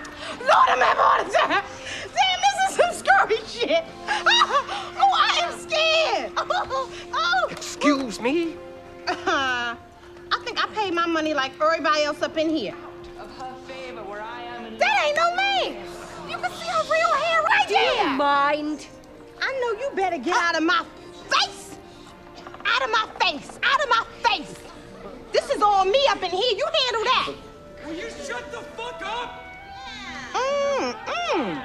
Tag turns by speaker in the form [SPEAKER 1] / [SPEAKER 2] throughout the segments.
[SPEAKER 1] Oh, Uh, everybody else up in here.
[SPEAKER 2] Of her favor where I am in
[SPEAKER 1] That ain't no man. You can see her real hair right
[SPEAKER 3] Do you
[SPEAKER 1] there.
[SPEAKER 3] mind?
[SPEAKER 1] I know you better get out of my face. Out of my face. Out of my face. This is all me up in here. You handle that.
[SPEAKER 4] Will you shut the fuck up?
[SPEAKER 1] Mmm, mmm.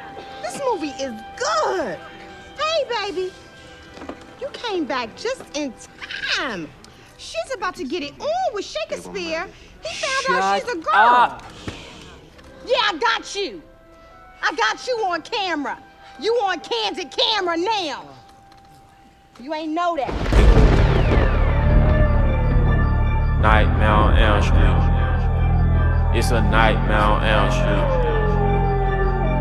[SPEAKER 1] This movie is good. Hey, baby. You came back just in time. She's about to get it on with Shakespeare. He found out she's a girl. Yeah, I got you. I got you on camera. You on candid camera now. You ain't know that.
[SPEAKER 5] Nightmare on Elm Street. It's a nightmare on Elm Street.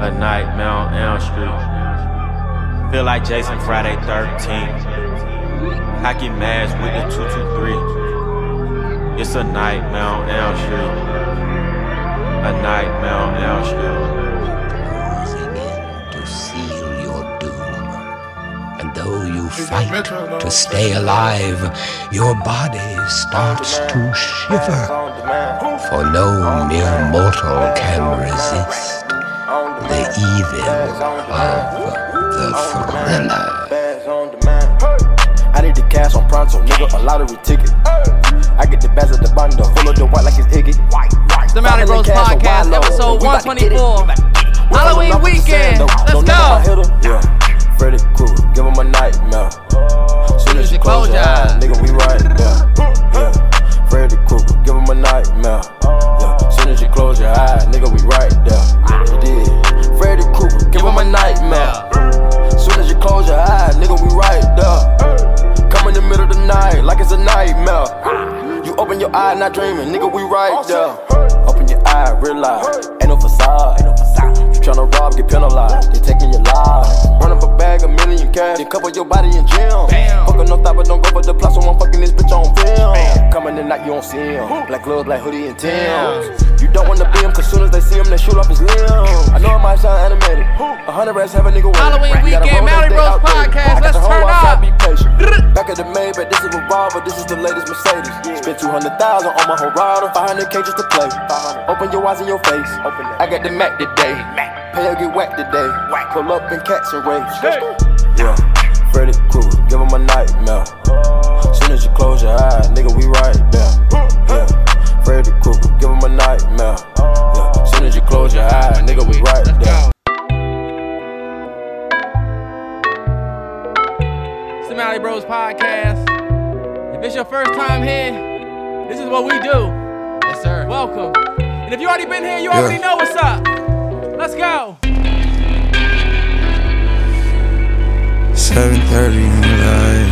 [SPEAKER 5] A nightmare on Elm Street. Feel like Jason Friday 13th. Hockey mask with the 223. It's a nightmare on Elm Street. A nightmare on Elm Street.
[SPEAKER 6] rising in to seal your doom. And though you fight to stay alive, your body starts to shiver. For no mere mortal can resist the evil of the thriller.
[SPEAKER 7] I did the cash on pronto, nigga, a lottery ticket. I get the bags at the bundle, full of the white like it's Iggy. White, white.
[SPEAKER 8] The Mountain Rose Podcast, episode 124. Halloween weekend. Let's go.
[SPEAKER 7] Yeah, Freddy Krueger, give him a nightmare. Soon as you close your eyes, nigga, we right there. Yeah, Freddy Krueger, give him a nightmare. Yeah, soon as you close your eyes, nigga, we right there. You did. Freddy Krueger, give him a nightmare. Soon as you close your eyes, nigga, we right there. Come in the middle of the night, like it's a nightmare. You open your eye, not dreaming, nigga, we right there. Open your eye, realize, ain't no facade. You tryna rob, get penalized, they taking your lives. Run up a bag, a million cash, they cover your body in jail. Fucking no thought, but don't go for the plot, so I'm fucking this bitch on film. Coming in like you don't see him, black gloves, black hoodie, and Tim's. You don't wanna be him, cause soon as they see him, they shoot off his limb. I know I might sound animated, a hundred rats have a nigga waiting.
[SPEAKER 8] Halloween
[SPEAKER 7] We gotta
[SPEAKER 8] weekend,
[SPEAKER 7] roll that
[SPEAKER 8] Mountain Rose
[SPEAKER 7] thing out there.
[SPEAKER 8] Podcast,
[SPEAKER 7] I got
[SPEAKER 8] let's
[SPEAKER 7] the whole
[SPEAKER 8] turn
[SPEAKER 7] outside,
[SPEAKER 8] up.
[SPEAKER 7] be patient. Back at the Maybach, this is revolver, this is the latest Mercedes. Spent 200,000 on my Horada, 500k just to play. Open your eyes and your face. I got the Mac today. Pale get whacked today. Pull up in cats and rage. Yeah, Freddy Krueger, give him a nightmare. Soon as you close your eyes, nigga, we right there. Yeah, Freddy Krueger, give him a nightmare. Yeah, soon as you close your eyes, nigga, we right there.
[SPEAKER 8] It's the Mountain Bros Podcast. If it's your first time here, this is what we do.
[SPEAKER 9] Yes, sir.
[SPEAKER 8] Welcome. And if you already been here, you already know what's up. Let's go.
[SPEAKER 10] 7:30 in the light.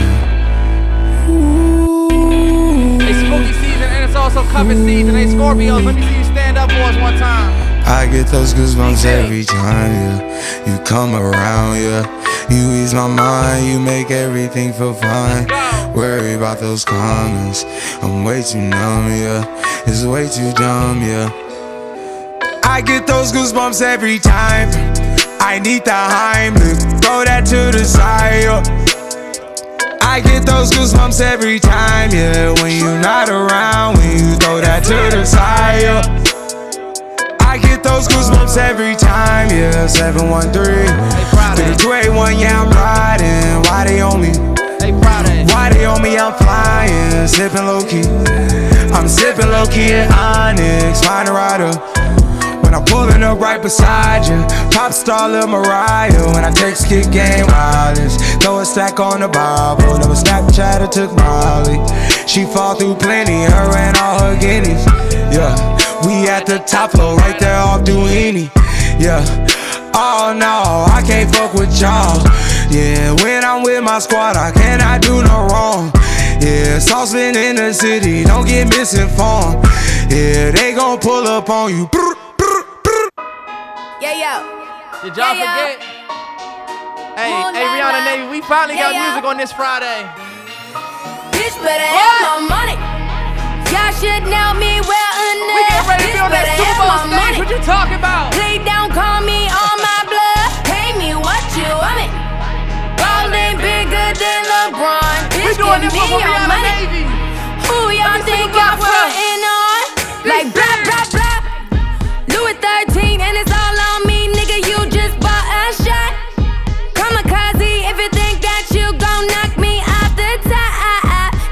[SPEAKER 8] It's spooky season and it's also cupping season. Hey, Scorpios, let me see you stand up for us one time.
[SPEAKER 10] I get those goosebumps every time yeah. you come around. Yeah, you ease my mind. You make everything feel fine. Worry about those comments. I'm way too numb. Yeah, it's way too dumb. Yeah. I get those goosebumps every time. I need the Heimlich. Throw that to the side. yeah. I get those goosebumps every time. Yeah, when you're not around, when you throw that to the side. yeah. I get those goosebumps every time, yeah. 713 Through the 281, yeah, I'm riding. Why they on me?
[SPEAKER 8] Hey, Friday.
[SPEAKER 10] Why they on me? I'm flying, sipping low key. I'm sipping low key in Onyx, find a rider. When I'm pulling up right beside you, pop star Lil Mariah. When I text kick game wireless, throw a stack on the Bible. Never Snapchat or took Molly. She fall through plenty, her and all her guineas. Yeah, we at the top floor, right there off Duini. Yeah. Oh no, I can't fuck with y'all. Yeah, when I'm with my squad, I cannot do no wrong. Yeah, saucepan in the city, don't get misinformed. Yeah, they gon' pull up on you. Brr, brr, brr.
[SPEAKER 3] Yeah, yo.
[SPEAKER 8] Did y'all
[SPEAKER 3] Yeah, yeah.
[SPEAKER 8] forget? Hey,
[SPEAKER 3] Moon
[SPEAKER 8] hey,
[SPEAKER 3] Knight
[SPEAKER 8] Rihanna
[SPEAKER 3] Live.
[SPEAKER 8] Navy, we finally
[SPEAKER 3] Yeah,
[SPEAKER 8] got
[SPEAKER 3] yeah.
[SPEAKER 8] music on this Friday.
[SPEAKER 3] Bitch better have my money. Y'all should know me well enough.
[SPEAKER 8] We getting ready to be on that
[SPEAKER 3] Bitch better
[SPEAKER 8] Super Bowl
[SPEAKER 3] have my
[SPEAKER 8] stage.
[SPEAKER 3] money.
[SPEAKER 8] What you talking about?
[SPEAKER 3] Please don't call me on my blood. Pay me what you want it. Ballin' bigger than LeBron.
[SPEAKER 8] We
[SPEAKER 3] Bitch,
[SPEAKER 8] doing
[SPEAKER 3] give
[SPEAKER 8] this
[SPEAKER 3] me
[SPEAKER 8] one for
[SPEAKER 3] your
[SPEAKER 8] Rihanna
[SPEAKER 3] money.
[SPEAKER 8] Navy.
[SPEAKER 3] Who y'all
[SPEAKER 8] me see
[SPEAKER 3] think
[SPEAKER 8] what
[SPEAKER 3] I'm
[SPEAKER 8] we got.
[SPEAKER 3] frontin' on?
[SPEAKER 8] Let me
[SPEAKER 10] like blah, blah, blah. Louis 13, and it's all on me, nigga. You just bought a shot. Kamikaze, if you think that you gon' knock me off the top.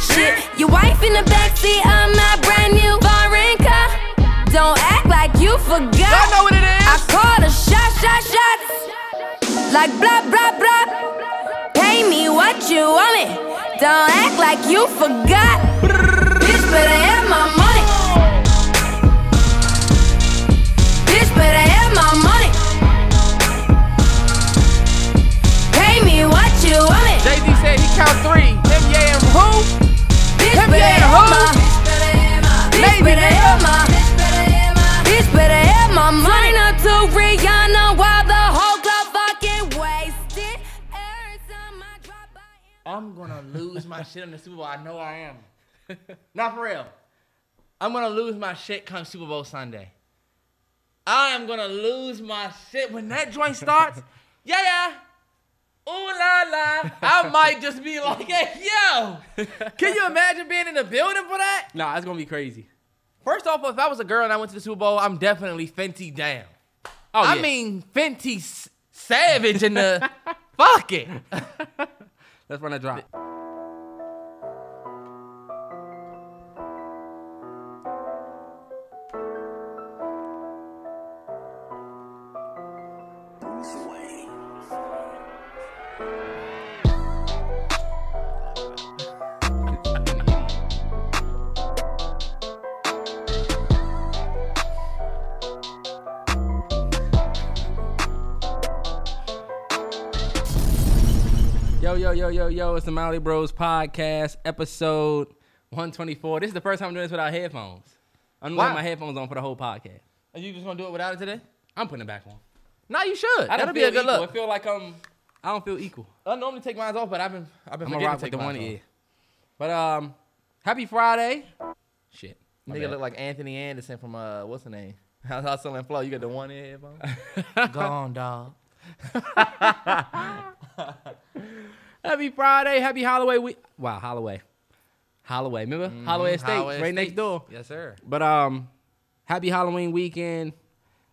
[SPEAKER 10] Shit, your wife in the backseat of my brand new foreign car. Don't act like you forgot.
[SPEAKER 8] Y'all know what it is.
[SPEAKER 10] I called a shot, shot, shots. Like blah, blah, blah. Pay me what you want me. Don't act like you forgot. Bitch, better have my money. Bitch, better have my money. Pay me what you want me.
[SPEAKER 8] Jay Z said he count three. Him, yeah, and who?
[SPEAKER 10] Bitch,
[SPEAKER 8] Him,
[SPEAKER 10] better
[SPEAKER 8] yeah, and
[SPEAKER 10] have
[SPEAKER 8] who?
[SPEAKER 10] my. Bitch,
[SPEAKER 8] Maybe,
[SPEAKER 10] better have
[SPEAKER 8] nigga.
[SPEAKER 10] my. Bitch, better have my money. Not to Rihanna while the whole club fucking wasted. Every time I drop by.
[SPEAKER 8] I'm gonna lose my shit on the Super Bowl. I know I am. Not for real. I'm gonna lose my shit come Super Bowl Sunday. I am gonna lose my shit when that joint starts. Yeah, yeah. Ooh la la. I might just be like, hey, yo. Can you imagine being in the building for that? Nah, it's gonna be crazy. First off, if I was a girl and I went to the Super Bowl, I'm definitely Fenty down. Oh, I
[SPEAKER 9] yeah.
[SPEAKER 8] mean, Fenty s- Savage in the. Fuck it. Let's run a drop. Yo, yo, yo, yo, yo, it's the Molly Bros Podcast, episode 124. This is the first time I'm doing this without headphones. I'm gonna
[SPEAKER 9] Why?
[SPEAKER 8] leave my headphones on for the whole podcast. Are you just gonna do it without it today? I'm putting it back on. No, you should.
[SPEAKER 9] That'll be a good look.
[SPEAKER 8] I feel like um, I don't feel equal. I normally take mine off, but I've been I've been
[SPEAKER 9] I'ma
[SPEAKER 8] forgetting
[SPEAKER 9] rock
[SPEAKER 8] to take
[SPEAKER 9] with
[SPEAKER 8] mine
[SPEAKER 9] the one
[SPEAKER 8] off.
[SPEAKER 9] ear.
[SPEAKER 8] But um, happy Friday. Shit, my
[SPEAKER 9] Nigga
[SPEAKER 8] bad.
[SPEAKER 9] look like Anthony Anderson from uh, what's the name? How's I selling flow? You got the one
[SPEAKER 8] E
[SPEAKER 9] ear headphone?
[SPEAKER 8] Gone, dog. happy Friday. Happy Holloway week. Wow, Holloway. Holloway. Remember?
[SPEAKER 9] Mm-hmm,
[SPEAKER 8] Holloway Estates,
[SPEAKER 9] Holloway
[SPEAKER 8] right next
[SPEAKER 9] Estates.
[SPEAKER 8] door.
[SPEAKER 9] Yes, sir.
[SPEAKER 8] But um, happy Halloween weekend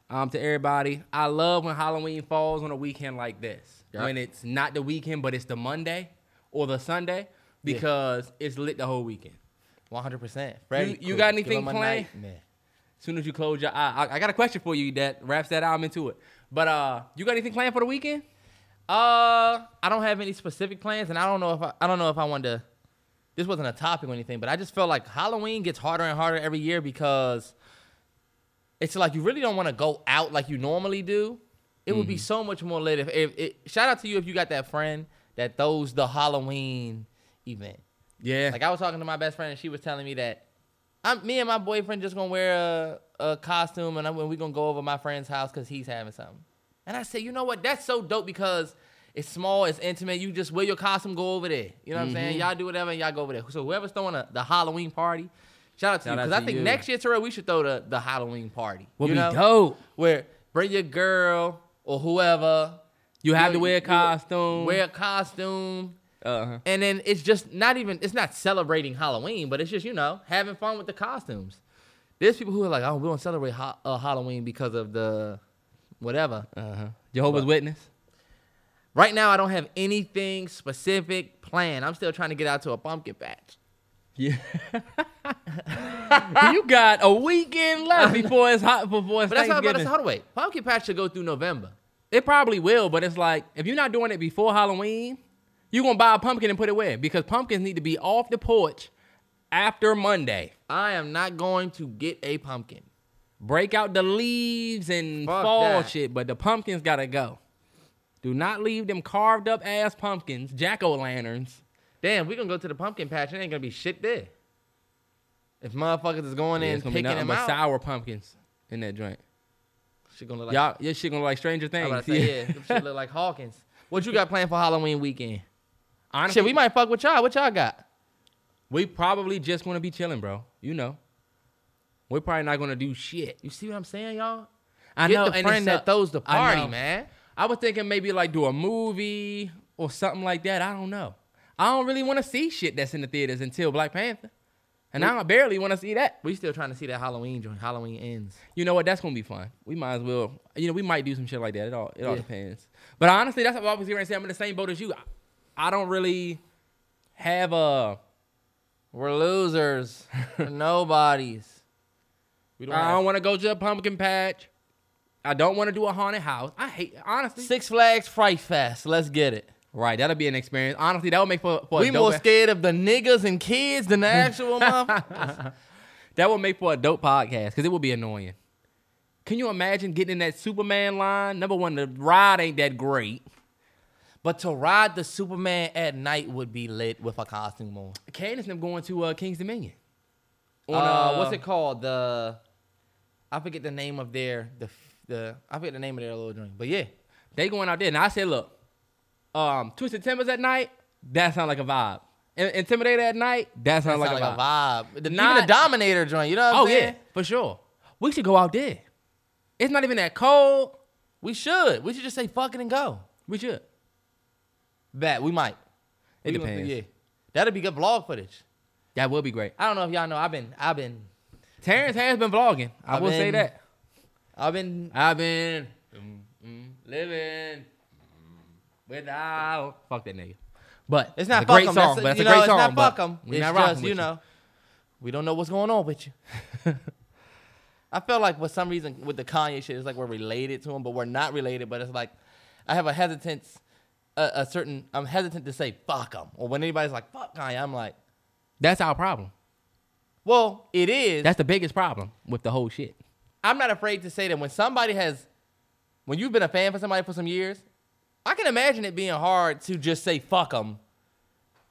[SPEAKER 8] um, to everybody. I love when Halloween falls on a weekend like this.
[SPEAKER 9] Yeah.
[SPEAKER 8] When it's not the weekend, but it's the Monday or the Sunday because it's lit the whole weekend.
[SPEAKER 9] One hundred percent. Freddie,
[SPEAKER 8] you got
[SPEAKER 9] Krueger, give
[SPEAKER 8] anything
[SPEAKER 9] him a
[SPEAKER 8] planned?
[SPEAKER 9] nightmare.
[SPEAKER 8] As soon as you close your eye, I, I got a question for you that wraps that album into it. But uh, you got anything planned for the weekend?
[SPEAKER 9] Uh, I don't have any specific plans, and I don't know if I, I don't know if I wanted to. This wasn't a topic or anything, but I just felt like Halloween gets harder and harder every year because it's like you really don't want to go out like you normally do. It would be so much more lit if, if it. Shout out to you if you got that friend that throws the Halloween event.
[SPEAKER 8] Yeah.
[SPEAKER 9] Like I was talking to my best friend, and she was telling me that I'm me and my boyfriend just gonna wear a, a costume, and, I'm, and we gonna go over my friend's house because he's having something. And I said, you know what? That's so dope because it's small, it's intimate. You just wear your costume, go over there. You know what I'm
[SPEAKER 8] Mm-hmm.
[SPEAKER 9] saying? Y'all do whatever, and y'all go over there. So whoever's throwing a, the Halloween party, shout out to
[SPEAKER 8] Shout
[SPEAKER 9] you
[SPEAKER 8] out
[SPEAKER 9] because I
[SPEAKER 8] to
[SPEAKER 9] think
[SPEAKER 8] you.
[SPEAKER 9] next year, Terrell, we should throw the the Halloween party.
[SPEAKER 8] Would
[SPEAKER 9] you
[SPEAKER 8] be
[SPEAKER 9] know?
[SPEAKER 8] dope.
[SPEAKER 9] Where bring your girl or whoever.
[SPEAKER 8] You have
[SPEAKER 9] know,
[SPEAKER 8] to wear a
[SPEAKER 9] you-
[SPEAKER 8] costume.
[SPEAKER 9] Wear a costume.
[SPEAKER 8] uh-huh.
[SPEAKER 9] And then it's just not even it's not celebrating Halloween, but it's just you know having fun with the costumes. There's people who are like, oh, we don't celebrate ha- uh, Halloween because of the whatever.
[SPEAKER 8] Uh-huh. Jehovah's Witness.
[SPEAKER 9] Right now, I don't have anything specific planned. I'm still trying to get out to a pumpkin patch.
[SPEAKER 8] Yeah. you got a weekend left before it's hot before it's
[SPEAKER 9] But that's how about
[SPEAKER 8] Thanksgiving.
[SPEAKER 9] this. Hold on, wait. Pumpkin patch should go through November.
[SPEAKER 8] it probably will, but it's like if you're not doing it before Halloween, you gonna buy a pumpkin and put it where? Because pumpkins need to be off the porch after Monday.
[SPEAKER 9] I am not going to get a pumpkin.
[SPEAKER 8] Break out the leaves and
[SPEAKER 9] Fuck
[SPEAKER 8] fall
[SPEAKER 9] that.
[SPEAKER 8] shit, but the pumpkins gotta go. Do not leave them carved up ass pumpkins, jack o' lanterns.
[SPEAKER 9] Damn, we gonna go to the pumpkin patch. It ain't gonna be shit there. If motherfuckers is going in
[SPEAKER 8] it's
[SPEAKER 9] and
[SPEAKER 8] gonna be
[SPEAKER 9] picking
[SPEAKER 8] nothing
[SPEAKER 9] them
[SPEAKER 8] but
[SPEAKER 9] out,
[SPEAKER 8] sour pumpkins in that joint.
[SPEAKER 9] she gonna look like
[SPEAKER 8] Y'all, your shit gonna look like Stranger
[SPEAKER 9] I
[SPEAKER 8] Things.
[SPEAKER 9] about to say, yeah, them shit look like Hawkins. What you got planned for Halloween weekend?
[SPEAKER 8] Honestly,
[SPEAKER 9] Shit, we might fuck with y'all. What y'all got?
[SPEAKER 8] We probably just want to be chilling, bro. You know, we're probably not gonna do shit.
[SPEAKER 9] You see what I'm saying, y'all?
[SPEAKER 8] I
[SPEAKER 9] Get
[SPEAKER 8] know.
[SPEAKER 9] the
[SPEAKER 8] and
[SPEAKER 9] friend
[SPEAKER 8] it's
[SPEAKER 9] that
[SPEAKER 8] a-
[SPEAKER 9] throws the
[SPEAKER 8] I
[SPEAKER 9] party,
[SPEAKER 8] know.
[SPEAKER 9] man.
[SPEAKER 8] I was thinking maybe like do a movie or something like that. I don't know. I don't really want to see shit that's in the theaters until Black Panther. And now I barely want to see that. We still trying to see that Halloween joint. Halloween ends. You know what? That's gonna be fun. We might as well. You know, we might do some shit like that. It all it all
[SPEAKER 9] Yeah.
[SPEAKER 8] depends. But honestly, that's what I was hearing. Say I'm in the same boat as you. I, I don't really have a. We're losers. We're nobodies.
[SPEAKER 9] We
[SPEAKER 8] I
[SPEAKER 9] have-
[SPEAKER 8] don't want to go to a pumpkin patch. I don't want to do a haunted house. I hate honestly. Six Flags Fright Fest. Let's get it. Right, that'll be an experience. Honestly, that would make for, for a
[SPEAKER 9] we
[SPEAKER 8] dope
[SPEAKER 9] more
[SPEAKER 8] ass-
[SPEAKER 9] scared of the niggas and kids than the actual motherfuckers.
[SPEAKER 8] That would make for a dope podcast because it would be annoying. Can you imagine getting in that Superman line? Number one, the ride ain't that great.
[SPEAKER 9] But to ride the Superman at night would be lit with a costume on.
[SPEAKER 8] Candace and them going to uh, King's Dominion.
[SPEAKER 9] On uh, what's it called? The I forget the name of their the f- the I forget the name of their little drink. But
[SPEAKER 8] But yeah, they going out there. And I said, look, um, Twisted Timbers at night, that sound like a vibe. In- Intimidator at night, that sound,
[SPEAKER 9] sound
[SPEAKER 8] like, a vibe.
[SPEAKER 9] vibe. The,
[SPEAKER 8] Not-
[SPEAKER 9] even the Dominator joint. You know what I'm
[SPEAKER 8] Oh, yeah,
[SPEAKER 9] saying?
[SPEAKER 8] for sure. We should go out there. It's not even that cold.
[SPEAKER 9] We should. We should just say fuck it and go.
[SPEAKER 8] We should.
[SPEAKER 9] Bet we might.
[SPEAKER 8] It
[SPEAKER 9] We gonna-
[SPEAKER 8] depends.
[SPEAKER 9] yeah, that'd be good vlog footage.
[SPEAKER 8] That would be great.
[SPEAKER 9] I don't know if y'all know. I've been. I've been.
[SPEAKER 8] Terrence has been vlogging. I
[SPEAKER 9] I've
[SPEAKER 8] will say
[SPEAKER 9] been-
[SPEAKER 8] that.
[SPEAKER 9] I've been.
[SPEAKER 8] I've been living without. Fuck that nigga. But
[SPEAKER 9] It's not
[SPEAKER 8] a great
[SPEAKER 9] fuck 'em.
[SPEAKER 8] song.
[SPEAKER 9] That's-
[SPEAKER 8] But it's a
[SPEAKER 9] you know,
[SPEAKER 8] great
[SPEAKER 9] it's
[SPEAKER 8] song.
[SPEAKER 9] Not
[SPEAKER 8] but
[SPEAKER 9] fuck 'em.
[SPEAKER 8] we
[SPEAKER 9] It's
[SPEAKER 8] not rocking
[SPEAKER 9] just
[SPEAKER 8] with
[SPEAKER 9] you know. We don't know what's going on with you. I feel like for some reason with the Kanye shit, it's like we're related to him, but we're not related. But it's like I have a hesitance, a, a certain. I'm hesitant to say fuck him, or when anybody's like fuck Kanye, I'm like,
[SPEAKER 8] That's our problem.
[SPEAKER 9] well, it is.
[SPEAKER 8] That's the biggest problem with the whole shit.
[SPEAKER 9] I'm not afraid to say that when somebody has, when you've been a fan for somebody for some years, I can imagine it being hard to just say fuck them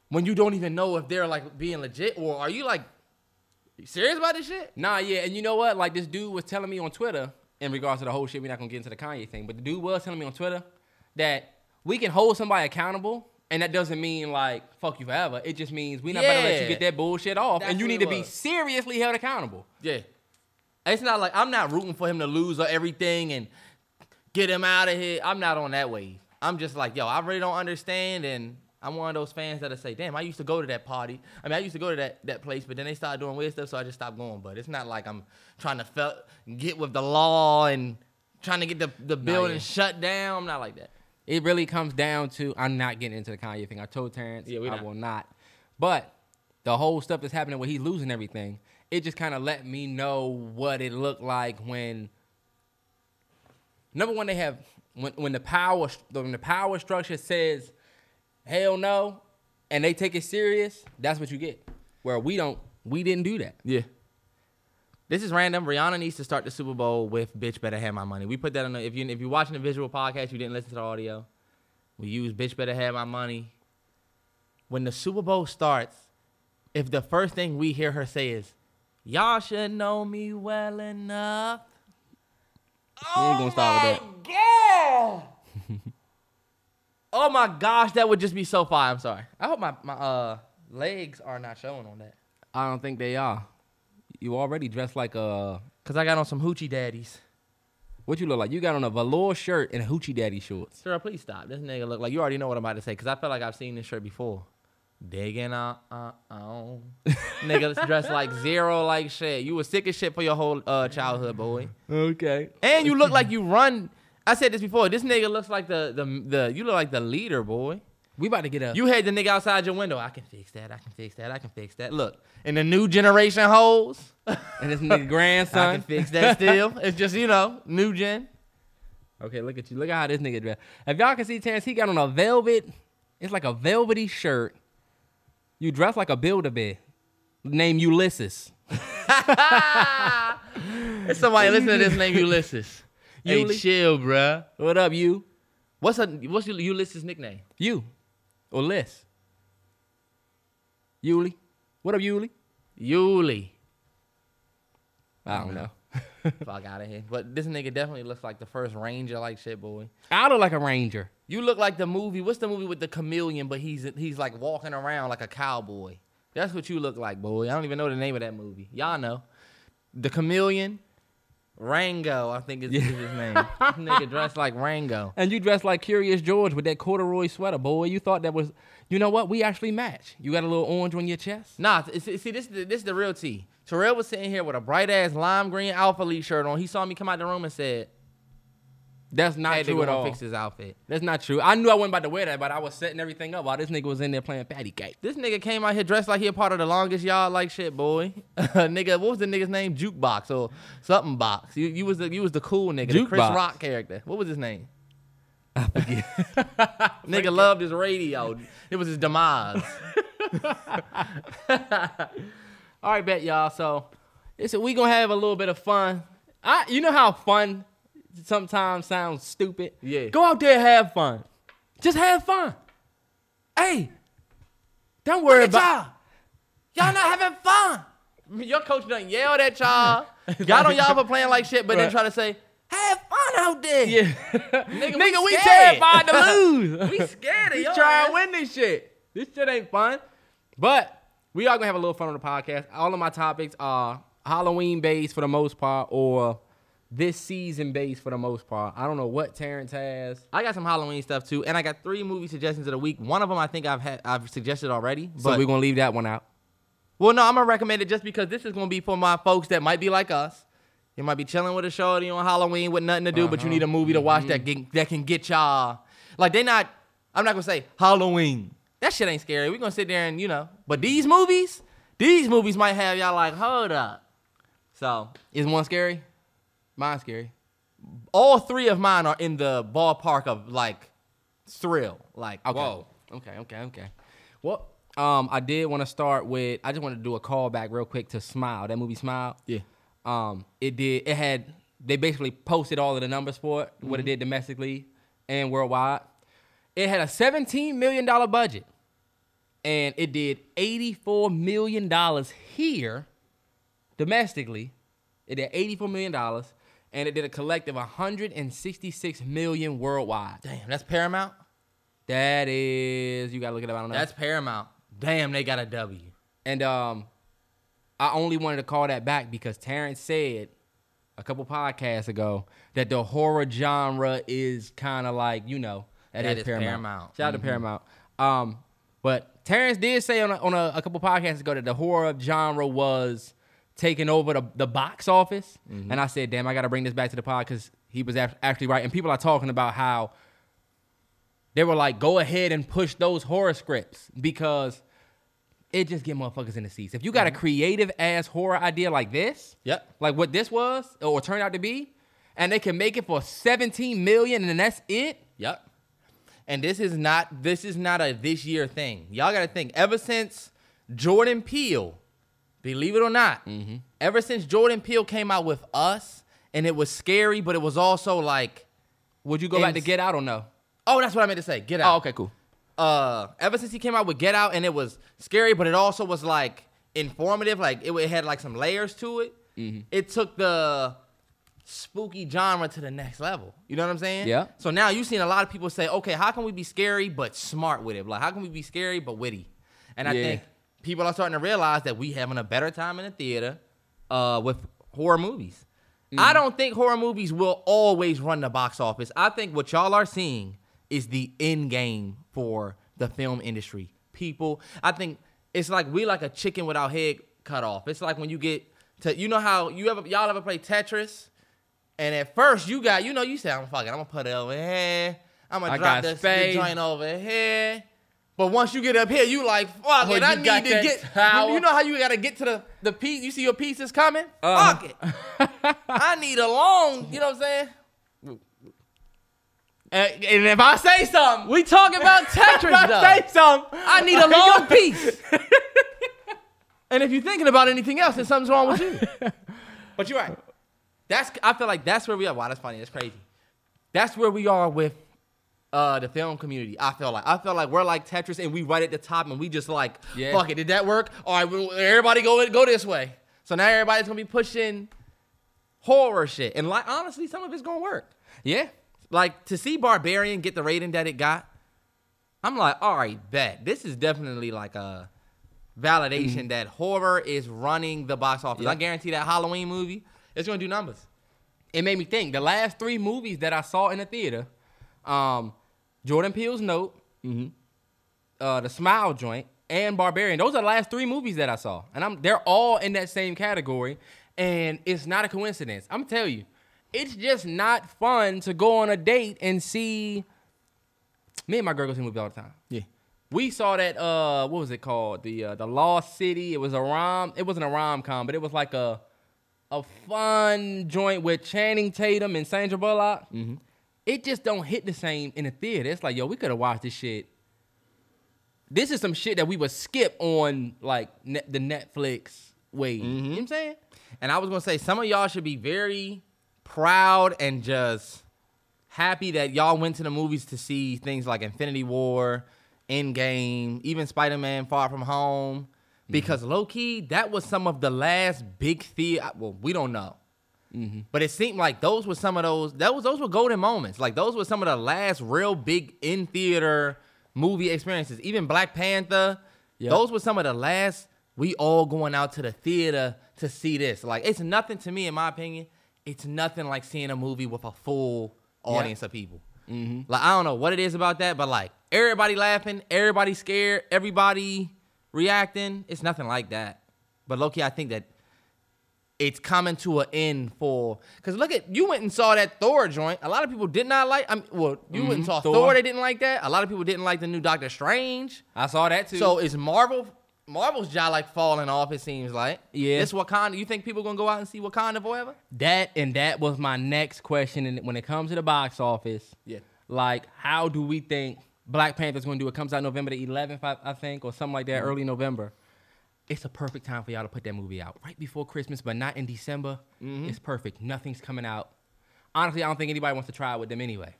[SPEAKER 9] when you don't even know if they're like being legit or are you like you serious about this shit?
[SPEAKER 8] Nah, yeah, and you know what? Like this dude was telling me on Twitter in regards to the whole shit. We're not gonna get into the Kanye thing, but the dude was telling me on Twitter that we can hold somebody accountable, and that doesn't mean like fuck you forever. It just means we're not about to let you
[SPEAKER 9] Yeah.
[SPEAKER 8] get that bullshit off,
[SPEAKER 9] That's
[SPEAKER 8] and you
[SPEAKER 9] what
[SPEAKER 8] need
[SPEAKER 9] it
[SPEAKER 8] to be
[SPEAKER 9] was.
[SPEAKER 8] seriously held accountable.
[SPEAKER 9] Yeah. It's not like I'm not rooting for him to lose or everything and get him out of here. I'm not on that wave. I'm just like, yo, I really don't understand. And I'm one of those fans that'll say, damn, I used to go to that party. I mean, I used to go to that, that place, but then they started doing weird stuff, so I just stopped going. But it's not like I'm trying to fel- get with the law and trying to get the, the building
[SPEAKER 8] yeah.
[SPEAKER 9] shut down. I'm not like that.
[SPEAKER 8] It really comes down to I'm not getting into the Kanye thing. I told Terrence,
[SPEAKER 9] Yeah, we
[SPEAKER 8] I
[SPEAKER 9] not.
[SPEAKER 8] will not. But the whole stuff that's happening where he's losing everything, it just kind of let me know what it looked like when. Number one, they have when when the power when the power structure says, "Hell no," and they take it serious. That's what you get. Where we don't, we didn't do that.
[SPEAKER 9] Yeah. This is random. Rihanna needs to start the Super Bowl with "Bitch Better Have My Money." We put that on. The, if you if you're watching a visual podcast, you didn't listen to the audio. We use "Bitch Better Have My Money." When the Super Bowl starts, if the first thing we hear her say is, "Y'all should know me well enough,"
[SPEAKER 8] We ain't gonna start with that.
[SPEAKER 9] oh my gosh, that would just be so fire. I'm sorry. I hope my my uh legs are not showing on that
[SPEAKER 8] I don't think they are. You already dressed like a
[SPEAKER 9] because I got on some hoochie daddies.
[SPEAKER 8] what you look like. You got on a velour shirt and hoochie daddy shorts.
[SPEAKER 9] Sir, please stop. This nigga look like you already know what I'm about to say because I feel like I've seen this shirt before. Digging uh uh on. nigga that's dressed like zero like shit. You was sick as shit for your whole uh, childhood, boy.
[SPEAKER 8] Okay.
[SPEAKER 9] And you look like you run. I said this before. This nigga looks like the the the. You look like the leader, boy.
[SPEAKER 8] We about to get a
[SPEAKER 9] You had the nigga outside your window. I can fix that. I can fix that. I can fix that. Look, in the new generation hoes,
[SPEAKER 8] and this nigga grandson.
[SPEAKER 9] I can fix that still. It's just you know new gen.
[SPEAKER 8] Okay, look at you. Look at how this nigga dressed. If y'all can see Terrence, he got on a velvet. It's like a velvety shirt. You dress like a builder bear named Ulysses.
[SPEAKER 9] It's somebody listening to this name Ulysses. Hey,
[SPEAKER 8] Uli-
[SPEAKER 9] chill, bruh.
[SPEAKER 8] What up, you?
[SPEAKER 9] What's her, what's Ul- Ulysses' nickname?
[SPEAKER 8] You or Liz? Yuli. What up, Yuli?
[SPEAKER 9] Yuli.
[SPEAKER 8] I don't know.
[SPEAKER 9] Fuck out of here. But this nigga definitely looks like the first ranger like shit, boy.
[SPEAKER 8] I look like a ranger.
[SPEAKER 9] You look like the movie. What's the movie with the chameleon? But he's he's like walking around like a cowboy. That's what you look like, boy. I don't even know the name of that movie. Y'all know. The chameleon. Rango, I think is, is his name. Nigga dressed like Rango.
[SPEAKER 8] And you dressed like Curious George with that corduroy sweater, boy. You thought that was, you know what? We actually match. You got a little orange on your chest.
[SPEAKER 9] Nah, t- see, see, this is the, this is the real tea. Terrell was sitting here with a bright ass lime green Alpha League shirt on. He saw me come out the room and said,
[SPEAKER 8] That's not
[SPEAKER 9] "Hey, they
[SPEAKER 8] true at
[SPEAKER 9] gonna
[SPEAKER 8] all.
[SPEAKER 9] fix his outfit."
[SPEAKER 8] That's not true. I knew I wasn't about to wear that, but I was setting everything up while this nigga was in there playing patty cake.
[SPEAKER 9] This nigga came out here dressed like he a part of the longest yard like shit, boy. nigga, what was the nigga's name? Jukebox or something box. You, you was the you was the cool nigga, the Chris
[SPEAKER 8] Jukebox.
[SPEAKER 9] Rock character. What was his name? nigga loved his radio. It was his demise.
[SPEAKER 8] All right, bet y'all. So, it's we gonna have a little bit of fun. I, you know how fun sometimes sounds stupid.
[SPEAKER 9] Yeah.
[SPEAKER 8] Go out there and have fun. Just have fun. Hey, don't worry about.
[SPEAKER 9] Y'all not having fun. Your coach done yelled at y'all. y'all don't y'all for playing like shit, but then
[SPEAKER 8] Right.
[SPEAKER 9] try to say, have fun out there.
[SPEAKER 8] Yeah.
[SPEAKER 9] Nigga,
[SPEAKER 8] Nigga, we,
[SPEAKER 9] scared.
[SPEAKER 8] terrified to lose.
[SPEAKER 9] we scared of
[SPEAKER 8] We
[SPEAKER 9] y'all.
[SPEAKER 8] try
[SPEAKER 9] man.
[SPEAKER 8] and win this shit. This shit ain't fun. But we are gonna have a little fun on the podcast. All of my topics are Halloween based for the most part, or this season based for the most part. I don't know what Terrence has.
[SPEAKER 9] I got some Halloween stuff too, and I got three movie suggestions of the week. One of them I think I've had I've suggested already,
[SPEAKER 8] So
[SPEAKER 9] but
[SPEAKER 8] we're gonna leave that one out.
[SPEAKER 9] well, no, I'm gonna recommend it just because this is gonna be for my folks that might be like us. You might be chilling with a shorty on Halloween with nothing to do, but you need a movie to watch that get, that can get y'all like they not. I'm not gonna say Halloween. That shit ain't scary. We're gonna sit there and you know, but these movies, these movies might have y'all like hold up. So
[SPEAKER 8] Is one scary? Mine's scary.
[SPEAKER 9] all three of mine are in the ballpark of like thrill, like
[SPEAKER 8] Okay.
[SPEAKER 9] whoa.
[SPEAKER 8] Okay, okay, okay. Well, um, I did want to start with I just wanted to do a callback real quick to Smile, that movie Smile.
[SPEAKER 9] Yeah.
[SPEAKER 8] Um, it did it had they basically posted all of the numbers for it, what it
[SPEAKER 9] Mm-hmm.
[SPEAKER 8] did domestically and worldwide. It had a seventeen million dollar budget. And it did eighty-four million dollars here domestically. It did eighty-four million dollars. And it did a collective 166 million worldwide.
[SPEAKER 9] Damn, that's Paramount.
[SPEAKER 8] That is, you gotta look it up. I don't know.
[SPEAKER 9] That's Paramount. Damn, they got a W.
[SPEAKER 8] and um, I only wanted to call that back because Terrence said a couple podcasts ago that the horror genre is kind of like you know
[SPEAKER 9] That is Paramount. Mm-hmm.
[SPEAKER 8] Shout out to Paramount. Um, but Terrence did say on a, on a, a couple podcasts ago that the horror genre was taking over the, the box office,
[SPEAKER 9] Mm-hmm.
[SPEAKER 8] and I said, damn, I gotta bring this back to the pod because he was act- actually right. And people are talking about how they were like, go ahead and push those horror scripts because it just get motherfuckers in the seats. If you got a creative ass horror idea like this,
[SPEAKER 9] Mm-hmm. Yep.
[SPEAKER 8] like what this was or turned out to be, and they can make it for 17 million and that's it.
[SPEAKER 9] Yep. And this is not this is not a this year thing. Y'all gotta think. Ever since Jordan Peele, believe it or not,
[SPEAKER 8] Mm-hmm.
[SPEAKER 9] ever since Jordan Peele came out with Us, and it was scary, but it was also like,
[SPEAKER 8] Would you go
[SPEAKER 9] And
[SPEAKER 8] back to
[SPEAKER 9] s-
[SPEAKER 8] get out or no?
[SPEAKER 9] oh, that's what I meant to say. Get out.
[SPEAKER 8] Oh, okay, cool.
[SPEAKER 9] uh ever since he came out with Get Out and it was scary, but it also was like informative. Like it, it had like some layers to it. It took the spooky genre to the next level. You know what I'm saying?
[SPEAKER 8] Yeah.
[SPEAKER 9] So now you've seen a lot of people say, okay, how can we be scary but smart with it? Like how can we be scary but witty? And I
[SPEAKER 8] Yeah.
[SPEAKER 9] think people are starting to realize that we having a better time in the theater uh, with horror movies.
[SPEAKER 8] Mm.
[SPEAKER 9] I don't think horror movies will always run the box office. I think what y'all are seeing is the end game for the film industry. People, I think it's like we like a chicken without head cut off. It's like when you get to you know how you ever y'all ever play Tetris and at first you got, you know, you said, I'm fucking, I'm gonna put it over here. I'm gonna
[SPEAKER 8] I
[SPEAKER 9] drop
[SPEAKER 8] got
[SPEAKER 9] this the
[SPEAKER 8] space.
[SPEAKER 9] joint over here. But once you get up here, you like, fuck
[SPEAKER 8] Well,
[SPEAKER 9] it, I
[SPEAKER 8] Oh, you got
[SPEAKER 9] need to
[SPEAKER 8] that
[SPEAKER 9] get
[SPEAKER 8] tower.
[SPEAKER 9] you know how you gotta get to the, the piece, you see your piece is coming?
[SPEAKER 8] Uh-huh.
[SPEAKER 9] Fuck it. I need a long, you know what I'm saying? And, and if I say something,
[SPEAKER 8] We talking about Tetris though.
[SPEAKER 9] I say
[SPEAKER 8] something.
[SPEAKER 9] I need a long piece. and if you're thinking about anything else, then something's wrong with you. But you're right. That's I feel like that's where we are. Wow, that's funny. That's crazy. That's where we are with uh, the film community. I feel like I feel like we're like Tetris, and we right at the top, and we just like,
[SPEAKER 8] Yeah.
[SPEAKER 9] fuck it. Did that work? All right, well, everybody go go this way. So now everybody's gonna be pushing horror shit, and like honestly, some of it's gonna work.
[SPEAKER 8] Yeah.
[SPEAKER 9] Like to see Barbarian get the rating that it got, I'm like, all right, bet this is definitely like a validation that horror is running the box office.
[SPEAKER 8] Yeah.
[SPEAKER 9] I guarantee that Halloween movie, it's gonna do numbers.
[SPEAKER 8] it made me think. The last three movies that I saw in the theater, um, Jordan Peele's Note, uh, The Smile Joint, and Barbarian. Those are the last three movies that I saw, and I'm they're all in that same category, and it's not a coincidence. I'm tell you, it's just not fun to go on a date and see. Me and my girl go see movies all the time.
[SPEAKER 9] Yeah.
[SPEAKER 8] We saw that uh what was it called? The uh, the Lost City. It was a rom it wasn't a rom com, but it was like a a fun joint with Channing Tatum and Sandra Bullock.
[SPEAKER 9] Mm-hmm.
[SPEAKER 8] It just don't hit the same in the theater. It's like, yo, we could have watched this shit. This is some shit that we would skip on like net, the Netflix way. You know what I'm saying?
[SPEAKER 9] Mm-hmm. And I was gonna say some of y'all should be very proud and just happy that y'all went to the movies to see things like Infinity War, Endgame, even Spider Man Far From Home. Because low key, that was some of the last big theater. Well, we don't know. But it seemed like those were some of those. That was those were golden moments. Like those were some of the last real big in theater movie experiences. Even Black Panther. Those were some of the last. We all going out to the theater to see this. Like it's nothing to me, in my opinion. It's nothing like seeing a movie with a full audience of people. Like I don't know what it is about that, but like everybody laughing, everybody scared, everybody reacting. It's nothing like that. But Loki, I think that it's coming to an end for because look at you went and saw that Thor joint. A lot of people did not like. I mean, well, you went
[SPEAKER 8] Mm-hmm.
[SPEAKER 9] and saw Thor. They didn't like that. A lot of people didn't like the new Doctor Strange.
[SPEAKER 8] I saw that too.
[SPEAKER 9] So is Marvel Marvel's jaw like falling off? It seems like
[SPEAKER 8] Yeah.
[SPEAKER 9] This Wakanda. You think people gonna go out and see Wakanda forever?
[SPEAKER 8] That and that was my next question. And when it comes to the box office,
[SPEAKER 9] Yeah.
[SPEAKER 8] like how do we think Black Panther's going to do? It comes out November the 11th, I, I think, or something like that,
[SPEAKER 9] Mm-hmm.
[SPEAKER 8] early November. It's a perfect time for y'all to put that movie out right before Christmas, but not in December.
[SPEAKER 9] Mm-hmm.
[SPEAKER 8] It's perfect. Nothing's coming out. Honestly, I don't think anybody wants to try it with them anyway,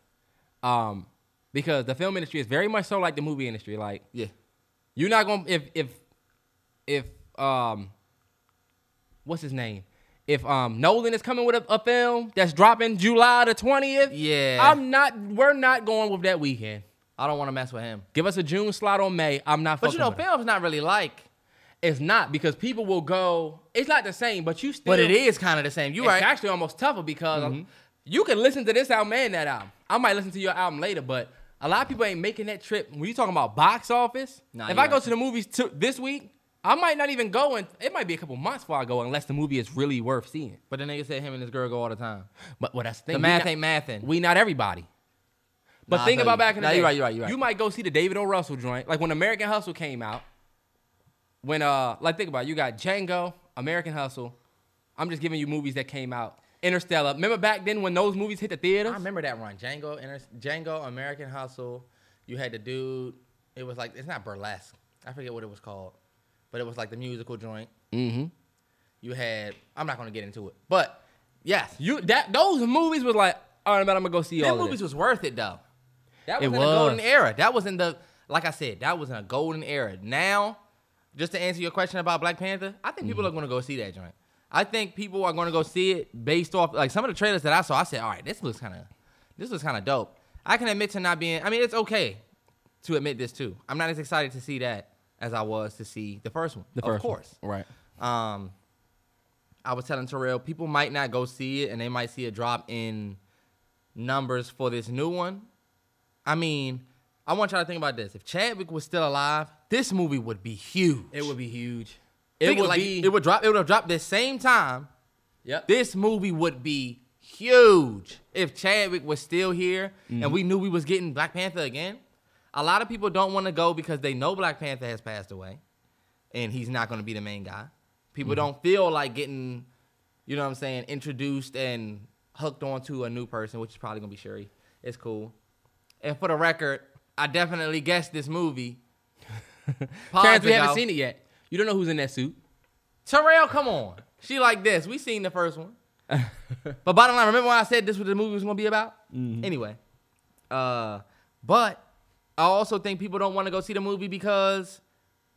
[SPEAKER 8] um, because the film industry is very much so like the movie industry. Like,
[SPEAKER 9] Yeah.
[SPEAKER 8] you're not gonna if if if um what's his name? If um Nolan is coming with a, a film that's dropping July the twentieth,
[SPEAKER 9] Yeah.
[SPEAKER 8] I'm not. We're not going with that weekend.
[SPEAKER 9] I don't want to mess with him.
[SPEAKER 8] Give us a June slot on May. I'm not.
[SPEAKER 9] But
[SPEAKER 8] fucking
[SPEAKER 9] you know,
[SPEAKER 8] with it.
[SPEAKER 9] film's not really like.
[SPEAKER 8] it's not because people will go. It's not the same, but you still.
[SPEAKER 9] But it is kind of the same. You
[SPEAKER 8] It's
[SPEAKER 9] right? Mm-hmm.
[SPEAKER 8] actually almost tougher because um, you can listen to this album and that album. I might listen to your album later, but a lot of people ain't making that trip. When you talking about box office,
[SPEAKER 9] Nah,
[SPEAKER 8] if
[SPEAKER 9] you're
[SPEAKER 8] I go
[SPEAKER 9] right.
[SPEAKER 8] to the movies to, this week, I might not even go, and it might be a couple months before I go, unless the movie is really worth seeing.
[SPEAKER 9] but the nigga said him and his girl go all the time.
[SPEAKER 8] But what that's the thing.
[SPEAKER 9] The
[SPEAKER 8] we
[SPEAKER 9] math
[SPEAKER 8] not-
[SPEAKER 9] ain't mathing.
[SPEAKER 8] We not everybody. But
[SPEAKER 9] Nah, I
[SPEAKER 8] think
[SPEAKER 9] feel
[SPEAKER 8] about
[SPEAKER 9] you.
[SPEAKER 8] back in the
[SPEAKER 9] Nah,
[SPEAKER 8] day.
[SPEAKER 9] you're right, you're right, you're right.
[SPEAKER 8] You might go see the David O. Russell joint, like when American Hustle came out. When uh, like think about it, you got Django, American Hustle. I'm just giving you movies that came out. Interstellar. Remember back then when those movies hit the theaters?
[SPEAKER 9] I remember that run. Django, Inter- Django, American Hustle. You had the dude. It was like it's not burlesque. I forget what it was called, but it was like the musical joint. Mm-hmm. You had. I'm not gonna get into it, but yes,
[SPEAKER 8] You that those movies was like, all right, man, I'm gonna go see all
[SPEAKER 9] them
[SPEAKER 8] of
[SPEAKER 9] movies
[SPEAKER 8] this.
[SPEAKER 9] was worth it though. That was
[SPEAKER 8] It
[SPEAKER 9] in a golden
[SPEAKER 8] was.
[SPEAKER 9] era. That was in the like I said, that was in a golden era. Now, just to answer your question about Black Panther, I think
[SPEAKER 8] Mm-hmm.
[SPEAKER 9] people are gonna go see that joint. I think people are gonna go see it based off like some of the trailers that I saw. I said, all right, this looks kind of this looks kind of dope. I can admit to not being. I mean, it's okay to admit this too. I'm not as excited to see that as I was to see the first one.
[SPEAKER 8] The first
[SPEAKER 9] of
[SPEAKER 8] one.
[SPEAKER 9] course,
[SPEAKER 8] Right.
[SPEAKER 9] um, I was telling Terrell, people might not go see it, and they might see a drop in numbers for this new one. I mean, I want y'all to think about this. If Chadwick was still alive, this movie would be huge.
[SPEAKER 8] It would be huge.
[SPEAKER 9] Think like- It would drop. It would have dropped the same time.
[SPEAKER 8] Yep.
[SPEAKER 9] This movie would be huge if Chadwick was still here and
[SPEAKER 8] Mm-hmm.
[SPEAKER 9] we knew we was getting Black Panther again. A lot of people don't want to go because they know Black Panther has passed away and he's not going to be the main guy. People
[SPEAKER 8] Mm-hmm.
[SPEAKER 9] don't feel like getting, you know what I'm saying, introduced and hooked onto a new person, which is probably going to be Sherry. It's cool. And for the record, I definitely guessed this movie.
[SPEAKER 8] Terrence,
[SPEAKER 9] Pods
[SPEAKER 8] we haven't
[SPEAKER 9] ago.
[SPEAKER 8] seen it yet. You don't know who's in that suit.
[SPEAKER 9] Terrell, come on. She like this. We seen the first one. but bottom line, remember when I said this was the movie was gonna be about? Anyway. Uh but I also think people don't want to go see the movie because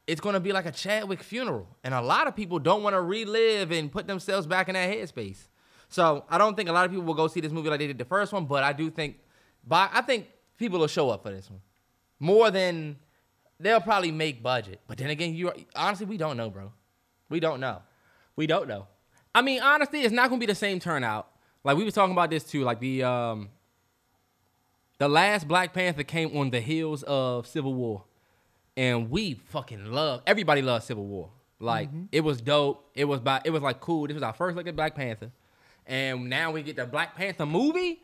[SPEAKER 9] it's gonna be like a Chadwick funeral. And a lot of people don't want to relive and put themselves back in that headspace. So I don't think a lot of people will go see this movie like they did the first one, but I do think by I think people will show up for this one. More than they'll probably make budget. But then again, you are, honestly we don't know, bro. We don't know.
[SPEAKER 8] We don't know. I mean, honestly, it's not gonna be the same turnout. Like we was talking about this too. Like the um, the last Black Panther came on the heels of Civil War, and we fucking love. Everybody loves Civil War. Like it was dope. It was by. It was like cool. This was our first look at Black Panther, and now we get the Black Panther movie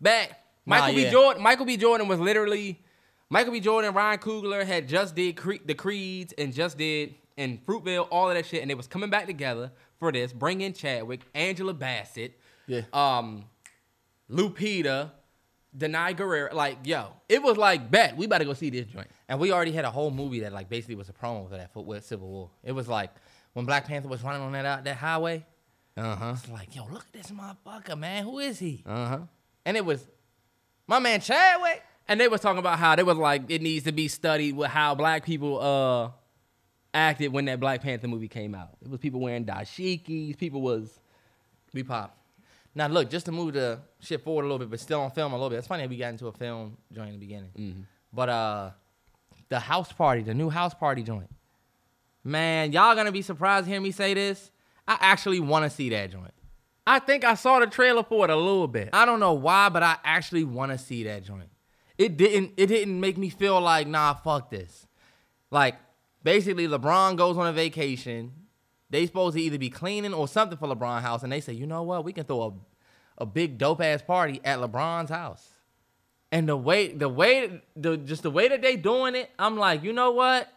[SPEAKER 8] back.
[SPEAKER 9] Nah,
[SPEAKER 8] Michael B.
[SPEAKER 9] yeah.
[SPEAKER 8] Jordan. Michael B. Jordan was literally Michael B. Jordan, Ryan Coogler had just did Cre- the Creeds and just did and Fruitville, all of that shit, and they was coming back together for this. Bring in Chadwick, Angela Bassett,
[SPEAKER 9] Yeah.
[SPEAKER 8] um, Lupita, Denai Guerrero. Like, yo, it was like bet we about to go see this joint.
[SPEAKER 9] And we already had a whole movie that like basically was a promo for that for with Civil War. It was like when Black Panther was running on that out that highway.
[SPEAKER 8] Uh huh.
[SPEAKER 9] It's like, yo, look at this motherfucker, man. Who is he?
[SPEAKER 8] Uh huh.
[SPEAKER 9] And it was my man Chadwick.
[SPEAKER 8] And they was talking about how they was like it needs to be studied with how black people uh acted when that Black Panther movie came out. It was people wearing dashikis, people was
[SPEAKER 9] We pop. Now look, just to move the shit forward a little bit, but still on film a little bit. It's funny that we got into a film joint in the beginning.
[SPEAKER 8] Mm-hmm.
[SPEAKER 9] But uh the house party, the new house party joint.
[SPEAKER 8] Man, y'all gonna be surprised to hear me say this. I actually wanna see that joint. I think I saw the trailer for it a little bit.
[SPEAKER 9] I don't know why, but I actually wanna see that joint. It didn't it didn't make me feel like, nah, fuck this. Like, basically LeBron goes on a vacation. They supposed to either be cleaning or something for LeBron house, and they say, you know what, we can throw a a big dope ass party at LeBron's house. And the way the way the just the way that they doing it, I'm like, you know what?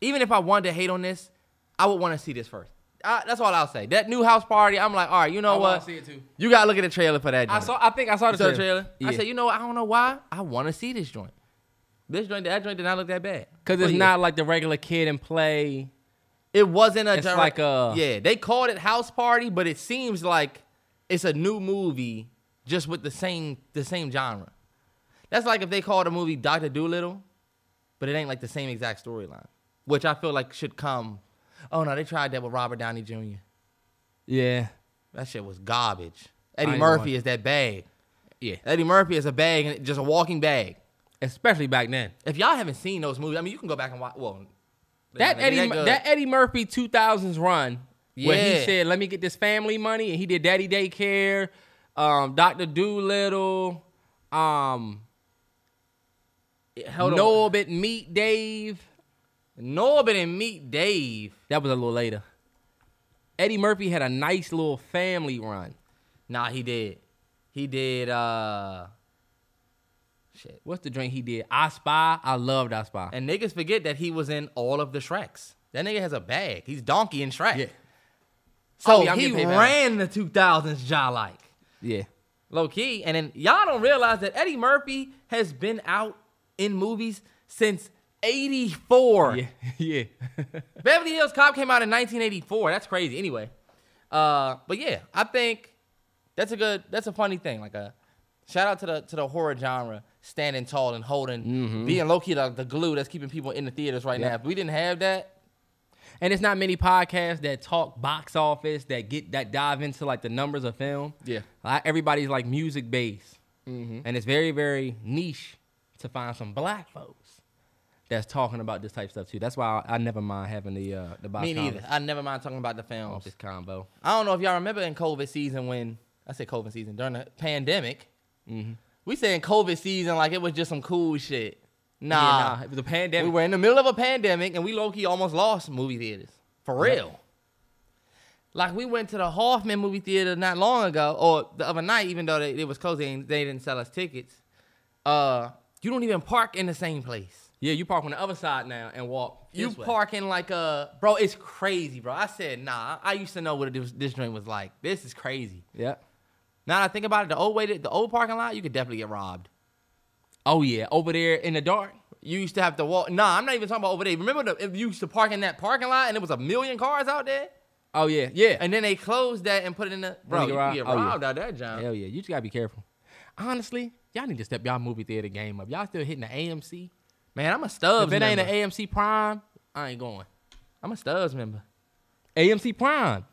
[SPEAKER 9] Even if I wanted to hate on this, I would want to see this first. I, that's all I'll say. That new house party, I'm like, all right, you know
[SPEAKER 8] I wanna
[SPEAKER 9] what?
[SPEAKER 8] see it too.
[SPEAKER 9] You gotta look at the trailer for that.
[SPEAKER 8] I
[SPEAKER 9] joint.
[SPEAKER 8] saw I think I saw the
[SPEAKER 9] You saw
[SPEAKER 8] trailer.
[SPEAKER 9] the trailer. I
[SPEAKER 8] Yeah.
[SPEAKER 9] said, you know, what? I don't know why. I want to see this joint. This joint, that joint did not look that bad.
[SPEAKER 8] Cause
[SPEAKER 9] But
[SPEAKER 8] it's
[SPEAKER 9] yeah,
[SPEAKER 8] not like the regular kid and play.
[SPEAKER 9] It wasn't a.
[SPEAKER 8] it's
[SPEAKER 9] direct-
[SPEAKER 8] like a-
[SPEAKER 9] Yeah, they called it House Party, but it seems like it's a new movie, just with the same the same genre. That's like if they called a movie Doctor Doolittle, but it ain't like the same exact storyline, which I feel like should come. Oh no, they tried that with Robert Downey Jr.
[SPEAKER 8] Yeah.
[SPEAKER 9] That shit was garbage. Eddie
[SPEAKER 8] ain't
[SPEAKER 9] Murphy
[SPEAKER 8] watching.
[SPEAKER 9] is that bag.
[SPEAKER 8] Yeah.
[SPEAKER 9] Eddie Murphy is a bag, and just a walking bag.
[SPEAKER 8] Especially back then.
[SPEAKER 9] If y'all haven't seen those movies, I mean, you can go back and watch. Well, they
[SPEAKER 8] That
[SPEAKER 9] not- they
[SPEAKER 8] Eddie
[SPEAKER 9] not
[SPEAKER 8] that,
[SPEAKER 9] good.
[SPEAKER 8] Eddie Murphy 2000s run where
[SPEAKER 9] Yeah.
[SPEAKER 8] he said, "Let me get this family money," and he did Daddy Daycare, um, Doctor Doolittle, um,
[SPEAKER 9] Hold on.
[SPEAKER 8] Norbit Meet Dave.
[SPEAKER 9] Norbit and Meet Dave.
[SPEAKER 8] That was a little later. Eddie Murphy had a nice little family run.
[SPEAKER 9] Nah, he did. He did. uh Shit.
[SPEAKER 8] What's the drink he did? I Spy. I loved I Spy.
[SPEAKER 9] And niggas forget that he was in all of the Shreks. That nigga has a bag. He's Donkey in Shrek.
[SPEAKER 8] Yeah.
[SPEAKER 9] So
[SPEAKER 8] Oh, yeah, I'm
[SPEAKER 9] he
[SPEAKER 8] getting paid back.
[SPEAKER 9] ran the 2000s, jaw like.
[SPEAKER 8] yeah.
[SPEAKER 9] Low key. And then y'all don't realize that Eddie Murphy has been out in movies since 84.
[SPEAKER 8] Yeah. yeah.
[SPEAKER 9] Beverly Hills Cop came out in 1984. That's crazy. Anyway, uh, but yeah, I think that's a good, that's a funny thing. Like a shout out to the to the horror genre, standing tall and holding,
[SPEAKER 8] Mm-hmm.
[SPEAKER 9] being low key like the glue that's keeping people in the theaters right now. If we didn't have that,
[SPEAKER 8] and it's not many podcasts that talk box office that get that dive into like the numbers of film.
[SPEAKER 9] Yeah.
[SPEAKER 8] Like, everybody's like music based,
[SPEAKER 9] Mm-hmm.
[SPEAKER 8] and it's very very niche to find some black folks that's talking about this type of stuff too. That's why I, I never mind having the uh, the box
[SPEAKER 9] me neither.
[SPEAKER 8] office-
[SPEAKER 9] I never mind talking about the films.
[SPEAKER 8] office combo.
[SPEAKER 9] I don't know if y'all remember in COVID season when I say COVID season during the pandemic,
[SPEAKER 8] Mm-hmm.
[SPEAKER 9] we saying COVID season like it was just some cool shit. Nah,
[SPEAKER 8] Yeah, nah, it was a pandemic.
[SPEAKER 9] We were in the middle of a pandemic and we low key almost lost movie theaters for real. Like we went to the Hoffman movie theater not long ago or the other night, even though they, it was closed, they, didn't- they didn't sell us tickets. Uh, you don't even park in the same place.
[SPEAKER 8] Yeah, you park on the other side now and walk.
[SPEAKER 9] You
[SPEAKER 8] this way.
[SPEAKER 9] parking like a bro. It's crazy, bro. I said, nah. I I used to know what this, this drink was like. This is crazy.
[SPEAKER 8] Yeah.
[SPEAKER 9] Now that I think about it, the old way, to, the old parking lot, you could definitely get robbed.
[SPEAKER 8] Oh yeah, over there in the dark.
[SPEAKER 9] You used to have to walk. Nah, I'm not even talking about over there. Remember the, if you used to park in that parking lot and there was a million cars out there,
[SPEAKER 8] Oh yeah, yeah.
[SPEAKER 9] and then they closed that and put it in the
[SPEAKER 8] you
[SPEAKER 9] bro. You
[SPEAKER 8] get
[SPEAKER 9] could get
[SPEAKER 8] robbed? Oh, yeah.
[SPEAKER 9] robbed out that John.
[SPEAKER 8] Hell yeah, you just gotta be careful. Honestly, y'all need to step y'all movie theater game up. Y'all still hitting the AMC.
[SPEAKER 9] Man, I'm a Stubbs
[SPEAKER 8] If it ain't
[SPEAKER 9] member.
[SPEAKER 8] an AMC Prime, I ain't going.
[SPEAKER 9] I'm a Stubbs member.
[SPEAKER 8] AMC Prime.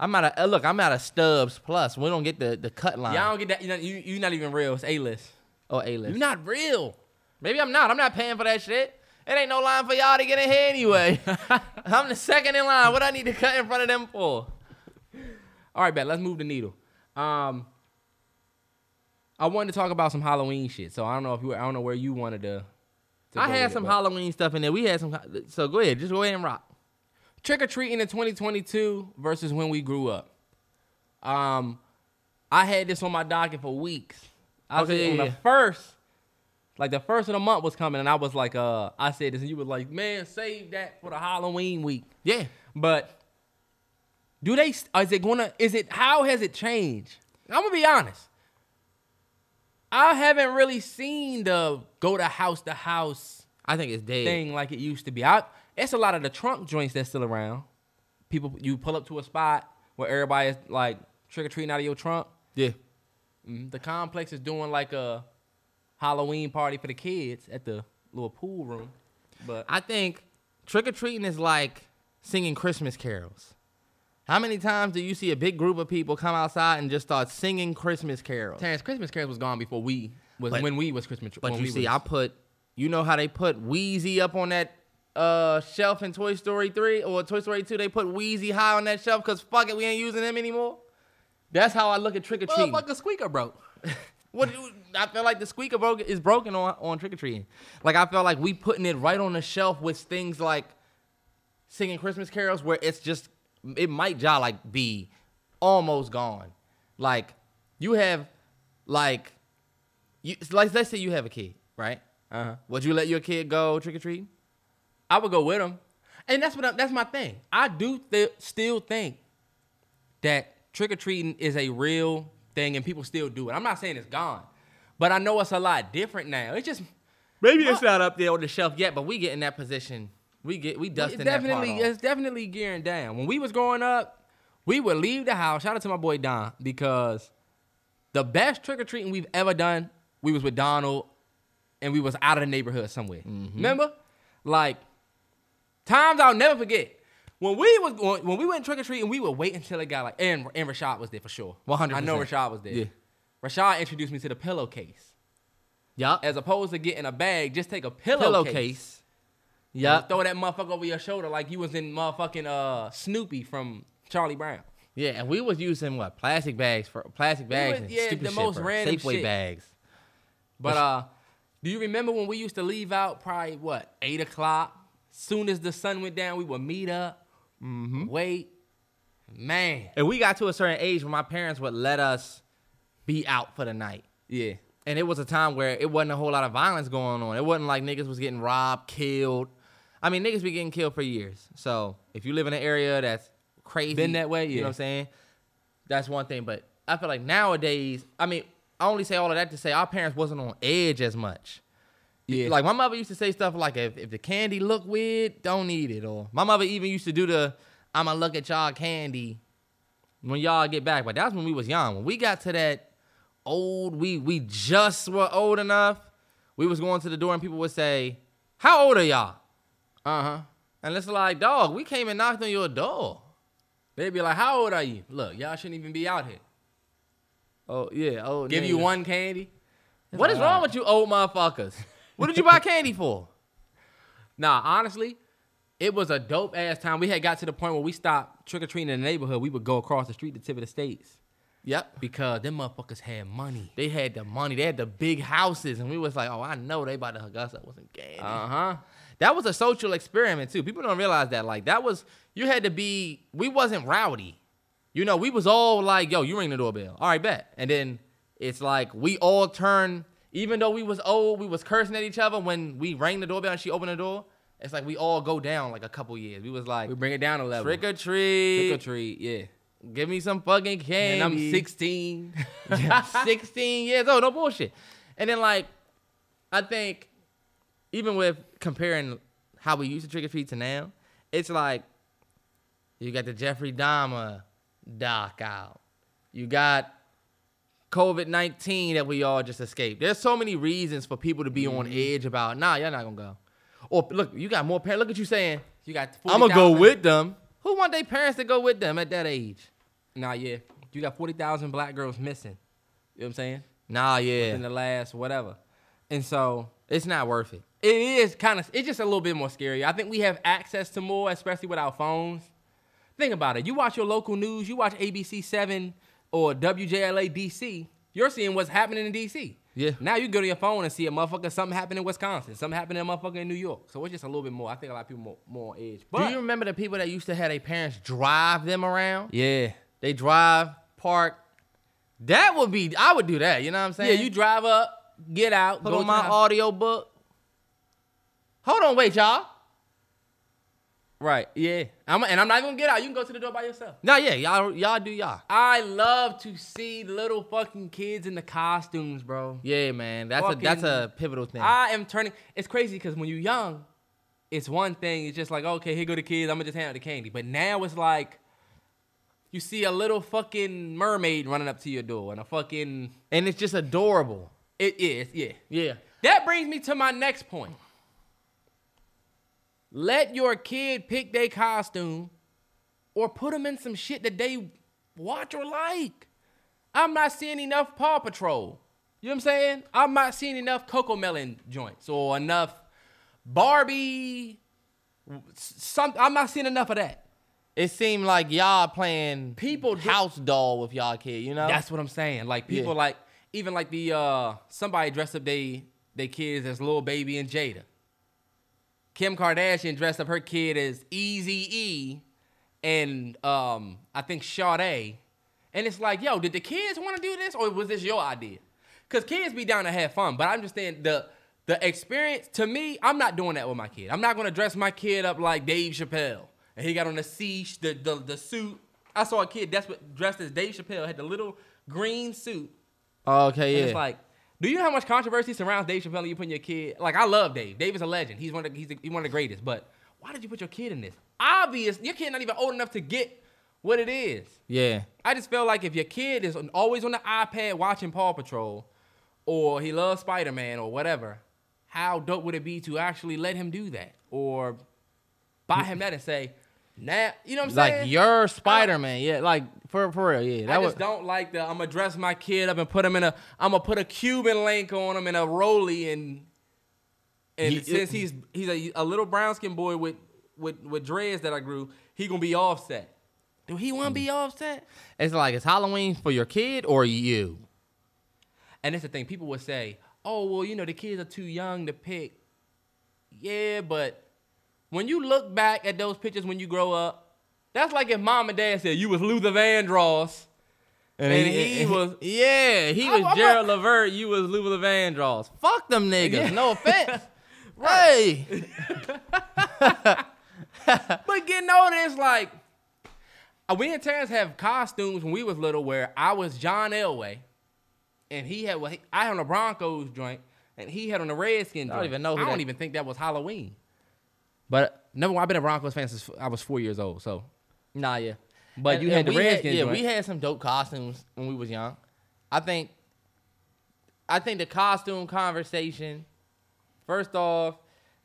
[SPEAKER 9] I'm out of uh, look. I'm out of Stubbs Plus. We don't get the the cut line.
[SPEAKER 8] Y'all don't get that. You're not, you, you're not even real. It's A list.
[SPEAKER 9] oh, A list.
[SPEAKER 8] You're not real.
[SPEAKER 9] Maybe I'm not. I'm not paying for that shit. It ain't no line for y'all to get in here anyway. I'm the second in line. What I need to cut in front of them for?
[SPEAKER 8] All right, bet. Let's move the needle. Um, I wanted to talk about some Halloween shit. So I don't know if you, I don't know where you wanted to. to I had
[SPEAKER 9] go with it,
[SPEAKER 8] some
[SPEAKER 9] but-
[SPEAKER 8] Halloween stuff in there. We had some. So go ahead, just go ahead and rock. Trick or treating in 2022 versus when we grew up. Um, I had this on my docket for weeks. I
[SPEAKER 9] Okay,
[SPEAKER 8] said
[SPEAKER 9] yeah,
[SPEAKER 8] on
[SPEAKER 9] yeah.
[SPEAKER 8] the first, like the first of the month was coming, and I was like, uh, I said this, and you was like, man, save that for the Halloween week.
[SPEAKER 9] Yeah.
[SPEAKER 8] But do they? Is it gonna? Is it? How has it changed? I'm gonna be honest. I haven't really seen the go to house to house
[SPEAKER 9] I think it's dead.
[SPEAKER 8] thing like it used to be. I, it's a lot of the trunk joints that's still around. People, you pull up to a spot where everybody is like trick or treating out of your trunk.
[SPEAKER 9] Yeah.
[SPEAKER 8] Mhm. The complex is doing like a Halloween party for the kids at the little pool room. But
[SPEAKER 9] I think trick or treating is like singing Christmas carols. How many times do you see a big group of people come outside and just start singing Christmas carols?
[SPEAKER 8] Terrence, Christmas Carols was gone before we was
[SPEAKER 9] But-
[SPEAKER 8] when we was Christmas.
[SPEAKER 9] But
[SPEAKER 8] when
[SPEAKER 9] you
[SPEAKER 8] we
[SPEAKER 9] see,
[SPEAKER 8] was-
[SPEAKER 9] I put, you know how they put Wheezy up on that uh, shelf in Toy Story 3 or Toy Story 2? They put Wheezy high on that shelf because fuck it, we ain't using him anymore. That's how I look at trick or treating.
[SPEAKER 8] motherfucker squeaker broke.
[SPEAKER 9] What do- I feel like the squeaker broke is broken on on trick or treating. Like I felt like we putting it right on the shelf with things like singing Christmas carols, where it's just it might ja like be almost gone. Like you have like you it's like let's say you have a kid, right?
[SPEAKER 8] Uh huh.
[SPEAKER 9] Would you let your kid go trick or treating?
[SPEAKER 8] I would go with him, and that's what I, that's my thing. I do th- still think that trick or treating is a real thing, and people still do it. I'm not saying it's gone, but I know it's a lot different now. It's just
[SPEAKER 9] Maybe it's not up there on the shelf yet, but we get in that position. We get we
[SPEAKER 8] It
[SPEAKER 9] dusting that part
[SPEAKER 8] definitely
[SPEAKER 9] off.
[SPEAKER 8] it's definitely gearing down. When we was growing up, we would leave the house. Shout out to my boy Don because the best trick or treating we've ever done, we was with Donald, and we was out of the neighborhood somewhere.
[SPEAKER 9] Mm-hmm.
[SPEAKER 8] Remember, like times I'll never forget. When we was going, when we went trick or treating, we would wait until it got like and and Rashad was there for sure.
[SPEAKER 9] 100%.
[SPEAKER 8] I know Rashad was there.
[SPEAKER 9] Yeah.
[SPEAKER 8] Rashad introduced me to the pillowcase.
[SPEAKER 9] Yup.
[SPEAKER 8] As opposed to getting a bag, just take a pillowcase.
[SPEAKER 9] Pillowcase.
[SPEAKER 8] Yeah,
[SPEAKER 9] Yup.
[SPEAKER 8] throw that motherfucker over your shoulder like you was in motherfucking uh, Snoopy from Charlie Brown.
[SPEAKER 9] Yeah, and we was using what plastic bags for plastic bags
[SPEAKER 8] was-
[SPEAKER 9] and
[SPEAKER 8] yeah,
[SPEAKER 9] stupid
[SPEAKER 8] the
[SPEAKER 9] shit
[SPEAKER 8] most
[SPEAKER 9] for
[SPEAKER 8] random
[SPEAKER 9] Safeway
[SPEAKER 8] shit.
[SPEAKER 9] bags.
[SPEAKER 8] But uh, do you remember when we used to leave out probably what eight o'clock? Soon as the sun went down, we would meet up, wait. Man,
[SPEAKER 9] Mm-hmm. And we got to a certain age where my parents would let us be out for the night.
[SPEAKER 8] yeah,
[SPEAKER 9] And it was a time where it wasn't a whole lot of violence going on. It wasn't like niggas was getting robbed, killed. I mean, niggas be getting killed for years. So if you live in an area that's crazy,
[SPEAKER 8] Been that way,
[SPEAKER 9] you
[SPEAKER 8] yeah.
[SPEAKER 9] know what I'm saying? That's one thing. But I feel like nowadays, I mean, I only say all of that to say our parents wasn't on edge as much.
[SPEAKER 8] yeah.
[SPEAKER 9] Like my mother used to say stuff like, if, if the candy look weird, don't eat it. Or my mother even used to do the, I'ma look at y'all candy when y'all get back. But that's when we was young. When we got to that old, we we just were old enough. We was going to the door and people would say, How old are y'all? Uh-huh.
[SPEAKER 8] uh huh.
[SPEAKER 9] And it's like, dog, we came and knocked on your door.
[SPEAKER 8] They'd be like, "How old are you? Look, y'all shouldn't even be out here.
[SPEAKER 9] Oh, yeah. Oh,
[SPEAKER 8] Give you one candy."
[SPEAKER 9] What is wrong with you old motherfuckers? What did you buy candy for?
[SPEAKER 8] Nah, honestly, it was a dope ass time. We had got to the point where we stopped trick or treating in the neighborhood. We would go across the street to Tibbet Estates
[SPEAKER 9] Yep.
[SPEAKER 8] because them motherfuckers had money.
[SPEAKER 9] They had the money. They had the big houses, and we was like, "Oh, I know they about to hook us up with some candy."
[SPEAKER 8] Uh huh.
[SPEAKER 9] that was a social experiment too. People don't realize that. Like that was you had to be. We wasn't rowdy. You know, we was all like, "Yo, you ring the doorbell." All right, bet. And then it's like we all turn. Even though we was old, we was cursing at each other when we rang the doorbell and she opened the door. It's like we all go down like a couple years. We was like,
[SPEAKER 8] We bring it down a level.
[SPEAKER 9] trick or treat,
[SPEAKER 8] Trick or treat, yeah.
[SPEAKER 9] give me some fucking
[SPEAKER 8] And
[SPEAKER 9] candy.
[SPEAKER 8] I'm 16.
[SPEAKER 9] I'm 16 years old. No bullshit. And then like, I think even with comparing how we used to trick or treat to now, it's like you got the Jeffrey Dahmer doc out. You got COVID 19 that we all just escaped. There's so many reasons for people to be on
[SPEAKER 8] Mm-hmm.
[SPEAKER 9] edge about, nah, y'all not gonna go. Or look, you got more parents. Look at you saying,
[SPEAKER 8] You got.
[SPEAKER 9] I'm gonna go
[SPEAKER 8] 40,000
[SPEAKER 9] with them. Who want their parents to go with them at that age?
[SPEAKER 8] Nah, yeah. You got 40,000 black girls missing. You know what I'm saying?
[SPEAKER 9] Nah,
[SPEAKER 8] In the
[SPEAKER 9] yeah.
[SPEAKER 8] last whatever. And so
[SPEAKER 9] It's not worth it.
[SPEAKER 8] it is kind of, it's just a little bit more scary. I think we have access to more, especially with our phones.
[SPEAKER 9] Think about it. You watch your local news, you watch ABC 7 or WJLA DC, you're seeing what's happening in DC.
[SPEAKER 8] Yeah.
[SPEAKER 9] Now you go to your phone and see a motherfucker, something happened in Wisconsin, something happened in a motherfucker in New York. So it's just a little bit more. I think a lot of people more, more on edge. But
[SPEAKER 8] Do you remember the people that used to have their parents drive them around?
[SPEAKER 9] yeah.
[SPEAKER 8] They drive, park. That would be, I would do that. You know what I'm
[SPEAKER 9] Yeah,
[SPEAKER 8] saying?
[SPEAKER 9] you drive up, get out,
[SPEAKER 8] put
[SPEAKER 9] go
[SPEAKER 8] on
[SPEAKER 9] to
[SPEAKER 8] my
[SPEAKER 9] the house.
[SPEAKER 8] audio book. Hold on, wait, y'all.
[SPEAKER 9] Right. Yeah. I'm, and I'm not even gonna get out. You can go to the door by yourself.
[SPEAKER 8] No, yeah, y'all, y'all do y'all.
[SPEAKER 9] I love to see little fucking kids in the costumes, bro.
[SPEAKER 8] Yeah, man, that's a that's a pivotal thing.
[SPEAKER 9] I am turning. It's crazy because when you're young, it's one thing. It's just like, okay, here go the kids. I'm gonna just hand out the candy. But now it's like, you see a little fucking mermaid running up to your door and a fucking
[SPEAKER 8] and it's just adorable.
[SPEAKER 9] it is yeah.
[SPEAKER 8] Yeah,
[SPEAKER 9] That brings me to my next point. Let your kid pick their costume or put them in some shit that they watch or like. I'm not seeing enough Paw Patrol. You know what I'm saying? I'm not seeing enough Coco Melon joints or enough Barbie. Some, I'm not seeing enough of that.
[SPEAKER 8] it seemed like y'all playing
[SPEAKER 9] People do-
[SPEAKER 8] house doll with y'all kid. You know,
[SPEAKER 9] That's what I'm saying. Like people
[SPEAKER 8] Yeah.
[SPEAKER 9] like even like the uh somebody dressed up they they kids as Lil Baby and Jada. Kim Kardashian dressed up her kid as Easy E and um I think Sade. And it's like, yo, did the kids want to do this or was this your idea? Cause kids be down to have fun, but I'm just saying the the experience to me, I'm not doing that with my kid. I'm not gonna dress my kid up like Dave Chappelle. And he got on the sea, sh- the, the the suit. I saw a kid that's what dressed as Dave Chappelle had the little green suit.
[SPEAKER 8] Oh, okay,
[SPEAKER 9] And
[SPEAKER 8] yeah.
[SPEAKER 9] it's like, do you know how much controversy surrounds Dave Chappelle? And you putting your kid like I love Dave. Dave is a legend. He's one of the, he's, the, he's one of the greatest. But why did you put your kid in this? Obvious, your kid not even old enough to get what it is.
[SPEAKER 8] yeah,
[SPEAKER 9] I just feel like if your kid is on- always on the iPad watching Paw Patrol, or he loves Spider Man or whatever, how dope would it be to actually let him do that or buy him that and say, now you know what I'm saying?
[SPEAKER 8] like your Spider Man. Yeah, like for for real. Yeah,
[SPEAKER 9] I
[SPEAKER 8] that
[SPEAKER 9] just
[SPEAKER 8] was
[SPEAKER 9] don't like the I'm gonna dress my kid up and put him in a I'm gonna put a Cuban link on him and a rolly and and
[SPEAKER 8] He-
[SPEAKER 9] since he's he's a, a little brown skinned boy with with with dreads that I grew, he gonna be offset. Do he wanna
[SPEAKER 8] Mm.
[SPEAKER 9] be offset?
[SPEAKER 8] it's like it's Halloween for your kid or you.
[SPEAKER 9] And that's the thing. People would say, "Oh, well, you know, the kids are too young to pick." Yeah, but when you look back at those pictures when you grow up, that's like if mom and dad said you was Luther Vandross, and, he, was.
[SPEAKER 8] yeah, he
[SPEAKER 9] I'm-
[SPEAKER 8] was
[SPEAKER 9] I'm
[SPEAKER 8] Gerald
[SPEAKER 9] not-
[SPEAKER 8] Levert, you was Louis Vandross. Fuck them niggas.
[SPEAKER 9] Yeah.
[SPEAKER 8] No offense. right.
[SPEAKER 9] But getting older, it's like uh, we and Terrence have costumes when we was little where I was John Elway, and he had well, he, I had on a Broncos joint, and he had on a Redskin.
[SPEAKER 8] I don't even know who
[SPEAKER 9] I don't
[SPEAKER 8] that-
[SPEAKER 9] even think that was Halloween. But number one, I've been a Broncos fan since I was four years old. So
[SPEAKER 8] Nah, yeah.
[SPEAKER 9] But you had the
[SPEAKER 8] we
[SPEAKER 9] Redskins
[SPEAKER 8] Yeah,
[SPEAKER 9] joint.
[SPEAKER 8] we had some dope costumes when we was young. I think I think the costume conversation, first off,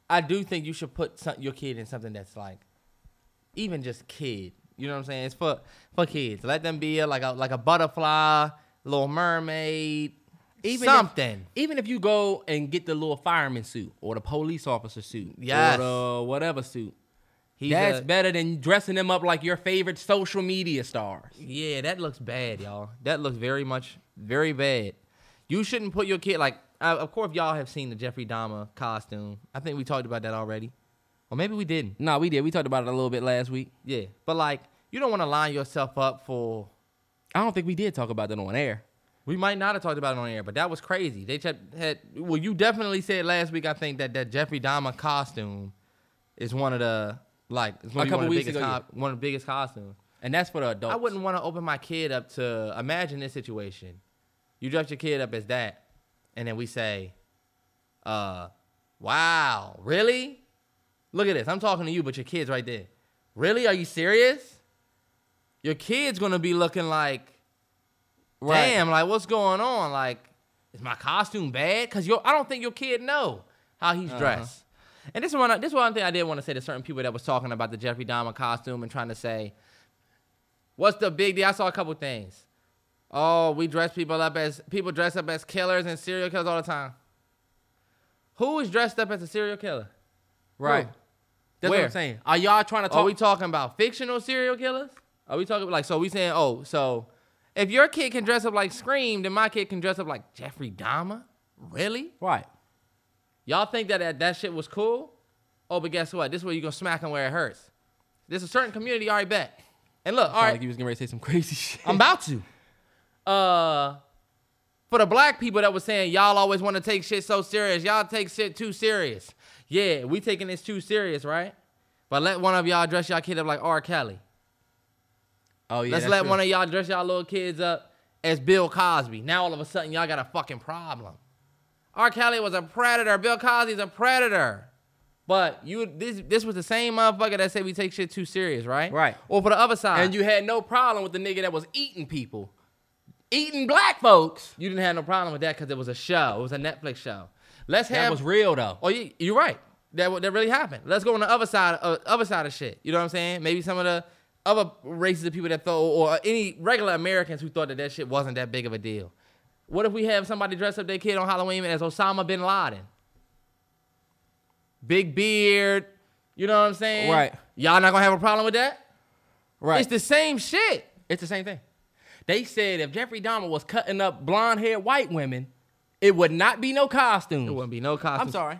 [SPEAKER 8] I do think you should put some, your kid in something that's like even just kid. You know what I'm saying? It's for for kids. Let them be a, like a like a butterfly, little mermaid,
[SPEAKER 9] Even if-
[SPEAKER 8] something.
[SPEAKER 9] even if you go and get the little fireman suit or the police officer suit
[SPEAKER 8] Yes.
[SPEAKER 9] or the whatever suit,
[SPEAKER 8] He's
[SPEAKER 9] that's
[SPEAKER 8] a-
[SPEAKER 9] better than dressing them up like your favorite social media stars.
[SPEAKER 8] Yeah, that looks bad, y'all. That looks very much, very bad. You shouldn't put your kid like. Uh, of course, y'all have seen the Jeffrey Dahmer costume. I think we talked about that already, or maybe we didn't.
[SPEAKER 9] No, we did. We talked about it a little bit last week.
[SPEAKER 8] Yeah, but like, you don't want to line yourself up for.
[SPEAKER 9] I don't think we did talk about that on air.
[SPEAKER 8] We might not have talked about it on air, but that was crazy. They just had. Well, you definitely said last week. I think that that Jeffrey Dahmer costume is one of the like it's gonna
[SPEAKER 9] A
[SPEAKER 8] be
[SPEAKER 9] couple
[SPEAKER 8] one of the
[SPEAKER 9] weeks
[SPEAKER 8] biggest
[SPEAKER 9] ago,
[SPEAKER 8] co- one of the biggest costumes.
[SPEAKER 9] And that's for the adults.
[SPEAKER 8] I wouldn't want to open my kid up to imagine this situation. You dress your kid up as that, and then we say, uh, wow, really? Look at this. I'm talking to you, but your kid's right there. Really? Are you serious? Your kid's gonna be looking like,
[SPEAKER 9] Right.
[SPEAKER 8] damn, like what's going on? Like, is my costume bad? Cause your, I don't think your kid know how he's dressed. And this is one, this is one thing I did want to say to certain people that was talking about the Jeffrey Dahmer costume and trying to say, what's the big deal? I saw a couple things. Oh, we dress people up as people dress up as killers and serial killers all the time. Who is dressed up as a serial killer?
[SPEAKER 9] Right.
[SPEAKER 8] Who?
[SPEAKER 9] That's
[SPEAKER 8] Where?
[SPEAKER 9] what I'm saying. Are y'all trying to talk?
[SPEAKER 8] Oh.
[SPEAKER 9] Are we talking about fictional serial killers? Are we talking like so? We saying oh so if your kid can dress up like Scream, then my kid can dress up like Jeffrey Dahmer? Really?
[SPEAKER 8] Right.
[SPEAKER 9] Y'all think that that, that shit was cool? Oh, but guess what? This is where you gonna smack them where it hurts. There's a certain community already bet. And look, all
[SPEAKER 8] Sound
[SPEAKER 9] right,
[SPEAKER 8] Like you was getting ready to say some crazy shit.
[SPEAKER 9] I'm about to. Uh, for the black people that was saying y'all always want to take shit so serious, y'all take shit too serious. Yeah, we taking this too serious, right? But let one of y'all dress y'all kid up like R. Kelly.
[SPEAKER 8] Oh yeah.
[SPEAKER 9] Let's let one of y'all dress y'all little kids up as Bill Cosby. Now all of a sudden y'all got a fucking problem. R. Kelly was a predator. Bill Cosby's a predator. But you this this was the same motherfucker that said we take shit too serious, right?
[SPEAKER 8] Right.
[SPEAKER 9] Or for the other side.
[SPEAKER 8] And you had no problem with the nigga that was eating people, eating black folks.
[SPEAKER 9] you didn't have no problem with that because it was a show. It was a Netflix show. Let's have
[SPEAKER 8] That was real though.
[SPEAKER 9] Oh, you, you're right. That wa- that really happened. Let's go on the other side, uh, other side of shit. You know what I'm saying? Maybe some of the other races of people that thought, or any regular Americans who thought that that shit wasn't that big of a deal. What if we have somebody dress up their kid on Halloween as Osama bin Laden? Big beard. You know what I'm saying?
[SPEAKER 8] Right.
[SPEAKER 9] Y'all not gonna have a problem with that?
[SPEAKER 8] Right.
[SPEAKER 9] It's the same shit.
[SPEAKER 8] It's the same thing. They said if Jeffrey Dahmer was cutting up blonde haired white women, it would not be no costumes.
[SPEAKER 9] It wouldn't be no costume.
[SPEAKER 8] I'm sorry.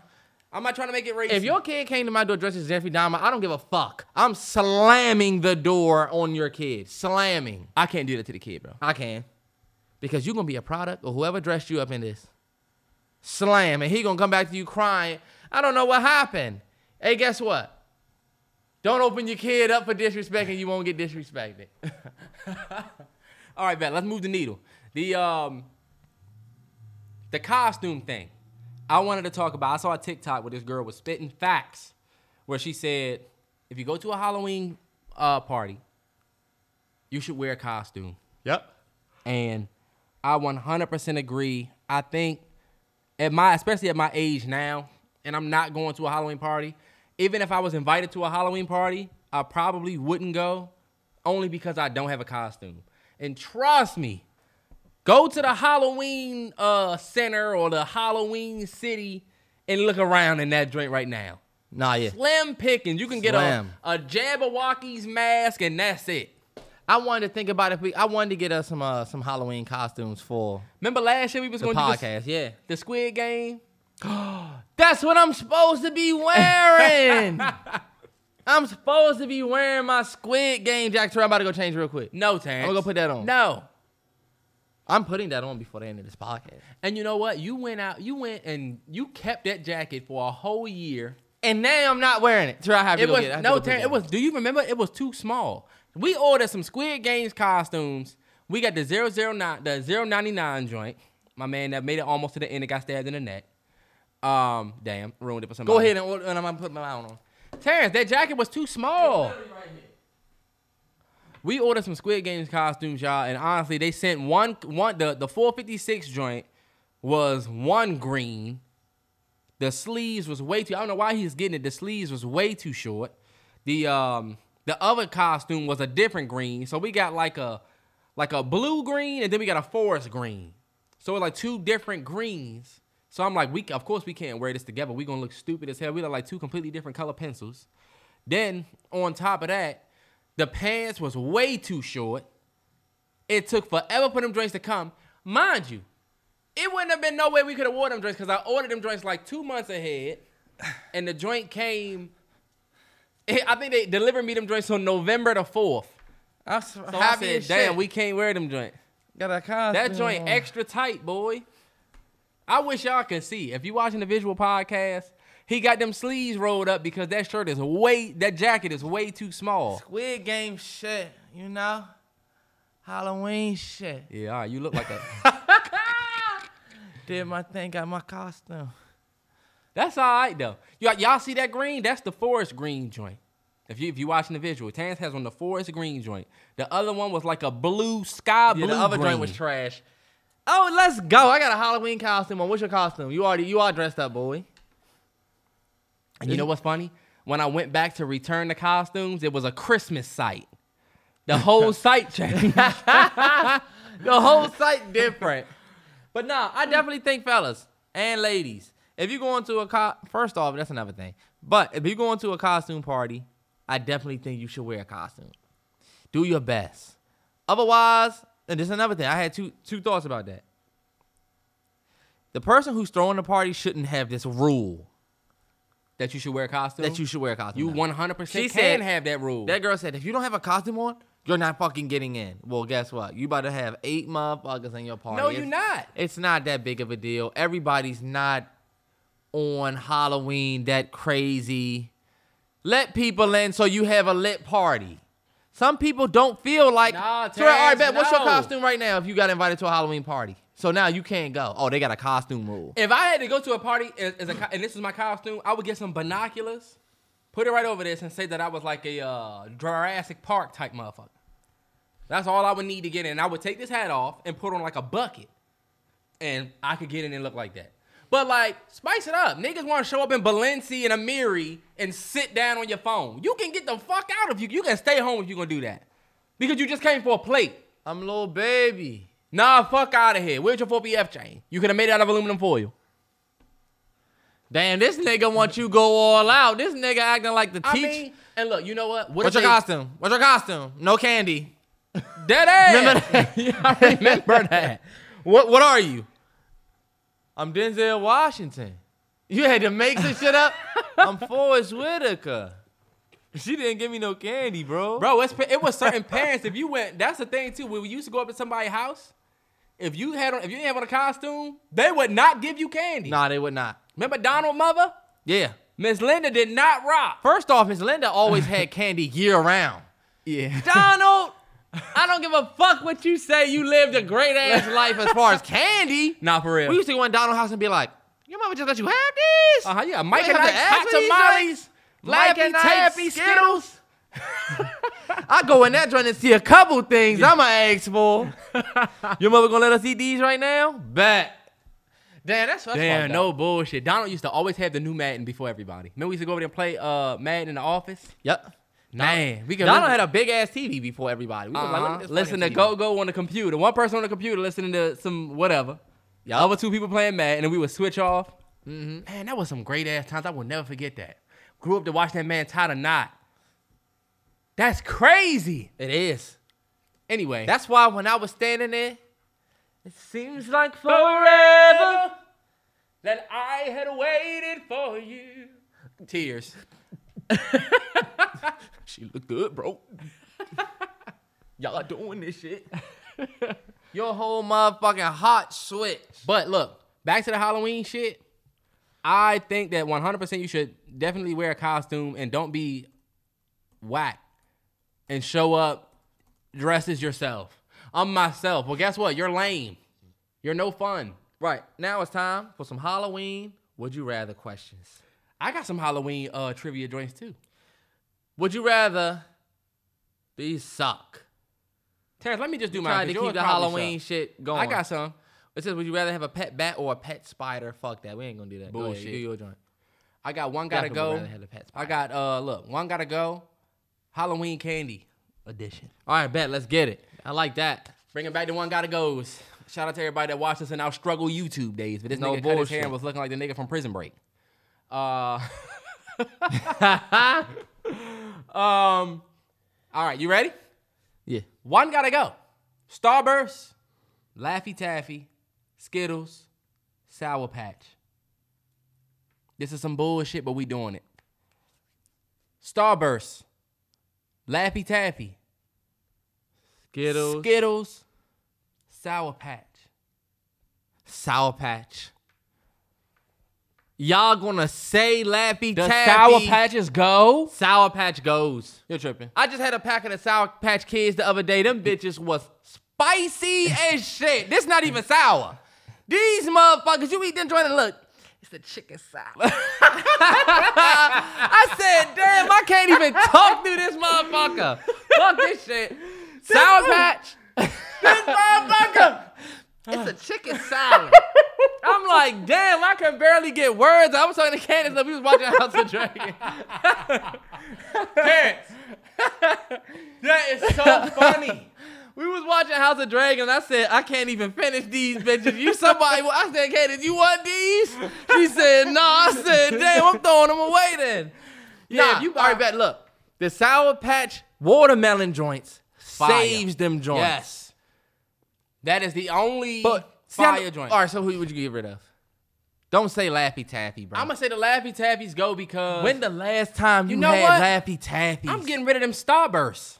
[SPEAKER 8] I'm not trying to make it racist.
[SPEAKER 9] If your kid came to my door dressed as Jeffrey Dahmer, I don't give a fuck. I'm slamming the door on your kid. Slamming.
[SPEAKER 8] I can't do that to the kid, bro.
[SPEAKER 9] I can. Because you're gonna be a product or whoever dressed you up in this. Slam. And he gonna come back to you crying. I don't know what happened. Hey, guess what? Don't open your kid up for disrespect and you won't get disrespected.
[SPEAKER 8] All right, bet. Let's move the needle. The um, the costume thing. I wanted to talk about. I saw a TikTok where this girl was spitting facts, where she said, if you go to a Halloween uh, party, you should wear a costume.
[SPEAKER 9] Yep.
[SPEAKER 8] And I 100% agree. I think at my, especially at my age now, and I'm not going to a Halloween party. Even if I was invited to a Halloween party, I probably wouldn't go, only because I don't have a costume. And trust me, go to the Halloween uh, center or the Halloween city and look around in that joint right now.
[SPEAKER 9] Nah, yeah.
[SPEAKER 8] Slim picking. You can get a,
[SPEAKER 9] Slim.
[SPEAKER 8] a Jabberwocky's mask, and that's it.
[SPEAKER 9] I wanted to think about if we I wanted to get us some uh, some Halloween costumes for
[SPEAKER 8] Remember last year we was
[SPEAKER 9] the
[SPEAKER 8] going to do this-
[SPEAKER 9] podcast. Yeah.
[SPEAKER 8] the Squid Game.
[SPEAKER 9] That's what I'm supposed to be wearing. I'm supposed to be wearing my Squid Game Jack Terrell. I'm about to go change real quick.
[SPEAKER 8] No, Terrence.
[SPEAKER 9] I'ma go put that on.
[SPEAKER 8] No.
[SPEAKER 9] I'm putting that on before the end of this podcast.
[SPEAKER 8] And you know what? You went out. You went and you kept that jacket for a whole year.
[SPEAKER 9] And now I'm not wearing it. Terrell, I have to
[SPEAKER 8] It
[SPEAKER 9] go
[SPEAKER 8] was
[SPEAKER 9] get I have to
[SPEAKER 8] no,
[SPEAKER 9] go put
[SPEAKER 8] Terrence.
[SPEAKER 9] that
[SPEAKER 8] It was.
[SPEAKER 9] on.
[SPEAKER 8] Do you remember? It was too small. We ordered some Squid Games costumes. We got the 009, the 099 joint. My man that made it almost to the end and got stabbed in the neck. Um, damn, ruined it for somebody.
[SPEAKER 9] Go ahead and, order, and I'm gonna put my own on.
[SPEAKER 8] Terrence, that jacket was too small. We ordered some Squid Games costumes, y'all, and honestly, they sent one one the the 456 joint was one green. The sleeves was way too. I don't know why he's getting it. The sleeves was way too short. The um the other costume was a different green, so we got like a like a blue green, and then we got a forest green. So it's like two different greens. So I'm like, we of course we can't wear this together. we gonna look stupid as hell. We look like two completely different color pencils. Then on top of that, the pants was way too short. It took forever for them joints to come. Mind you, it wouldn't have been no way we could have wore them joints because I ordered them joints like two months ahead, and the joint came. I think they delivered me them joints on November the fourth.
[SPEAKER 9] I'm so
[SPEAKER 8] So
[SPEAKER 9] happy
[SPEAKER 8] I
[SPEAKER 9] as
[SPEAKER 8] said, "Damn,
[SPEAKER 9] shit.
[SPEAKER 8] we can't wear them joint."
[SPEAKER 9] got a costume.
[SPEAKER 8] That joint
[SPEAKER 9] on.
[SPEAKER 8] extra tight, boy. I wish y'all could see. If you watching the visual podcast, he got them sleeves rolled up because that shirt is way that jacket is way too small.
[SPEAKER 9] Squid Game shit. You know, Halloween shit.
[SPEAKER 8] Yeah, all right, you look like a
[SPEAKER 9] Did my thing. Got my costume.
[SPEAKER 8] That's all right though. Y'all, y'all see that green? That's the forest green joint. If you if you watching the visual, Tans has on the forest green joint. The other one was like a blue sky
[SPEAKER 9] Yeah,
[SPEAKER 8] blue.
[SPEAKER 9] the other
[SPEAKER 8] green.
[SPEAKER 9] joint was trash. Oh, let's go. I got a Halloween costume on. What's your costume? You already you are dressed up, boy.
[SPEAKER 8] And you know what's funny? When I went back to return the costumes, it was a Christmas site. The whole site changed.
[SPEAKER 9] The whole site different. But nah, I definitely think fellas and ladies, If you go into a co- first off, that's another thing. But if you go into a costume party, I definitely think you should wear a costume. Do your best. Otherwise, and this is another thing. I had two two thoughts about that. The person who's throwing the party shouldn't have this rule
[SPEAKER 8] That you should wear a costume.
[SPEAKER 9] that you should wear a costume.
[SPEAKER 8] You
[SPEAKER 9] now.
[SPEAKER 8] 100 percent
[SPEAKER 9] She
[SPEAKER 8] can
[SPEAKER 9] said-
[SPEAKER 8] have that rule.
[SPEAKER 9] That girl said, if you don't have a costume on, you're not fucking getting in. Well, guess what? You about to have eight motherfuckers in your party.
[SPEAKER 8] No, you're not.
[SPEAKER 9] It's not that big of a deal. Everybody's not on Halloween that crazy. Let people in so you have a lit party. Some people don't feel like.
[SPEAKER 8] Nah,
[SPEAKER 9] So, all right,
[SPEAKER 8] Terrence,
[SPEAKER 9] bet. What's your
[SPEAKER 8] no.
[SPEAKER 9] costume right now? If you got invited to a Halloween party, so now you can't go. Oh, they got a costume rule.
[SPEAKER 8] if I had to go to a party as, as a, co- and this is my costume, I would get some binoculars, put it right over this, and say that I was like a uh, Jurassic Park type motherfucker. That's all I would need to get in. I would take this hat off and put on like a bucket, and I could get in and look like that. But like, spice it up. Niggas want to show up in Balenci and Amiri and sit down on your phone. You can get the fuck out if you you can stay home if you gonna do that, because you just came for a plate.
[SPEAKER 9] I'm little baby.
[SPEAKER 8] Nah, fuck out of here. Where's your 4PF chain? You could have made it out of aluminum foil.
[SPEAKER 9] Damn, this nigga want you go all out. This nigga acting like the
[SPEAKER 8] I
[SPEAKER 9] teacher.
[SPEAKER 8] mean, and look, you know what? What
[SPEAKER 9] What's
[SPEAKER 8] if
[SPEAKER 9] your
[SPEAKER 8] they-
[SPEAKER 9] costume? What's your costume? No candy.
[SPEAKER 8] Dead ass.
[SPEAKER 9] Remember that?
[SPEAKER 8] I remember that.
[SPEAKER 9] What What are you? I'm Denzel Washington. You had to make some shit up. I'm Forrest Whitaker. She didn't give me no candy, bro.
[SPEAKER 8] Bro, it's, it was certain parents. If you went, that's the thing too. When we used to go up to somebody's house, if you had on, if you didn't have on a costume, they would not give you candy.
[SPEAKER 9] Nah, they would not.
[SPEAKER 8] Remember Donald Mother?
[SPEAKER 9] Yeah.
[SPEAKER 8] Miss Linda did not rock.
[SPEAKER 9] First off, Miss Linda always had candy year round.
[SPEAKER 8] Yeah.
[SPEAKER 9] Donald, I don't give a fuck what you say. You lived a great ass life as far as candy.
[SPEAKER 8] Nah, for real.
[SPEAKER 9] We used to go in Donald's house and be like, "Your mama just let you have this."
[SPEAKER 8] uh-huh, yeah. Mike
[SPEAKER 9] You
[SPEAKER 8] and
[SPEAKER 9] ain't
[SPEAKER 8] Ike's
[SPEAKER 9] have to ask
[SPEAKER 8] hot
[SPEAKER 9] for these
[SPEAKER 8] tamales.
[SPEAKER 9] Mike
[SPEAKER 8] Lappy
[SPEAKER 9] and
[SPEAKER 8] Tappy
[SPEAKER 9] Tappy
[SPEAKER 8] Skittles.
[SPEAKER 9] Skittles. I go in that joint and see a couple things I'ma ask for. Your mother gonna let us eat these right now? Bet. Damn, that's that's
[SPEAKER 8] Damn,
[SPEAKER 9] fucked
[SPEAKER 8] no
[SPEAKER 9] up.
[SPEAKER 8] bullshit. Donald used to always have the new Madden before everybody. Remember we used to go over there and play uh, Madden in the office?
[SPEAKER 9] Yep.
[SPEAKER 8] Man, we could
[SPEAKER 9] Donald
[SPEAKER 8] live-
[SPEAKER 9] had a big ass TV before everybody. We was like, look
[SPEAKER 8] Uh-huh.
[SPEAKER 9] at this
[SPEAKER 8] Listen to
[SPEAKER 9] fucking
[SPEAKER 8] Go
[SPEAKER 9] TV.
[SPEAKER 8] Go on the computer. One person on the computer listening to some whatever. The other two people playing Mad, and then we would switch off. Man, that was some great ass times. I will never forget that. Grew up to watch that man tie the knot. That's crazy.
[SPEAKER 9] It is.
[SPEAKER 8] Anyway,
[SPEAKER 9] That's why when I was standing there, it seems like forever.
[SPEAKER 8] that I had waited for you. Tears.
[SPEAKER 9] She look good, bro. Y'all are doing this shit. Your whole motherfucking hot switch.
[SPEAKER 8] But look, back to the Halloween shit. I think that 100% you should definitely wear a costume and don't be whack and show up dressed as yourself. I'm myself. Well, guess what? You're lame. You're no fun.
[SPEAKER 9] Right. Now it's time for some Halloween would you rather questions.
[SPEAKER 8] I got some Halloween uh, trivia joints too.
[SPEAKER 9] Would you rather these suck?
[SPEAKER 8] Terrence, let me just do
[SPEAKER 9] You
[SPEAKER 8] my
[SPEAKER 9] trying to keep the Halloween shit going.
[SPEAKER 8] I got some.
[SPEAKER 9] It says, would you rather have a pet bat or a pet spider? Fuck that. We ain't gonna do that. Go ahead,
[SPEAKER 8] Bullshit.
[SPEAKER 9] do your joint.
[SPEAKER 8] I got one gotta
[SPEAKER 9] Definitely would
[SPEAKER 8] go.
[SPEAKER 9] rather have a pet
[SPEAKER 8] I
[SPEAKER 9] spider.
[SPEAKER 8] got uh look, one gotta go. Halloween candy edition.
[SPEAKER 9] All right, bet. Let's get it. I like that.
[SPEAKER 8] Bringing back the one gotta goes. Shout out to everybody that watched us in our struggle YouTube days. But this
[SPEAKER 9] No
[SPEAKER 8] nigga cut his
[SPEAKER 9] bullshit.
[SPEAKER 8] hair and was looking like the nigga from Prison Break. Uh, um, all right, you ready?
[SPEAKER 9] Yeah.
[SPEAKER 8] One gotta go. Starburst, Laffy Taffy, Skittles, Sour Patch. This is some bullshit, but we doing it. Starburst, Laffy Taffy,
[SPEAKER 9] Skittles.
[SPEAKER 8] Skittles, Sour Patch.
[SPEAKER 9] Sour Patch. Y'all gonna say Laffy
[SPEAKER 8] The
[SPEAKER 9] Taffy?
[SPEAKER 8] Sour Patches go.
[SPEAKER 9] Sour Patch goes.
[SPEAKER 8] You're tripping.
[SPEAKER 9] I just had a packet of Sour Patch Kids the other day. Them bitches was spicy as shit. This not even sour. These motherfuckers, you eat them joint and look. It's the chicken salad. I said, damn, I can't even talk through this motherfucker. Fuck this shit. Sour Patch. this motherfucker. It's a chicken salad. I'm like, damn, I can barely get words. I was talking to Candace if we was watching House of Dragon.
[SPEAKER 8] That is so funny.
[SPEAKER 9] We was watching House of Dragon. I said, I can't even finish these bitches. You somebody? I said, hey, did you want these? She said, no. I said, damn, I'm throwing them away then. Yeah,
[SPEAKER 8] Nah,
[SPEAKER 9] if you all right, bet. Look, the Sour Patch watermelon joints
[SPEAKER 8] Fire.
[SPEAKER 9] saves them joints.
[SPEAKER 8] Yes. That is the only
[SPEAKER 9] But see, I
[SPEAKER 8] fire
[SPEAKER 9] know-
[SPEAKER 8] joint.
[SPEAKER 9] All right, so who would you get rid of? Don't say Laffy Taffy, bro.
[SPEAKER 8] I'm gonna say the Laffy Taffies go because
[SPEAKER 9] when the last time you,
[SPEAKER 8] know
[SPEAKER 9] had
[SPEAKER 8] what?
[SPEAKER 9] Laffy Taffy?
[SPEAKER 8] I'm getting rid of them Starbursts.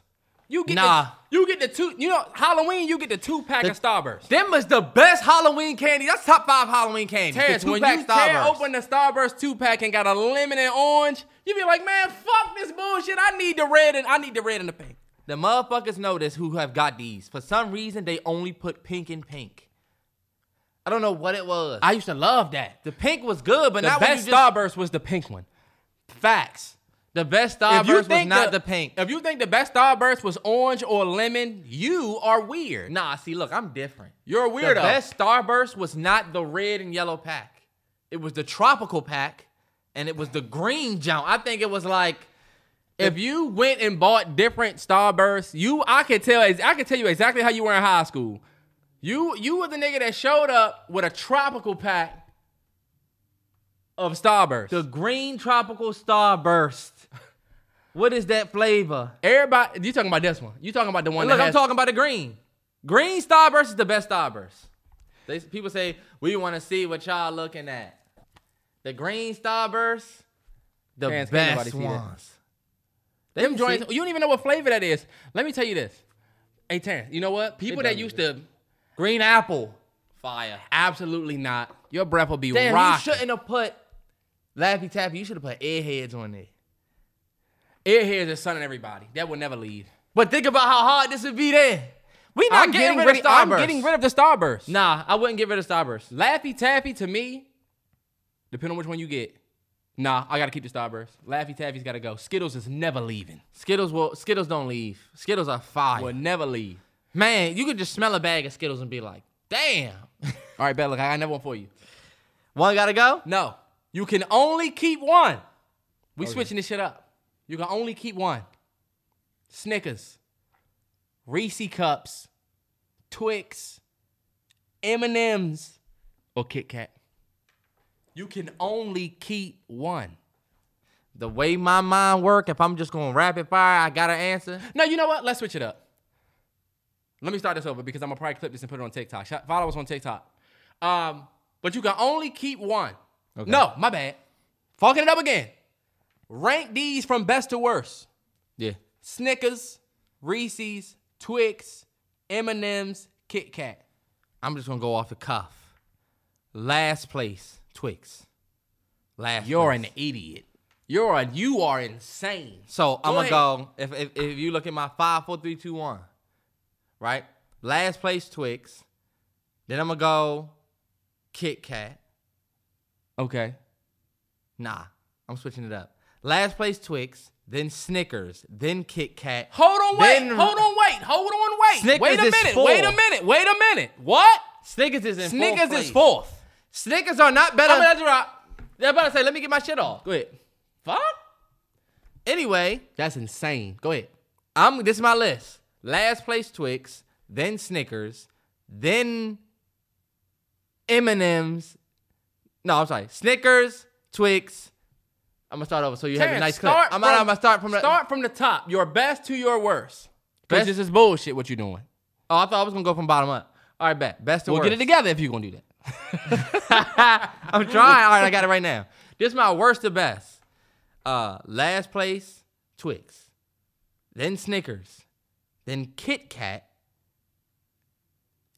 [SPEAKER 8] You get
[SPEAKER 9] Nah.
[SPEAKER 8] the, you get the two. You know Halloween, you get the two pack
[SPEAKER 9] The-
[SPEAKER 8] of Starbursts.
[SPEAKER 9] Them was the best Halloween candy. That's top five Halloween candy.
[SPEAKER 8] Terrence, when you tear open the Starburst two pack and got a lemon and orange, you be like, man, fuck this bullshit. I need the red and I need the red and the pink.
[SPEAKER 9] the motherfuckers know this who have got these. For some reason, they only put pink and pink. I don't know what it was.
[SPEAKER 8] I used to love that.
[SPEAKER 9] the pink was good, but
[SPEAKER 8] The
[SPEAKER 9] not when
[SPEAKER 8] best
[SPEAKER 9] you just,
[SPEAKER 8] Starburst was the pink one. Facts.
[SPEAKER 9] the best
[SPEAKER 8] If you
[SPEAKER 9] Starburst was
[SPEAKER 8] think
[SPEAKER 9] not the, pink.
[SPEAKER 8] If you think the best Starburst was orange or lemon, you are weird.
[SPEAKER 9] Nah, see, look, I'm different.
[SPEAKER 8] You're a
[SPEAKER 9] The
[SPEAKER 8] weirdo.
[SPEAKER 9] best Starburst was not the red and yellow pack. It was the tropical pack, and it was the green jump. I think it was like
[SPEAKER 8] if you went and bought different Starbursts, you I could tell I could tell you exactly how you were in high school. You you were the nigga that showed up with a tropical pack of Starbursts.
[SPEAKER 9] the green tropical starburst. What is that flavor?
[SPEAKER 8] Everybody, you talking about this one? You talking about the one?
[SPEAKER 9] Look,
[SPEAKER 8] that
[SPEAKER 9] I'm
[SPEAKER 8] has-
[SPEAKER 9] talking about the green. Green starburst is the best starburst. They, people say we want to see what y'all looking at. The green starburst, the
[SPEAKER 8] Hands, can't nobody
[SPEAKER 9] best
[SPEAKER 8] see that.
[SPEAKER 9] ones.
[SPEAKER 8] Them joints,
[SPEAKER 9] see-
[SPEAKER 8] you don't even know what flavor that is. Let me tell you this. Hey, Terrence, you know what? People that
[SPEAKER 9] doesn't
[SPEAKER 8] used to,
[SPEAKER 9] Green apple, fire.
[SPEAKER 8] absolutely not. Your breath will be
[SPEAKER 9] Damn,
[SPEAKER 8] rocking.
[SPEAKER 9] you shouldn't have put Laffy Taffy. You should have put Airheads on there.
[SPEAKER 8] Airheads are sunning everybody. That will never leave.
[SPEAKER 9] But think about how hard this would be then. We not getting, rid of
[SPEAKER 8] I'm
[SPEAKER 9] Starburst.
[SPEAKER 8] getting rid of the Starburst.
[SPEAKER 9] Nah, I wouldn't get rid of Starburst.
[SPEAKER 8] Laffy Taffy to me, depending on which one you get. Nah, I gotta keep the Starburst. Laffy Taffy's gotta go. Skittles is never leaving.
[SPEAKER 9] Skittles will Skittles don't leave. Skittles are fire.
[SPEAKER 8] Will never leave.
[SPEAKER 9] Man, you could just smell a bag of Skittles and be like, damn.
[SPEAKER 8] All right, bet. Look, I got another one for you.
[SPEAKER 9] One gotta go?
[SPEAKER 8] No, you can only keep one.
[SPEAKER 9] Oh,
[SPEAKER 8] We switching this shit up. You can only keep one. Snickers, Reese cups, Twix, M and M's, or Kit Kat. You can only keep one.
[SPEAKER 9] The way my mind work, if I'm just gonna rapid fire, I gotta answer.
[SPEAKER 8] No, you know what? Let's switch it up. Let me start this over because I'm gonna probably clip this and put it on TikTok. Shout- Follow us on TikTok. Um, but you can only keep one. No, my bad. Fucking it up again. Rank these from best to worst.
[SPEAKER 9] Yeah.
[SPEAKER 8] Snickers, Reese's, Twix, M&M's, Kit Kat.
[SPEAKER 9] I'm just gonna go off the cuff. Last place, Twix. Last
[SPEAKER 8] You're
[SPEAKER 9] place.
[SPEAKER 8] an idiot. You're a, you are insane.
[SPEAKER 9] So I'm gonna
[SPEAKER 8] ahead.
[SPEAKER 9] go. If, if if you look at my five, four, three, two, one, right? Last place Twix. Then I'm gonna go Kit Kat.
[SPEAKER 8] Okay.
[SPEAKER 9] Nah, I'm switching it up. Last place Twix, then Snickers, then Kit Kat.
[SPEAKER 8] Hold on, wait.
[SPEAKER 9] Then-
[SPEAKER 8] hold on, wait. Hold on, wait.
[SPEAKER 9] Snickers
[SPEAKER 8] wait a
[SPEAKER 9] is
[SPEAKER 8] minute.
[SPEAKER 9] full.
[SPEAKER 8] Wait a minute. Wait a minute. What?
[SPEAKER 9] Snickers is in
[SPEAKER 8] Snickers
[SPEAKER 9] fourth
[SPEAKER 8] is
[SPEAKER 9] place.
[SPEAKER 8] fourth.
[SPEAKER 9] Snickers are not better.
[SPEAKER 8] I'm gonna let you rock.
[SPEAKER 9] They're about to say, let me get my shit off.
[SPEAKER 8] Go ahead. Fuck.
[SPEAKER 9] Anyway,
[SPEAKER 8] That's insane. Go ahead.
[SPEAKER 9] I'm. This is my list. Last place Twix, then Snickers, then M and M's. No, I'm sorry. Snickers, Twix. I'm gonna start over so you have a nice clip.
[SPEAKER 8] start
[SPEAKER 9] I'm
[SPEAKER 8] from,
[SPEAKER 9] not. I'm gonna start from. the-
[SPEAKER 8] start from the top. Your best to your worst. Because
[SPEAKER 9] Best-
[SPEAKER 8] this is bullshit. What you doing?
[SPEAKER 9] Oh, I thought I was gonna go from bottom up. All right, bet. Best to
[SPEAKER 8] We'll
[SPEAKER 9] worst.
[SPEAKER 8] get it together if you're gonna do that.
[SPEAKER 9] I'm trying. All right, I got it right now. This is my worst to best. Uh, last place Twix, then Snickers, then Kit Kat,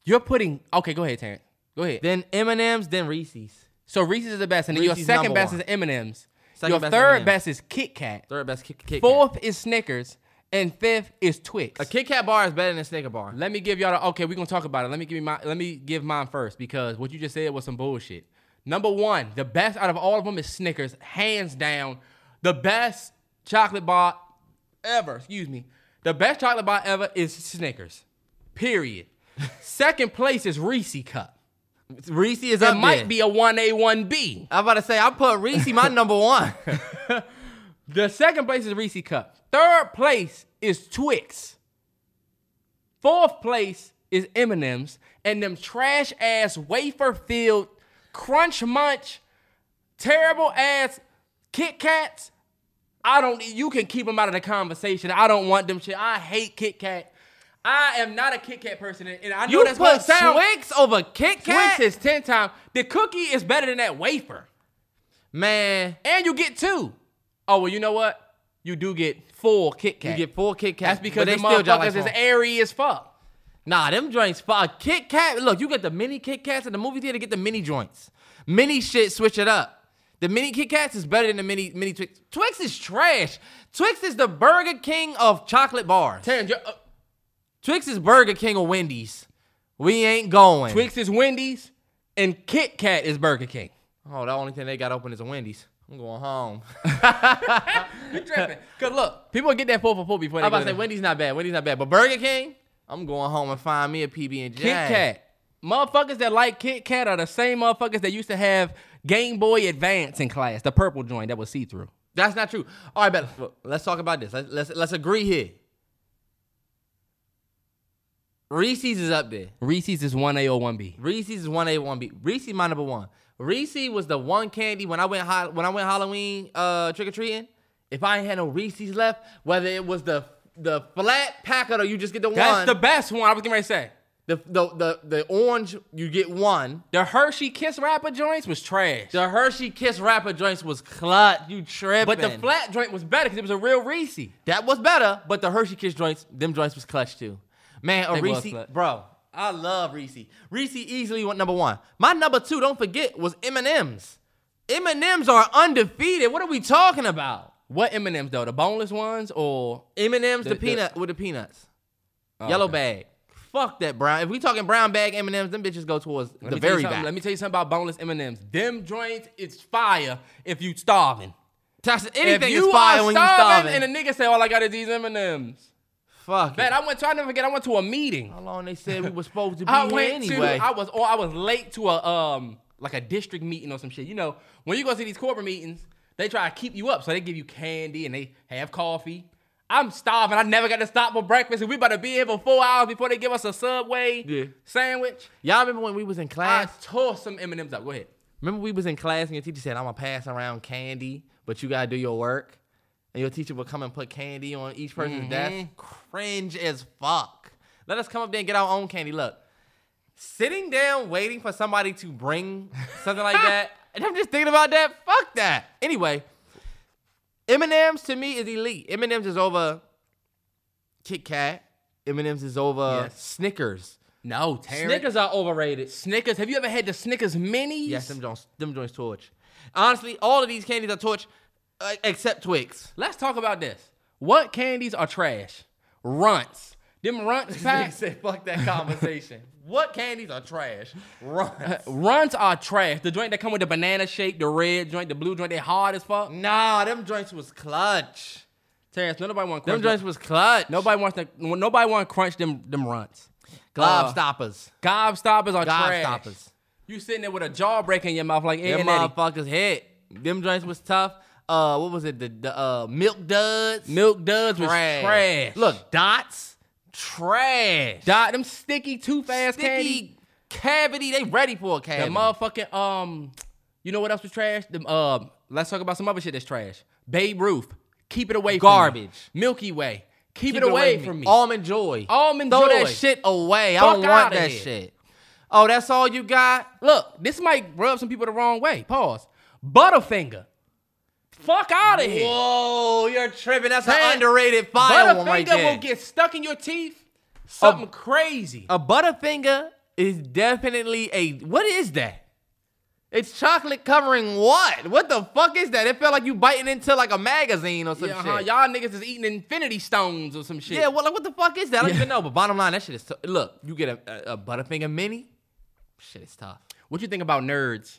[SPEAKER 8] You're putting. Okay, go ahead, Terrence. Go ahead.
[SPEAKER 9] then M and M's, then Reese's.
[SPEAKER 8] So Reese's is the best, and then
[SPEAKER 9] Reese's
[SPEAKER 8] your second
[SPEAKER 9] number
[SPEAKER 8] best
[SPEAKER 9] one.
[SPEAKER 8] is M and M's.
[SPEAKER 9] Second
[SPEAKER 8] Your
[SPEAKER 9] best is
[SPEAKER 8] third
[SPEAKER 9] M&Ms.
[SPEAKER 8] best is Kit Kat.
[SPEAKER 9] Third best Kit, Kit Kat.
[SPEAKER 8] Fourth is Snickers, and fifth is Twix.
[SPEAKER 9] A Kit Kat bar is better than a Snicker bar.
[SPEAKER 8] Let me give y'all the okay, we're gonna talk about it. Let me give you my let me give mine first because what you just said was some bullshit. Number one, the best out of all of them is Snickers, hands down. The best chocolate bar ever, excuse me. The best chocolate bar ever is Snickers. Period. Second place is Reese Cup.
[SPEAKER 9] Reese is
[SPEAKER 8] That
[SPEAKER 9] up
[SPEAKER 8] might
[SPEAKER 9] there.
[SPEAKER 8] be a 1A, 1B.
[SPEAKER 9] I'm about to say I put Reese my number one.
[SPEAKER 8] The second place is Reese Cup. Third place is Twix. Fourth place is M&M's and them trash ass wafer filled crunch munch terrible ass Kit Kats. I don't. You can keep them out of the conversation. I don't want them shit. I hate Kit Kat. I am not a Kit Kat person, and I know
[SPEAKER 9] You
[SPEAKER 8] that's
[SPEAKER 9] put
[SPEAKER 8] what sound.
[SPEAKER 9] Twix over Kit Kat?
[SPEAKER 8] Twix is ten times. The cookie is better than that wafer,
[SPEAKER 9] Man,
[SPEAKER 8] and you get two. Oh well, you know what? You do get four Kit Kat.
[SPEAKER 9] you get four Kit Kats.
[SPEAKER 8] That's because
[SPEAKER 9] but
[SPEAKER 8] the
[SPEAKER 9] they still just like
[SPEAKER 8] motherfuckers is
[SPEAKER 9] small.
[SPEAKER 8] airy as fuck.
[SPEAKER 9] Nah, them joints for a Kit Kat. Look, you get the mini Kit Kats in the movie theater. Get the mini joints. Mini shit, switch it up. The mini Kit Kats is better than the mini mini Twix. Twix is trash. Twix is the Burger King of chocolate bars.
[SPEAKER 8] Damn, you're- uh,
[SPEAKER 9] Twix is Burger King of Wendy's. We ain't going.
[SPEAKER 8] Twix is Wendy's, and Kit Kat is Burger King.
[SPEAKER 9] Oh, the only thing they got open is a Wendy's. I'm going home.
[SPEAKER 8] You tripping? Cause look, people get that four for four before they
[SPEAKER 9] I'm about
[SPEAKER 8] go
[SPEAKER 9] to say
[SPEAKER 8] there.
[SPEAKER 9] Wendy's not bad. Wendy's not bad, but Burger King. I'm going home and find me a PB and J.
[SPEAKER 8] Kit Kat. Motherfuckers that like Kit Kat are the same motherfuckers that used to have Game Boy Advance in class, the purple joint that was see through.
[SPEAKER 9] That's not true. All right, but look, let's talk about this. Let's, let's let's agree here. Reese's is up there.
[SPEAKER 8] Reese's is 1A or 1B.
[SPEAKER 9] Reese's is one A one B. Reese's my number one. Reese was the one candy when I went ho- when I went Halloween uh, trick or treating. If I ain't had no Reese's left, whether it was the the flat packet or you just get the
[SPEAKER 8] That's
[SPEAKER 9] one,
[SPEAKER 8] the best one I was getting ready to say.
[SPEAKER 9] the, the the the orange you get one.
[SPEAKER 8] The Hershey Kiss Rapper joints was trash.
[SPEAKER 9] The Hershey Kiss rapper joints was clut. You tripping?
[SPEAKER 8] but the flat joint was better because it was a real Reese.
[SPEAKER 9] That was better, but the Hershey Kiss joints, them joints was clutch too. Man, a
[SPEAKER 8] They was
[SPEAKER 9] Reese,
[SPEAKER 8] clutch.
[SPEAKER 9] bro, I love Reese. Reese easily went number one. My number two, don't forget, was M and M's. M and M's are undefeated. What are we talking about?
[SPEAKER 8] What M&Ms though? The boneless ones or
[SPEAKER 9] M and M's, the, Oh,
[SPEAKER 8] The- the-
[SPEAKER 9] peanut with the peanuts, yellow bag. Fuck that brown. If we talking brown bag M and M's, them bitches go towards
[SPEAKER 8] Let
[SPEAKER 9] the
[SPEAKER 8] me tell you
[SPEAKER 9] very
[SPEAKER 8] something-
[SPEAKER 9] back.
[SPEAKER 8] Let me tell you something about boneless M&Ms. Them joints, it's fire if you starving.
[SPEAKER 9] That's- anything
[SPEAKER 8] if you
[SPEAKER 9] is fire
[SPEAKER 8] are
[SPEAKER 9] when you
[SPEAKER 8] starving,
[SPEAKER 9] starving.
[SPEAKER 8] and a nigga say, all I got is these M&Ms.
[SPEAKER 9] Fuck
[SPEAKER 8] Man,
[SPEAKER 9] it.
[SPEAKER 8] I went to, I never forget, I went to a meeting.
[SPEAKER 9] How long they said we were supposed to be
[SPEAKER 8] I
[SPEAKER 9] here
[SPEAKER 8] went
[SPEAKER 9] Oh, anyway?
[SPEAKER 8] to, I was, or I was late to a, um, like a district meeting or some shit. You know, when you go to these corporate meetings, they try to keep you up. So they give you candy and they have coffee. I'm starving. I never got to stop for breakfast. And we about to be here for four hours before they give us a Subway
[SPEAKER 9] Yeah.
[SPEAKER 8] sandwich.
[SPEAKER 9] Y'all remember when we was in
[SPEAKER 8] I
[SPEAKER 9] class?
[SPEAKER 8] tore some M&Ms up. Go ahead.
[SPEAKER 9] Remember we was in class and your teacher said, I'm gonna pass around candy, but you gotta do your work. And your teacher would come and put candy on each person's
[SPEAKER 8] Mm-hmm.
[SPEAKER 9] desk. Cringe as fuck. Let us come up there and get our own candy. Look, sitting down waiting for somebody to bring something like that, and I'm just thinking about that. Fuck that. Anyway, M&M's to me is elite. M&M's is over Kit Kat. M&M's is over
[SPEAKER 8] Yes.
[SPEAKER 9] Snickers.
[SPEAKER 8] No, Terry.
[SPEAKER 9] Snickers are overrated.
[SPEAKER 8] Snickers. Have you ever had the Snickers minis?
[SPEAKER 9] Yes, them joints, them joints torch. Honestly, all of these candies are torch, uh, except Twix.
[SPEAKER 8] Let's talk about this. What candies are trash? Runts. Them runts packs.
[SPEAKER 9] "Fuck that conversation." what candies are trash? Run.
[SPEAKER 8] runts are trash. The joint that come with the banana shape, the red joint, the blue joint, they hard as fuck.
[SPEAKER 9] nah, them joints was clutch.
[SPEAKER 8] Terrence, nobody want
[SPEAKER 9] Them
[SPEAKER 8] crunch.
[SPEAKER 9] joints was clutch.
[SPEAKER 8] nobody wants to. Nobody want to crunch them. Them runts.
[SPEAKER 9] glob stoppers.
[SPEAKER 8] Gobstoppers are
[SPEAKER 9] Glob
[SPEAKER 8] trash.
[SPEAKER 9] stoppers.
[SPEAKER 8] You sitting there with a jawbreaker in your mouth like Ed and
[SPEAKER 9] Them
[SPEAKER 8] Eddie.
[SPEAKER 9] motherfuckers hit. Them joints was tough. Uh, what was it? The, the uh milk duds.
[SPEAKER 8] Milk duds was trash.
[SPEAKER 9] Look, dots. Trash.
[SPEAKER 8] Dot them sticky tooth ass candy.
[SPEAKER 9] Sticky cavity. They ready for a cavity.
[SPEAKER 8] The motherfucking um, you know what else was trash? The um, let's talk about some other shit that's trash. Babe Ruth, keep it away. from me.
[SPEAKER 9] Garbage.
[SPEAKER 8] Milky Way, keep, it, away, from me.
[SPEAKER 9] Almond Joy.
[SPEAKER 8] Almond
[SPEAKER 9] Throw that
[SPEAKER 8] Joy.
[SPEAKER 9] shit away. I
[SPEAKER 8] Fuck
[SPEAKER 9] don't want
[SPEAKER 8] outta
[SPEAKER 9] that
[SPEAKER 8] here.
[SPEAKER 9] shit. Oh, that's all you got?
[SPEAKER 8] Look, this might rub some people the wrong way. Pause. Butterfinger, fuck out of here.
[SPEAKER 9] Whoa, you're tripping. That's an
[SPEAKER 8] Man,
[SPEAKER 9] underrated fire one
[SPEAKER 8] Butterfinger
[SPEAKER 9] right there.
[SPEAKER 8] will get stuck in your teeth.
[SPEAKER 9] Oh.
[SPEAKER 8] Something crazy.
[SPEAKER 9] a Butterfinger is definitely a. What is that? It's chocolate covering what? What the fuck is that? It felt like you biting into like a magazine or some
[SPEAKER 8] yeah,
[SPEAKER 9] shit.
[SPEAKER 8] uh-huh. Y'all niggas is eating Infinity Stones or some shit.
[SPEAKER 9] Yeah, well, like what the fuck is that? I don't even know. But bottom line, that shit is. T- Look, you get a, a, a Butterfinger mini. Shit is tough.
[SPEAKER 8] What you think about nerds?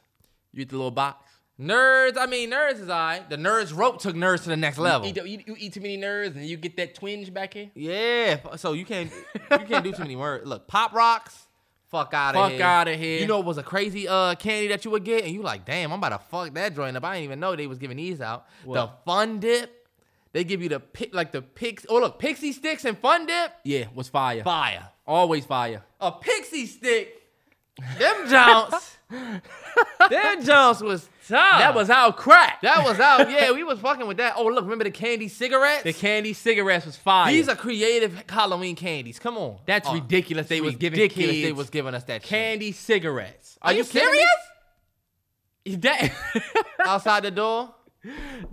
[SPEAKER 8] You eat the little box.
[SPEAKER 9] Nerds, I mean, nerds is alright. The nerds rope took nerds to the next level.
[SPEAKER 8] Eat, the- you, you eat too many nerds and you get that twinge back here.
[SPEAKER 9] Yeah, fu- so you can't you can't do too many words. Look, pop rocks, fuck out of
[SPEAKER 8] Fuck
[SPEAKER 9] here.
[SPEAKER 8] outta here.
[SPEAKER 9] You know it was a crazy uh candy that you would get, and you like, damn, I'm about to fuck that joint up. I didn't even know they was giving these out. The fun dip, they give you the pick like the pix. Oh look, pixie sticks and fun dip,
[SPEAKER 8] Yeah, Oh. was fire.
[SPEAKER 9] fire.
[SPEAKER 8] Always fire.
[SPEAKER 9] A pixie stick. Them Jones. them Jones was tough.
[SPEAKER 8] That was our crack.
[SPEAKER 9] That was out. Yeah, we was fucking with that. Oh, look, remember the candy cigarettes?
[SPEAKER 8] The candy cigarettes was fire.
[SPEAKER 9] These are creative Halloween candies. Come on.
[SPEAKER 8] That's
[SPEAKER 9] Oh,
[SPEAKER 8] ridiculous. They
[SPEAKER 9] They
[SPEAKER 8] was
[SPEAKER 9] was
[SPEAKER 8] giving
[SPEAKER 9] ridiculous.
[SPEAKER 8] kids
[SPEAKER 9] They was giving us that shit.
[SPEAKER 8] candy cigarettes.
[SPEAKER 9] Are you
[SPEAKER 8] kidding me?
[SPEAKER 9] serious?
[SPEAKER 8] Is That
[SPEAKER 9] Outside the door.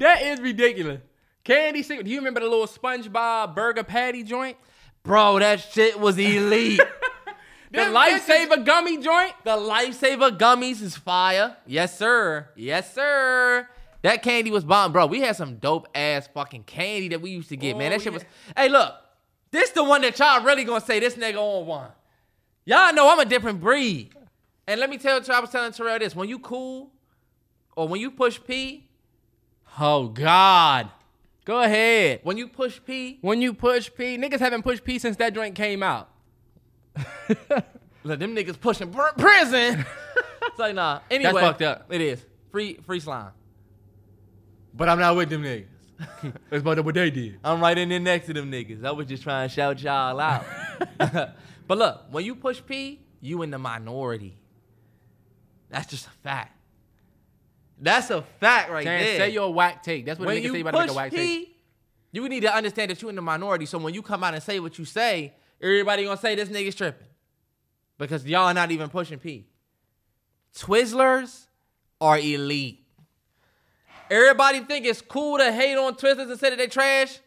[SPEAKER 8] that is ridiculous. Candy cigarettes. Do you remember the little SpongeBob burger patty joint?
[SPEAKER 9] Bro, that shit was elite.
[SPEAKER 8] The
[SPEAKER 9] Them
[SPEAKER 8] lifesaver gummy joint?
[SPEAKER 9] the lifesaver gummies is fire. Yes, sir. Yes, sir. That candy was bomb, bro. We had some dope ass fucking candy that we used to get, man.
[SPEAKER 8] Oh,
[SPEAKER 9] That shit
[SPEAKER 8] yeah.
[SPEAKER 9] was. Hey, look, this the one that y'all really gonna say this nigga on one. Y'all know I'm a different breed. And let me tell you, I was telling Terrell this: when you cool, or when you push P,
[SPEAKER 8] Oh God. Go ahead.
[SPEAKER 9] when you push P,
[SPEAKER 8] When you push P, niggas haven't pushed P since that joint came out.
[SPEAKER 9] look, them niggas pushing pr- prison. it's like nah. Anyway,
[SPEAKER 8] fucked up.
[SPEAKER 9] It is free free slime.
[SPEAKER 8] But I'm not with them niggas. That's about what they did.
[SPEAKER 9] I'm right in there next to them niggas. I was just trying to shout y'all out. but look, when you push P, you in the minority. That's just a fact. That's a fact right
[SPEAKER 8] Terrence,
[SPEAKER 9] there.
[SPEAKER 8] say your whack take. That's what
[SPEAKER 9] when
[SPEAKER 8] the niggas say
[SPEAKER 9] you
[SPEAKER 8] you about to make
[SPEAKER 9] push
[SPEAKER 8] a whack take.
[SPEAKER 9] P, you need to understand that you in the minority. So when you come out and say what you say, everybody gonna say this nigga's tripping. Because y'all are not even pushing P. Twizzlers are elite. Everybody think it's cool to hate on Twizzlers and say that they trash.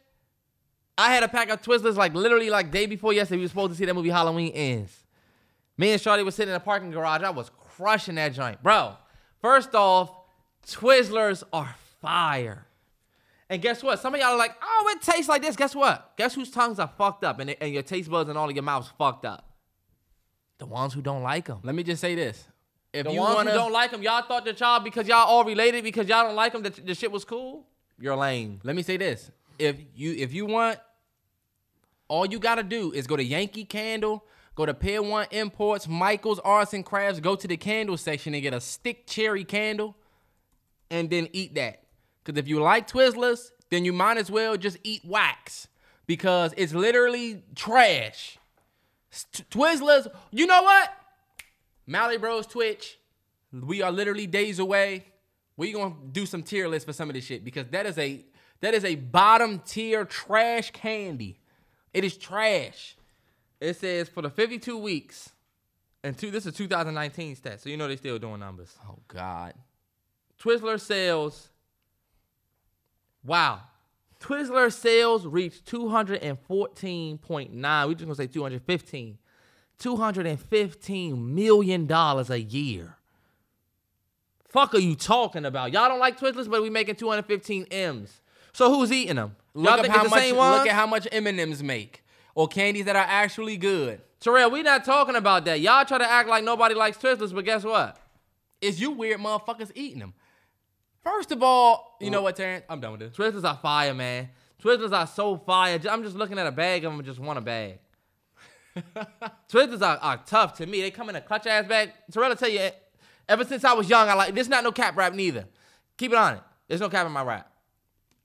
[SPEAKER 9] I had a pack of Twizzlers like literally like day before yesterday. We were supposed to see that movie Halloween Ends. Me and Shawty was sitting in a parking garage. I was crushing that joint, bro. First off, Twizzlers are fire. And guess what? Some of y'all are like, oh, it tastes like this. Guess what? Guess whose tongues are fucked up and, and your taste buds and all of your mouths fucked up? The ones who don't like them.
[SPEAKER 8] Let me just say this. If
[SPEAKER 9] The
[SPEAKER 8] you
[SPEAKER 9] ones
[SPEAKER 8] wanna,
[SPEAKER 9] who don't like them, y'all thought that y'all, because y'all all related, because y'all don't like them, that the shit was cool? You're lame.
[SPEAKER 8] let me say this. If you if you want, all you gotta do is go to Yankee Candle, go to Pier One Imports, Michael's Arts and Crafts, go to the candle section and get a stick cherry candle, and then eat that. Cause if you like Twizzlers, then you might as well just eat wax because it's literally trash. T- Twizzlers, you know what? Mally Bros Twitch, we are literally days away. We gonna do some tier list for some of this shit because that is a that is a bottom tier trash candy. It is trash.
[SPEAKER 9] It says for the 52 weeks, and two, this is 2019 stats, so you know they still doing numbers.
[SPEAKER 8] Oh God.
[SPEAKER 9] Twizzler sales. Wow. Twizzler sales reached 214.9. We're just gonna say 215. 215 million dollars a year. Fuck are you talking about? Y'all don't like Twizzlers, but we making 215 M's. So who's eating them? Y'all
[SPEAKER 8] Look,
[SPEAKER 9] think
[SPEAKER 8] up
[SPEAKER 9] it's
[SPEAKER 8] how
[SPEAKER 9] the
[SPEAKER 8] much,
[SPEAKER 9] same
[SPEAKER 8] look
[SPEAKER 9] ones?
[SPEAKER 8] at how much M&Ms make or candies that are actually good.
[SPEAKER 9] Terrell, we not talking about that. Y'all try to act like nobody likes Twizzlers, but guess what?
[SPEAKER 8] Is you weird motherfuckers eating them? First of all,
[SPEAKER 9] Uh,
[SPEAKER 8] you know what, Terrence? I'm done with this.
[SPEAKER 9] Twizzlers are fire, man. Twizzlers are so fire. Ju- I'm just looking at a bag of them and just want a bag. Twizzlers are, are tough to me. They come in a clutch ass bag. Terrell will tell you, e, ever since I was young, I like this. Not no cap rap neither. Keep it on it. There's no cap in my rap.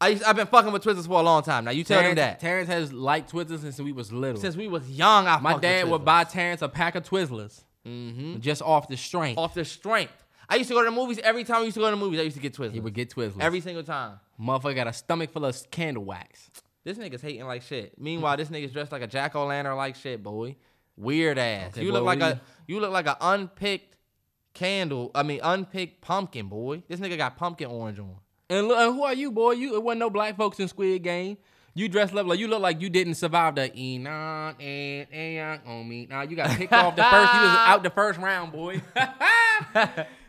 [SPEAKER 9] I used, I've been fucking with Twizzlers for a long time now. You tell
[SPEAKER 8] Terrence,
[SPEAKER 9] them that.
[SPEAKER 8] Terrence has liked Twizzlers since we was little.
[SPEAKER 9] Since we was young, I
[SPEAKER 8] My
[SPEAKER 9] fucked with
[SPEAKER 8] dad would
[SPEAKER 9] Twizzlers.
[SPEAKER 8] buy Terrence a pack of Twizzlers just Mm-hmm. off the strength.
[SPEAKER 9] off the strength. I used to go to the movies every time. I used to go to the movies. I used to get Twizzlers.
[SPEAKER 8] He would get Twizzlers.
[SPEAKER 9] every single time.
[SPEAKER 8] motherfucker got a stomach full of candle wax.
[SPEAKER 9] This nigga's hating like shit.
[SPEAKER 8] Mm-hmm.
[SPEAKER 9] Meanwhile, this nigga's dressed like a jack o' lantern like shit, boy. Weird ass.
[SPEAKER 8] Okay,
[SPEAKER 9] you
[SPEAKER 8] boy,
[SPEAKER 9] look like
[SPEAKER 8] what
[SPEAKER 9] a you look like a unpicked candle. I mean, unpicked pumpkin, boy. This nigga got pumpkin orange on.
[SPEAKER 8] And, look, and who are you, boy? You it wasn't no black folks in Squid Game. You dressed up like you look like you didn't survive the Enon and Aeon on me. Nah, you got picked off the first. You was out the first round, boy.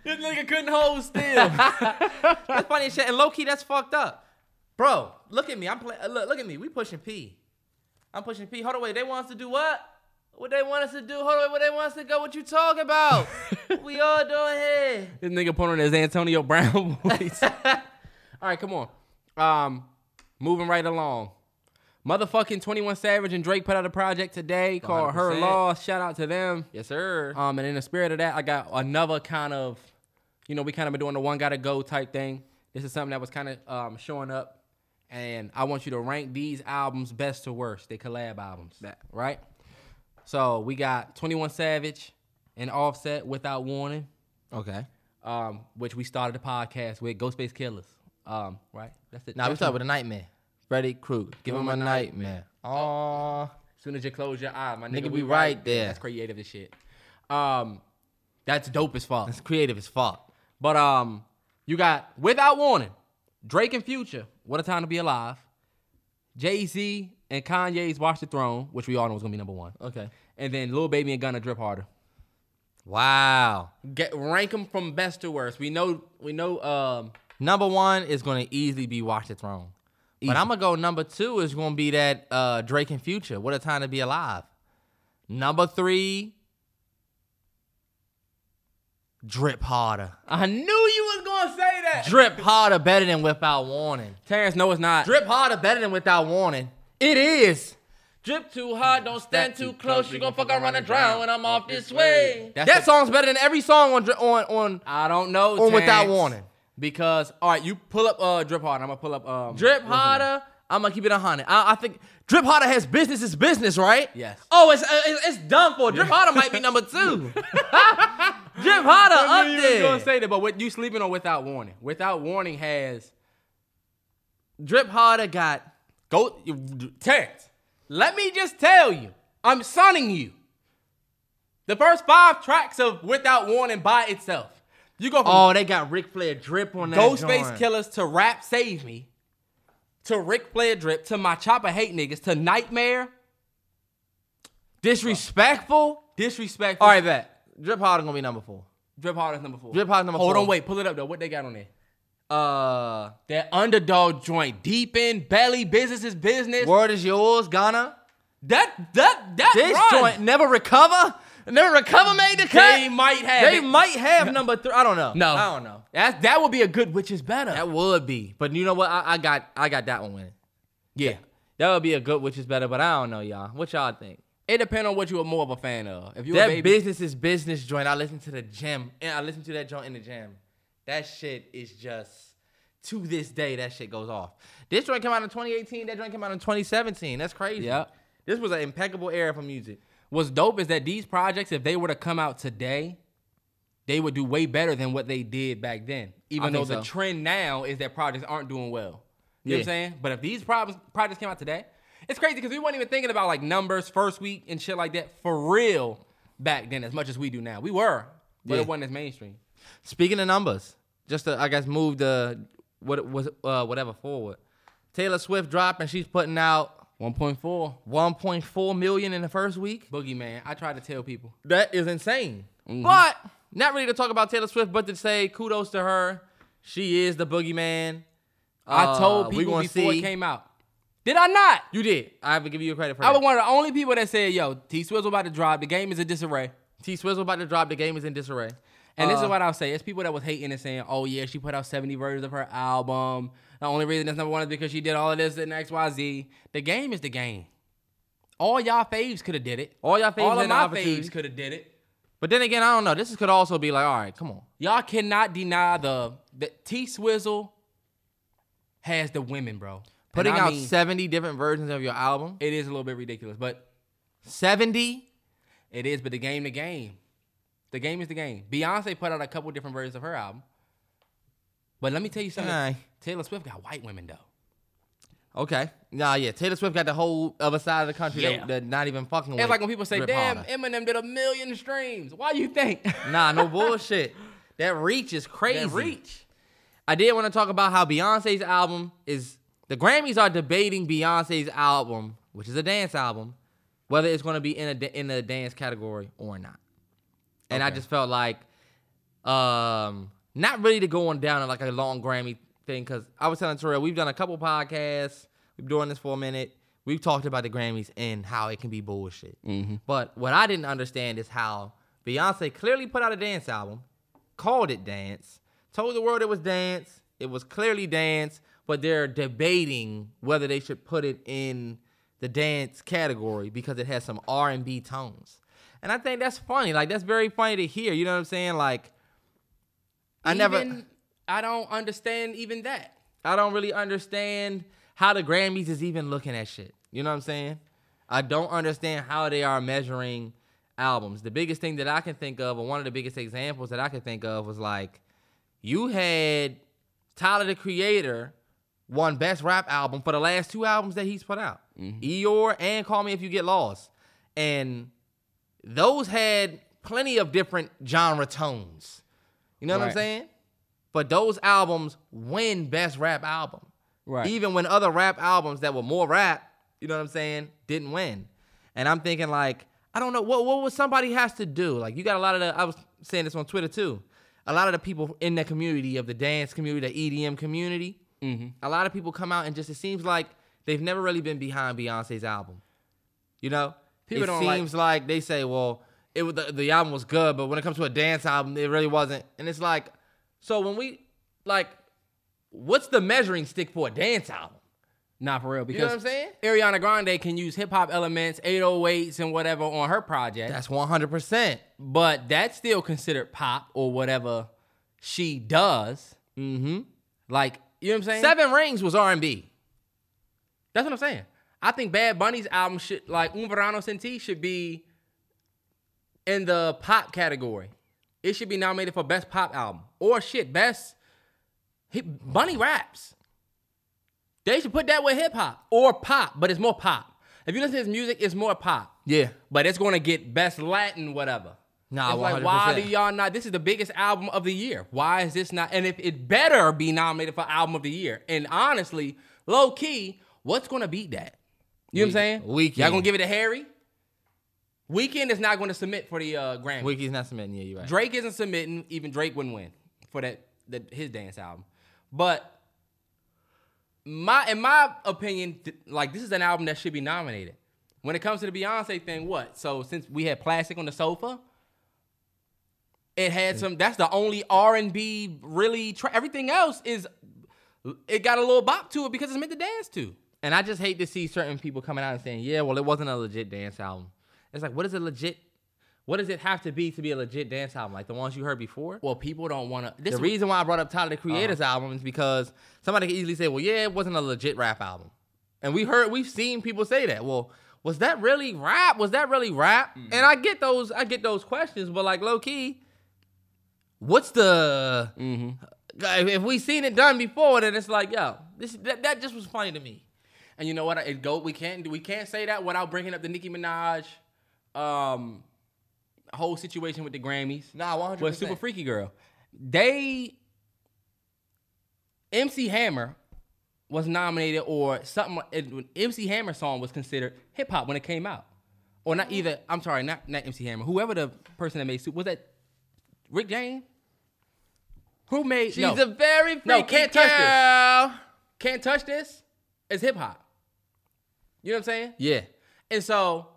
[SPEAKER 8] this nigga couldn't hold still.
[SPEAKER 9] That's funny as shit. And low key, that's fucked up, bro. Look at me. I'm play- uh, look. Look at me. We pushing P. I'm pushing P. Hold on, wait. They want us to do what? What they want us to do? Hold on, wait. What they want us to go? What you talking about? What we all doing here.
[SPEAKER 8] this nigga put on his Antonio Brown voice. All right, come on. Um, moving right along. Motherfucking Twenty One Savage and Drake put out a project today called Her
[SPEAKER 9] 100%.
[SPEAKER 8] Law. Shout out to them.
[SPEAKER 9] Yes, sir.
[SPEAKER 8] Um, and in the spirit of that, I got another kind of, you know, we kind of been doing the one gotta go type thing. This is something that was kind of um, showing up, and I want you to rank these albums best to worst. They collab albums,
[SPEAKER 9] That-
[SPEAKER 8] right? So we got 21 Savage and Offset without warning.
[SPEAKER 9] Okay.
[SPEAKER 8] Um, which we started the podcast with Ghostface Killers. Um, right? That's it.
[SPEAKER 9] Now we start with a nightmare. Freddy Krueger. Give him a nightmare.
[SPEAKER 8] Oh, soon as you close your eye, my nigga,
[SPEAKER 9] Nigga,
[SPEAKER 8] we
[SPEAKER 9] we
[SPEAKER 8] right
[SPEAKER 9] right
[SPEAKER 8] there.
[SPEAKER 9] there.
[SPEAKER 8] That's creative as shit. Um, that's dope as fuck.
[SPEAKER 9] It's creative as fuck.
[SPEAKER 8] But um, you got without warning, Drake and Future. What a time to be alive. Jay Z and Kanye's Watch the Throne, which we all know is gonna be number one.
[SPEAKER 9] Okay.
[SPEAKER 8] And then Lil Baby and Gunna Drip Harder.
[SPEAKER 9] Wow.
[SPEAKER 8] Get rank them from best to worst. We know we know um
[SPEAKER 9] Number one is gonna easily be Watch the Throne. But I'm gonna go number two is gonna be that uh, Drake and Future. What a time to be alive. Number three, drip harder.
[SPEAKER 8] I knew you was gonna say that.
[SPEAKER 9] Drip harder better than without warning.
[SPEAKER 8] Terrence, no, it's not.
[SPEAKER 9] Drip harder better than without warning. It is.
[SPEAKER 8] Drip too hard, don't stand too close. You gon' fuck around and drown when I'm off this way.
[SPEAKER 9] way. that song's better than every song on dri- on on
[SPEAKER 8] I don't know.
[SPEAKER 9] on without
[SPEAKER 8] Terrence,
[SPEAKER 9] warning.
[SPEAKER 8] Because all right, you pull up uh drip hard. I'm gonna pull up um what's
[SPEAKER 9] Drip
[SPEAKER 8] the name?
[SPEAKER 9] harder. I'm gonna keep it a hundred. I, I think drip harder has business is business, right?
[SPEAKER 8] Yes.
[SPEAKER 9] Oh, it's uh, it's, it's done for. Drip harder might be number two. drip harder
[SPEAKER 8] I
[SPEAKER 9] up
[SPEAKER 8] knew you was
[SPEAKER 9] there.
[SPEAKER 8] gonna say that, but with you sleeping on without warning. Without warning has
[SPEAKER 9] drip harder got.
[SPEAKER 8] go Terrence. Let me just tell you, I'm sunning you. The first five tracks of Without Warning by itself. You go from
[SPEAKER 9] Oh, they got Ric Flair drip on that.
[SPEAKER 8] Ghostface
[SPEAKER 9] joint.
[SPEAKER 8] Killers to Rap Save Me to Ric Flair Drip to My Chopper Hate Niggas to Nightmare.
[SPEAKER 9] Disrespectful.
[SPEAKER 8] Disrespectful.
[SPEAKER 9] All right, bet. Drip harder gonna be number four.
[SPEAKER 8] Drip Hard is number four.
[SPEAKER 9] Drip Hard is number
[SPEAKER 8] Hold
[SPEAKER 9] four.
[SPEAKER 8] on, wait. Pull it up though. What they got on there?
[SPEAKER 9] Uh,
[SPEAKER 8] That underdog joint, deep in belly, business is business.
[SPEAKER 9] word is yours, Ghana.
[SPEAKER 8] That that that
[SPEAKER 9] This
[SPEAKER 8] run,
[SPEAKER 9] joint never recover. Never recover made the cut.
[SPEAKER 8] They might have.
[SPEAKER 9] They
[SPEAKER 8] it.
[SPEAKER 9] might have number three. I don't know.
[SPEAKER 8] No,
[SPEAKER 9] I don't know.
[SPEAKER 8] That that would be a good which is better.
[SPEAKER 9] That would be, but you know what? I, I got I got that one winning.
[SPEAKER 8] yeah.
[SPEAKER 9] That would be a good which is better, but I don't know, y'all. What y'all think?
[SPEAKER 8] It depends on what you are more of a fan of. If you're a
[SPEAKER 9] that
[SPEAKER 8] baby,
[SPEAKER 9] business is business joint. I listen to the gym, and I listen to that joint in the gym. That shit is just to this day that shit goes off. This joint came out in 2018. That joint came out in 2017. That's crazy.
[SPEAKER 8] Yep.
[SPEAKER 9] This was an impeccable era for music.
[SPEAKER 8] what's dope is that these projects, if they were to come out today, they would do way better than what they did back then.
[SPEAKER 9] I
[SPEAKER 8] Even though
[SPEAKER 9] think
[SPEAKER 8] the
[SPEAKER 9] so.
[SPEAKER 8] trend now is that projects aren't doing well. You know what I'm
[SPEAKER 9] Yeah.
[SPEAKER 8] saying? But if these problems projects came out today, it's crazy because we weren't even thinking about like numbers first week and shit like that for real back then as much as we do now. We were, but
[SPEAKER 9] Yeah.
[SPEAKER 8] it wasn't as mainstream.
[SPEAKER 9] Speaking of numbers, just to I guess move the what was uh, whatever forward. Taylor Swift dropping. She's putting out
[SPEAKER 8] 1.4
[SPEAKER 9] 1.4 million in the first week.
[SPEAKER 8] Boogeyman. I try to tell people. Mm-hmm.
[SPEAKER 9] That is insane. But not really to talk about Taylor Swift, but to say kudos to her. She is the boogeyman.
[SPEAKER 8] I told
[SPEAKER 9] Uh, we
[SPEAKER 8] people
[SPEAKER 9] gonna
[SPEAKER 8] before
[SPEAKER 9] see.
[SPEAKER 8] it came out. Did I not?
[SPEAKER 9] You did. I have to give you credit for
[SPEAKER 8] I
[SPEAKER 9] that.
[SPEAKER 8] was one of the only people that said, "Yo, T Swizzle about to drop. The game is in disarray."
[SPEAKER 9] T Swizzle about to drop. The game is in disarray.
[SPEAKER 8] And this is
[SPEAKER 9] Uh,
[SPEAKER 8] what I'll say: It's people that was hating and saying, "Oh yeah, she put out seventy versions of her album. The only reason that's number one is because she did all of this and X Y Z. The game is the game. All y'all faves could have did it.
[SPEAKER 9] All y'all faves
[SPEAKER 8] All
[SPEAKER 9] had
[SPEAKER 8] of
[SPEAKER 9] an
[SPEAKER 8] my
[SPEAKER 9] opportunity.
[SPEAKER 8] faves could have did it.
[SPEAKER 9] But then again, I don't know. This could also be like, all right, come on.
[SPEAKER 8] Y'all cannot deny the the T Swizzle has the women, bro.
[SPEAKER 9] Putting
[SPEAKER 8] And I
[SPEAKER 9] out
[SPEAKER 8] mean,
[SPEAKER 9] 70 different versions of your album.
[SPEAKER 8] it is a little bit ridiculous, but
[SPEAKER 9] 70?
[SPEAKER 8] It is, but the game, the game, the game is the game. Beyonce put out a couple different versions of her album, but let me tell you something.
[SPEAKER 9] Aye.
[SPEAKER 8] Taylor Swift got white women though.
[SPEAKER 9] Okay. Nah, yeah. Taylor Swift got the whole other side of the country
[SPEAKER 8] Yeah.
[SPEAKER 9] that, that not even fucking with.
[SPEAKER 8] It's like when people say,
[SPEAKER 9] Rip
[SPEAKER 8] "Damn,
[SPEAKER 9] Harder.
[SPEAKER 8] Eminem did a million streams." Why you think?
[SPEAKER 9] Nah, no bullshit. That reach is crazy.
[SPEAKER 8] That reach.
[SPEAKER 9] I did want to talk about how Beyonce's album is the Grammys are debating Beyonce's album, which is a dance album, whether it's going to be in a da- in the dance category or not. And I just felt like um not really to go on down on like a long Grammy thing cuz I was telling Terrell we've done a couple podcasts, we've been doing this for a minute. We've talked about the Grammys and how it can be bullshit. But what I didn't understand is how Beyonce clearly put out a dance album called it dance, told the world it was dance. It was clearly dance, but they're debating whether they should put it in the dance category because it has some R and B tones. And I think that's funny. Like that's very funny to hear. You know what I'm saying? Like I never
[SPEAKER 8] Even- I don't understand even that.
[SPEAKER 9] I don't really understand how the Grammys is even looking at shit. You know what I'm saying?
[SPEAKER 8] I don't understand how they are measuring albums. The biggest thing that I can think of, or one of the biggest examples that I can think of, was like you had Tyler the Creator won Best Rap Album for the last two albums that he's put out, Eeyore and Call Me If You Get Lost, and those had plenty of different genre tones. You know what I'm
[SPEAKER 9] Right.
[SPEAKER 8] saying? But those albums win Best Rap Album.
[SPEAKER 9] Right.
[SPEAKER 8] Even when other rap albums that were more rap, you know what I'm saying, didn't win. And I'm thinking like, I don't know what what would somebody has to do. Like you got a lot of the I was saying this on Twitter too. A lot of the people in the community of the dance community, the EDM community,
[SPEAKER 9] Mm-hmm.
[SPEAKER 8] a lot of people come out and just it seems like they've never really been behind Beyonce's album. You know,
[SPEAKER 9] People
[SPEAKER 8] it
[SPEAKER 9] don't like-
[SPEAKER 8] seems like, they say, well, it was the, the album was good, but when it comes to a dance album, it really wasn't. And it's like, so when we like, what's the measuring stick for a dance album?
[SPEAKER 9] Not for real. Because
[SPEAKER 8] know what I'm saying?
[SPEAKER 9] Ariana Grande can use hip hop elements, 808s, and whatever on her project.
[SPEAKER 8] That's 100. percent
[SPEAKER 9] but that's still considered pop or whatever she does.
[SPEAKER 8] Mm-hmm.
[SPEAKER 9] Like, you know what I'm saying?
[SPEAKER 8] Seven Rings was R and B.
[SPEAKER 9] That's what I'm saying. I think Bad Bunny's album should, like, Un Verano Sin Ti should be in the pop category. It should be nominated for Best Pop Album. Or shit, Best he, Bunny Raps. They should put that with hip hop or pop, but it's more pop. If you listen to his music, it's more pop.
[SPEAKER 8] Yeah.
[SPEAKER 9] But it's gonna get best Latin, whatever.
[SPEAKER 8] Nah,
[SPEAKER 9] it's like why do
[SPEAKER 8] 100%.
[SPEAKER 9] y'all not? This is the biggest album of the year. Why is this not? And if it better be nominated for album of the year. And honestly, low key, what's gonna beat that? You know what I'm saying?
[SPEAKER 8] Weeknd.
[SPEAKER 9] Y'all gonna give it to Harry? Weekend is not gonna submit for the uh, Grammy.
[SPEAKER 8] Wiki's not submitting. Yeah, you right.
[SPEAKER 9] Drake isn't submitting. Even Drake wouldn't win for that, that his dance album. But my in my opinion, th- like this is an album that should be nominated. When it comes to the Beyonce thing, what? So since we had Plastic on the sofa, it had some. That's the only R and B really. Tra- everything else is. It got a little bop to it because it's meant to dance to.
[SPEAKER 8] And I just hate to see certain people coming out and saying, "Yeah, well, it wasn't a legit dance album." It's like, what is a legit? What does it have to be to be a legit dance album? Like the ones you heard before.
[SPEAKER 9] Well, people don't Uh-huh. want to.
[SPEAKER 8] the reason why I brought up Tyler the Creator's album is because somebody could easily say, "Well, yeah, it wasn't a legit rap album," and we heard, we've seen people say that. Well, was that really rap? Was that really rap?
[SPEAKER 9] Mm-hmm.
[SPEAKER 8] And I get those, I get those questions, but like low key, what's the?
[SPEAKER 9] Mm-hmm.
[SPEAKER 8] If- If we seen it done before, then it's like, yo, this that, that just was funny to me.
[SPEAKER 9] And you know what? It go. We can't. We can't say that without bringing up the Nicki Minaj, um, whole situation with the Grammys.
[SPEAKER 8] Nah, one hundred
[SPEAKER 9] with Super Freaky Girl. They, MC Hammer, was nominated or something. It, MC Hammer song was considered hip hop when it came out, or
[SPEAKER 8] Mm-hmm.
[SPEAKER 9] not either. I'm sorry, not not MC Hammer. Whoever the person that made Super was that Rick James. Who made?
[SPEAKER 8] She's
[SPEAKER 9] no.
[SPEAKER 8] a very freaky
[SPEAKER 9] No, can't touch this.
[SPEAKER 8] girl.
[SPEAKER 9] can't touch this It's hip hop. You know what I'm saying?
[SPEAKER 8] Yeah,
[SPEAKER 9] And so,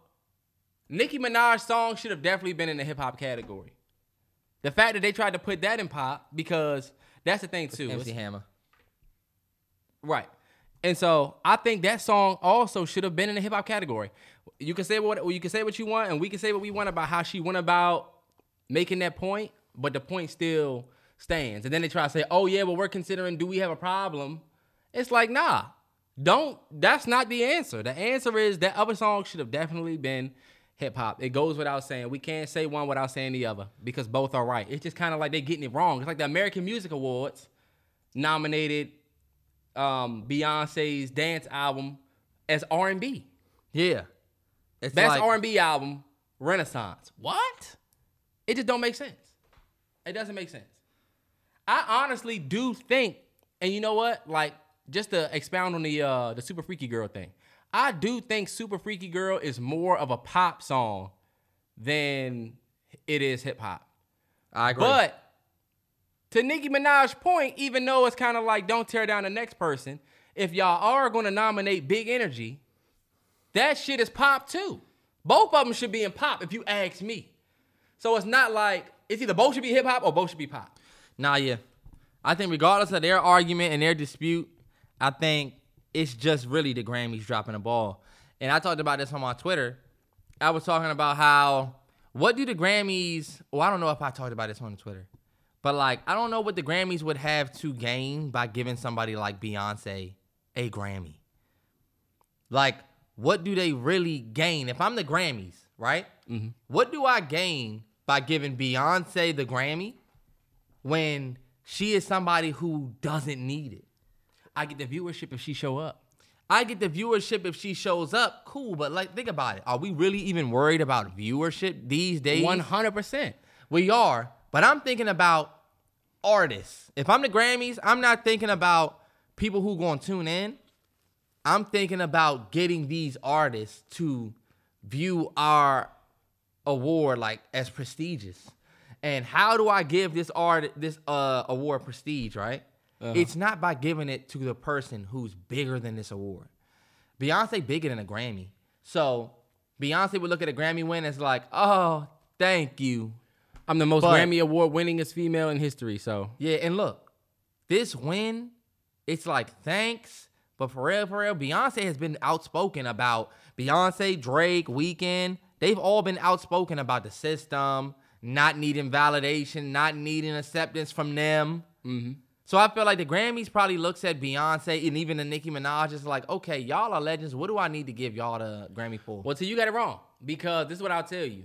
[SPEAKER 9] Nicki Minaj's song should have definitely been in the hip hop category. The fact that they tried to put that in pop because that's the thing too,
[SPEAKER 8] MC
[SPEAKER 9] It's-
[SPEAKER 8] Hammer.
[SPEAKER 9] right? And so I think that song also should have been in the hip hop category. You can say what you can say what you want, and we can say what we want about how she went about making that point, but the point still stands. And then they try to say, "Oh yeah, well we're considering do we have a problem?" It's like, nah, don't. That's not the answer. The answer is that other song should have definitely been hip hop. It goes without saying. We can't say one without saying the other because both are right. It's just kind of like they're getting it wrong. It's like the American Music Awards nominated um, Beyonce's dance album as R and B.
[SPEAKER 8] Yeah, it's
[SPEAKER 9] Best
[SPEAKER 8] like-
[SPEAKER 9] R and B album, Renaissance. What? It just don't make sense. It doesn't make sense. I honestly do think, and you know what? Like, just to expound on the uh the Super Freaky Girl thing, I do think Super Freaky Girl is more of a pop song than it is hip hop.
[SPEAKER 8] I agree.
[SPEAKER 9] But to Nicki Minaj's point, even though it's kind of like don't tear down the next person, if y'all are going to nominate Big Energy, that shit is pop too. Both of them should be in pop, if you ask me. So it's not like it's either both should be hip hop or both should be pop.
[SPEAKER 8] Nah, yeah. I think regardless of their argument and their dispute, I think it's just really the Grammys dropping the ball. And I talked about this on my Twitter. I was talking about how what do the Grammys? Well, I don't know if I talked about this on Twitter, but like I don't know what the Grammys would have to gain by giving somebody like Beyonce a Grammy. Like,
[SPEAKER 9] what do they really gain? If I'm the Grammys, right? Mm-hmm. What do I gain by giving Beyonce the Grammy when she is somebody who doesn't need it?
[SPEAKER 11] I get the viewership if she show up.
[SPEAKER 9] I get the viewership if she shows up. Cool, but like, think about it. Are we really even worried about viewership these days?
[SPEAKER 11] One hundred percent.
[SPEAKER 9] We are, but I'm thinking about artists. If I'm the Grammys, I'm not thinking about people who gonna tune in. I'm thinking about getting these artists to view our award like as prestigious. And how do I give this art this uh award prestige, right? Uh-huh. It's not by giving it to the person who's bigger than this award. Beyonce bigger than a Grammy. So Beyonce would look at a Grammy win as like, oh, thank you.
[SPEAKER 11] I'm the most but, Grammy award winningest female in history. So
[SPEAKER 9] yeah, and look, this win, it's like thanks, but for real, for real, Beyonce has been outspoken about Beyonce, Drake, Weekend. They've all been outspoken about the system, not needing validation, not needing acceptance from them. Mm-hmm. So I feel like the Grammys probably looks at Beyonce and even the Nicki Minaj is like, okay, y'all are legends. What do I need to give y'all the Grammy for?
[SPEAKER 11] Well, see, you got it wrong because this is what I'll tell you.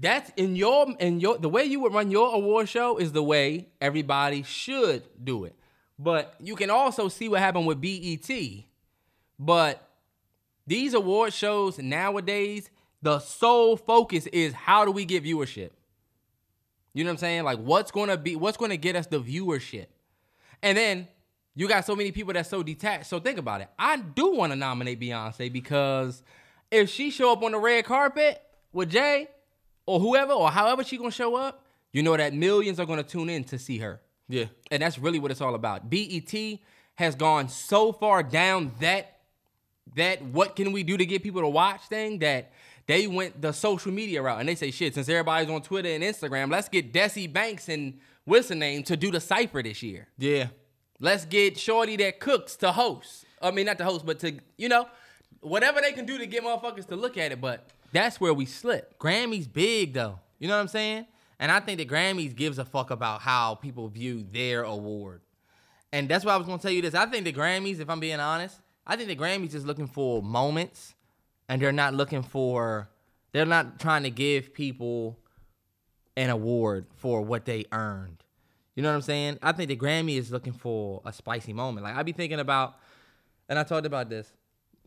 [SPEAKER 11] That's in your in your the way you would run your award show is the way everybody should do it. But you can also see what happened with BET. But these award shows nowadays, the sole focus is how do we get viewership? You know what I'm saying? Like what's going to be what's going to get us the viewership? And then you got so many people that's so detached. So think about it. I do want to nominate Beyonce because if she show up on the red carpet with Jay, or whoever or however she gonna show up, you know that millions are gonna tune in to see her.
[SPEAKER 9] Yeah.
[SPEAKER 11] And that's really what it's all about. BET has gone so far down that that what can we do to get people to watch thing that they went the social media route and they say shit since everybody's on Twitter and Instagram, let's get Desi Banks and what's her name to do the cipher this year.
[SPEAKER 9] Yeah.
[SPEAKER 11] Let's get Shorty that cooks to host. I mean not to host, but to you know, whatever they can do to get motherfuckers to look at it, but that's where we slip.
[SPEAKER 9] Grammys big though. You know what I'm saying? And I think the Grammys gives a fuck about how people view their award. And that's why I was gonna tell you this. I think the Grammys, if I'm being honest, I think the Grammys is looking for moments and they're not looking for they're not trying to give people an award for what they earned. You know what I'm saying? I think the Grammy is looking for a spicy moment. Like I be thinking about and I talked about this.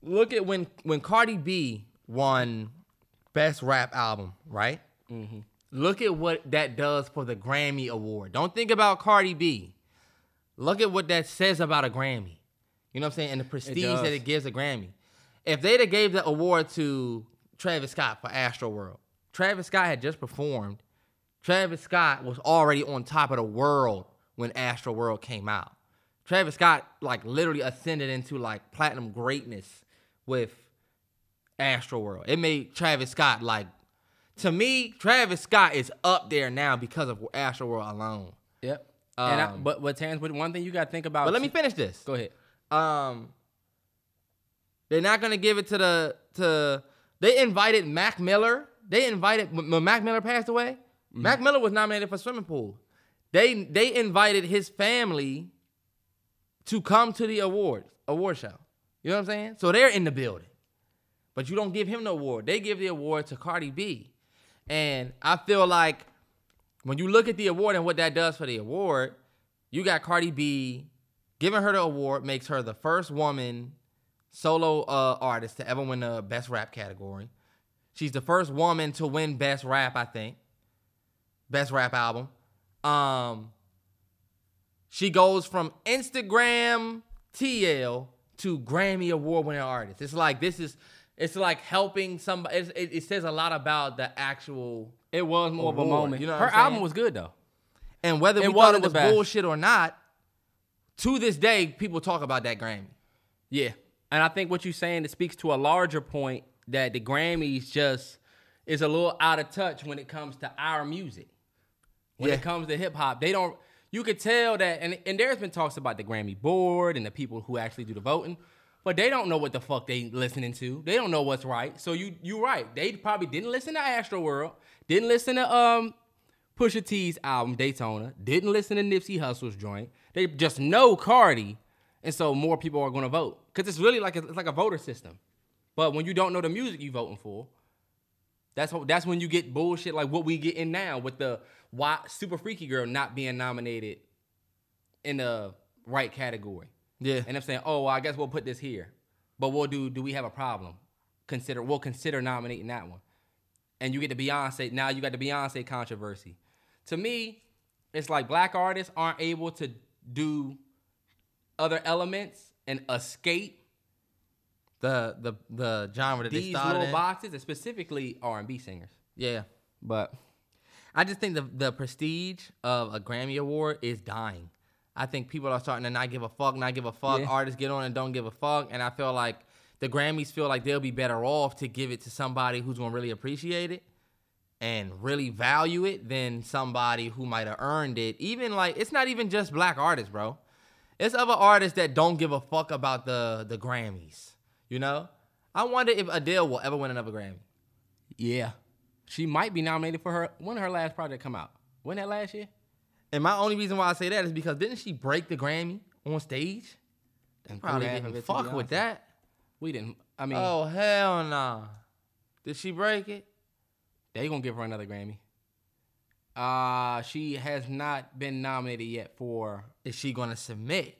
[SPEAKER 9] Look at when when Cardi B won best rap album, right? Mm-hmm. Look at what that does for the Grammy Award. Don't think about Cardi B. Look at what that says about a Grammy. You know what I'm saying? And the prestige it that it gives a Grammy. If they'd have gave the award to Travis Scott for Astroworld, Travis Scott had just performed. Travis Scott was already on top of the world when Astroworld came out. Travis Scott like literally ascended into like platinum greatness with Astroworld. It made Travis Scott like to me, Travis Scott is up there now because of Astroworld alone.
[SPEAKER 11] Yep. Um, and I, but but Terrence, but one thing you got to think about.
[SPEAKER 9] But let me finish this.
[SPEAKER 11] Go ahead.
[SPEAKER 9] Um, they're not gonna give it to the to. They invited Mac Miller. They invited when Mac Miller passed away. Mm-hmm. Mac Miller was nominated for swimming pool. They they invited his family to come to the award award show. You know what I'm saying? So they're in the building but you don't give him the award. They give the award to Cardi B. And I feel like when you look at the award and what that does for the award, you got Cardi B giving her the award makes her the first woman solo uh, artist to ever win the best rap category. She's the first woman to win best rap, I think. Best rap album. Um she goes from Instagram TL to Grammy award winning artist. It's like this is it's like helping somebody. It, it, says a lot about the actual.
[SPEAKER 11] It was more award, of a moment.
[SPEAKER 9] You know,
[SPEAKER 11] her album was good though,
[SPEAKER 9] and whether it we thought it was bullshit or not, to this day people talk about that Grammy.
[SPEAKER 11] Yeah, and I think what you're saying it speaks to a larger point that the Grammys just is a little out of touch when it comes to our music. When yeah. it comes to hip hop, they don't. You could tell that, and, and there's been talks about the Grammy board and the people who actually do the voting but they don't know what the fuck they listening to. They don't know what's right. So you you right. They probably didn't listen to Astroworld, didn't listen to um Pusha T's album Daytona, didn't listen to Nipsey Hussle's joint. They just know Cardi, and so more people are gonna vote because it's really like a, it's like a voter system. But when you don't know the music you voting for, that's what, that's when you get bullshit like what we getting now with the why super freaky girl not being nominated in the right category.
[SPEAKER 9] Yeah.
[SPEAKER 11] And I'm saying, oh, well, I guess we'll put this here, but we'll do. Do we have a problem? Consider we'll consider nominating that one, and you get the Beyonce. Now you got the Beyonce controversy. To me, it's like black artists aren't able to do other elements and escape
[SPEAKER 9] the the the genre that they
[SPEAKER 11] these
[SPEAKER 9] started
[SPEAKER 11] little
[SPEAKER 9] in.
[SPEAKER 11] boxes, and specifically R and B singers.
[SPEAKER 9] Yeah,
[SPEAKER 11] but
[SPEAKER 9] I just think the the prestige of a Grammy award is dying. I think people are starting to not give a fuck, not give a fuck.
[SPEAKER 11] Yeah.
[SPEAKER 9] Artists get on and don't give a fuck, and I feel like the Grammys feel like they'll be better off to give it to somebody who's gonna really appreciate it and really value it than somebody who might have earned it. Even like it's not even just black artists, bro. It's other artists that don't give a fuck about the the Grammys. You know, I wonder if Adele will ever win another Grammy.
[SPEAKER 11] Yeah, she might be nominated for her when her last project come out. When that last year?
[SPEAKER 9] And my only reason why I say that is because didn't she break the Grammy on stage?
[SPEAKER 11] And
[SPEAKER 9] Probably
[SPEAKER 11] threw half of
[SPEAKER 9] didn't
[SPEAKER 11] it to
[SPEAKER 9] fuck with
[SPEAKER 11] Beyonce.
[SPEAKER 9] that.
[SPEAKER 11] We didn't. I mean,
[SPEAKER 9] oh hell nah. Did she break it?
[SPEAKER 11] they gonna give her another Grammy. Uh she has not been nominated yet for.
[SPEAKER 9] Is she gonna submit?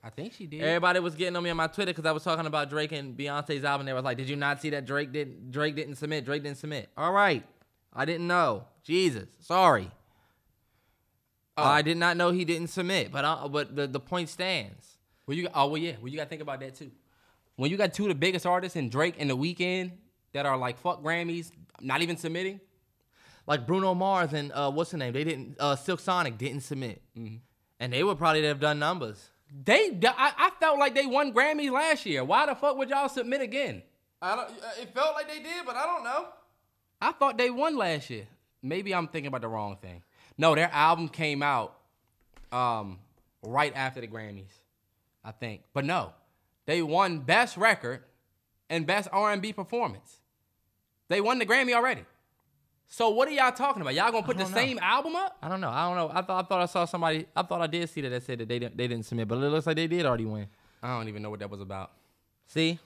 [SPEAKER 11] I think she did.
[SPEAKER 9] Everybody was getting on me on my Twitter because I was talking about Drake and Beyonce's album. They was like, "Did you not see that Drake didn't Drake didn't submit? Drake didn't submit." All right, I didn't know. Jesus, sorry.
[SPEAKER 11] Oh.
[SPEAKER 9] I did not know he didn't submit, but I, but the, the point stands.
[SPEAKER 11] Well, you oh well yeah. Well, you gotta think about that too. When you got two of the biggest artists and Drake and The Weeknd that are like fuck Grammys, not even submitting.
[SPEAKER 9] like Bruno Mars and uh, what's the name? They didn't. Uh, Silk Sonic didn't submit, and they would probably have done numbers.
[SPEAKER 11] Mm-hmm. They, I, I felt like they won Grammys last year. Why the fuck would y'all submit again?
[SPEAKER 9] I don't. uh, It felt like they did, but I don't know.
[SPEAKER 11] I thought they won last year. Maybe I'm thinking about the wrong thing. No, their album came out um, right after the Grammys, I think. But no, they won Best Record and Best R&B Performance. They won the Grammy already. So what are y'all talking about? Y'all gonna put the
[SPEAKER 9] don't know.
[SPEAKER 11] same album up?
[SPEAKER 9] I don't know. I don't know. I thought. I thought I saw somebody. I thought I did see that. That said that they didn't. They didn't submit, but it looks like they did already win.
[SPEAKER 11] I don't even know what that was about.
[SPEAKER 9] See,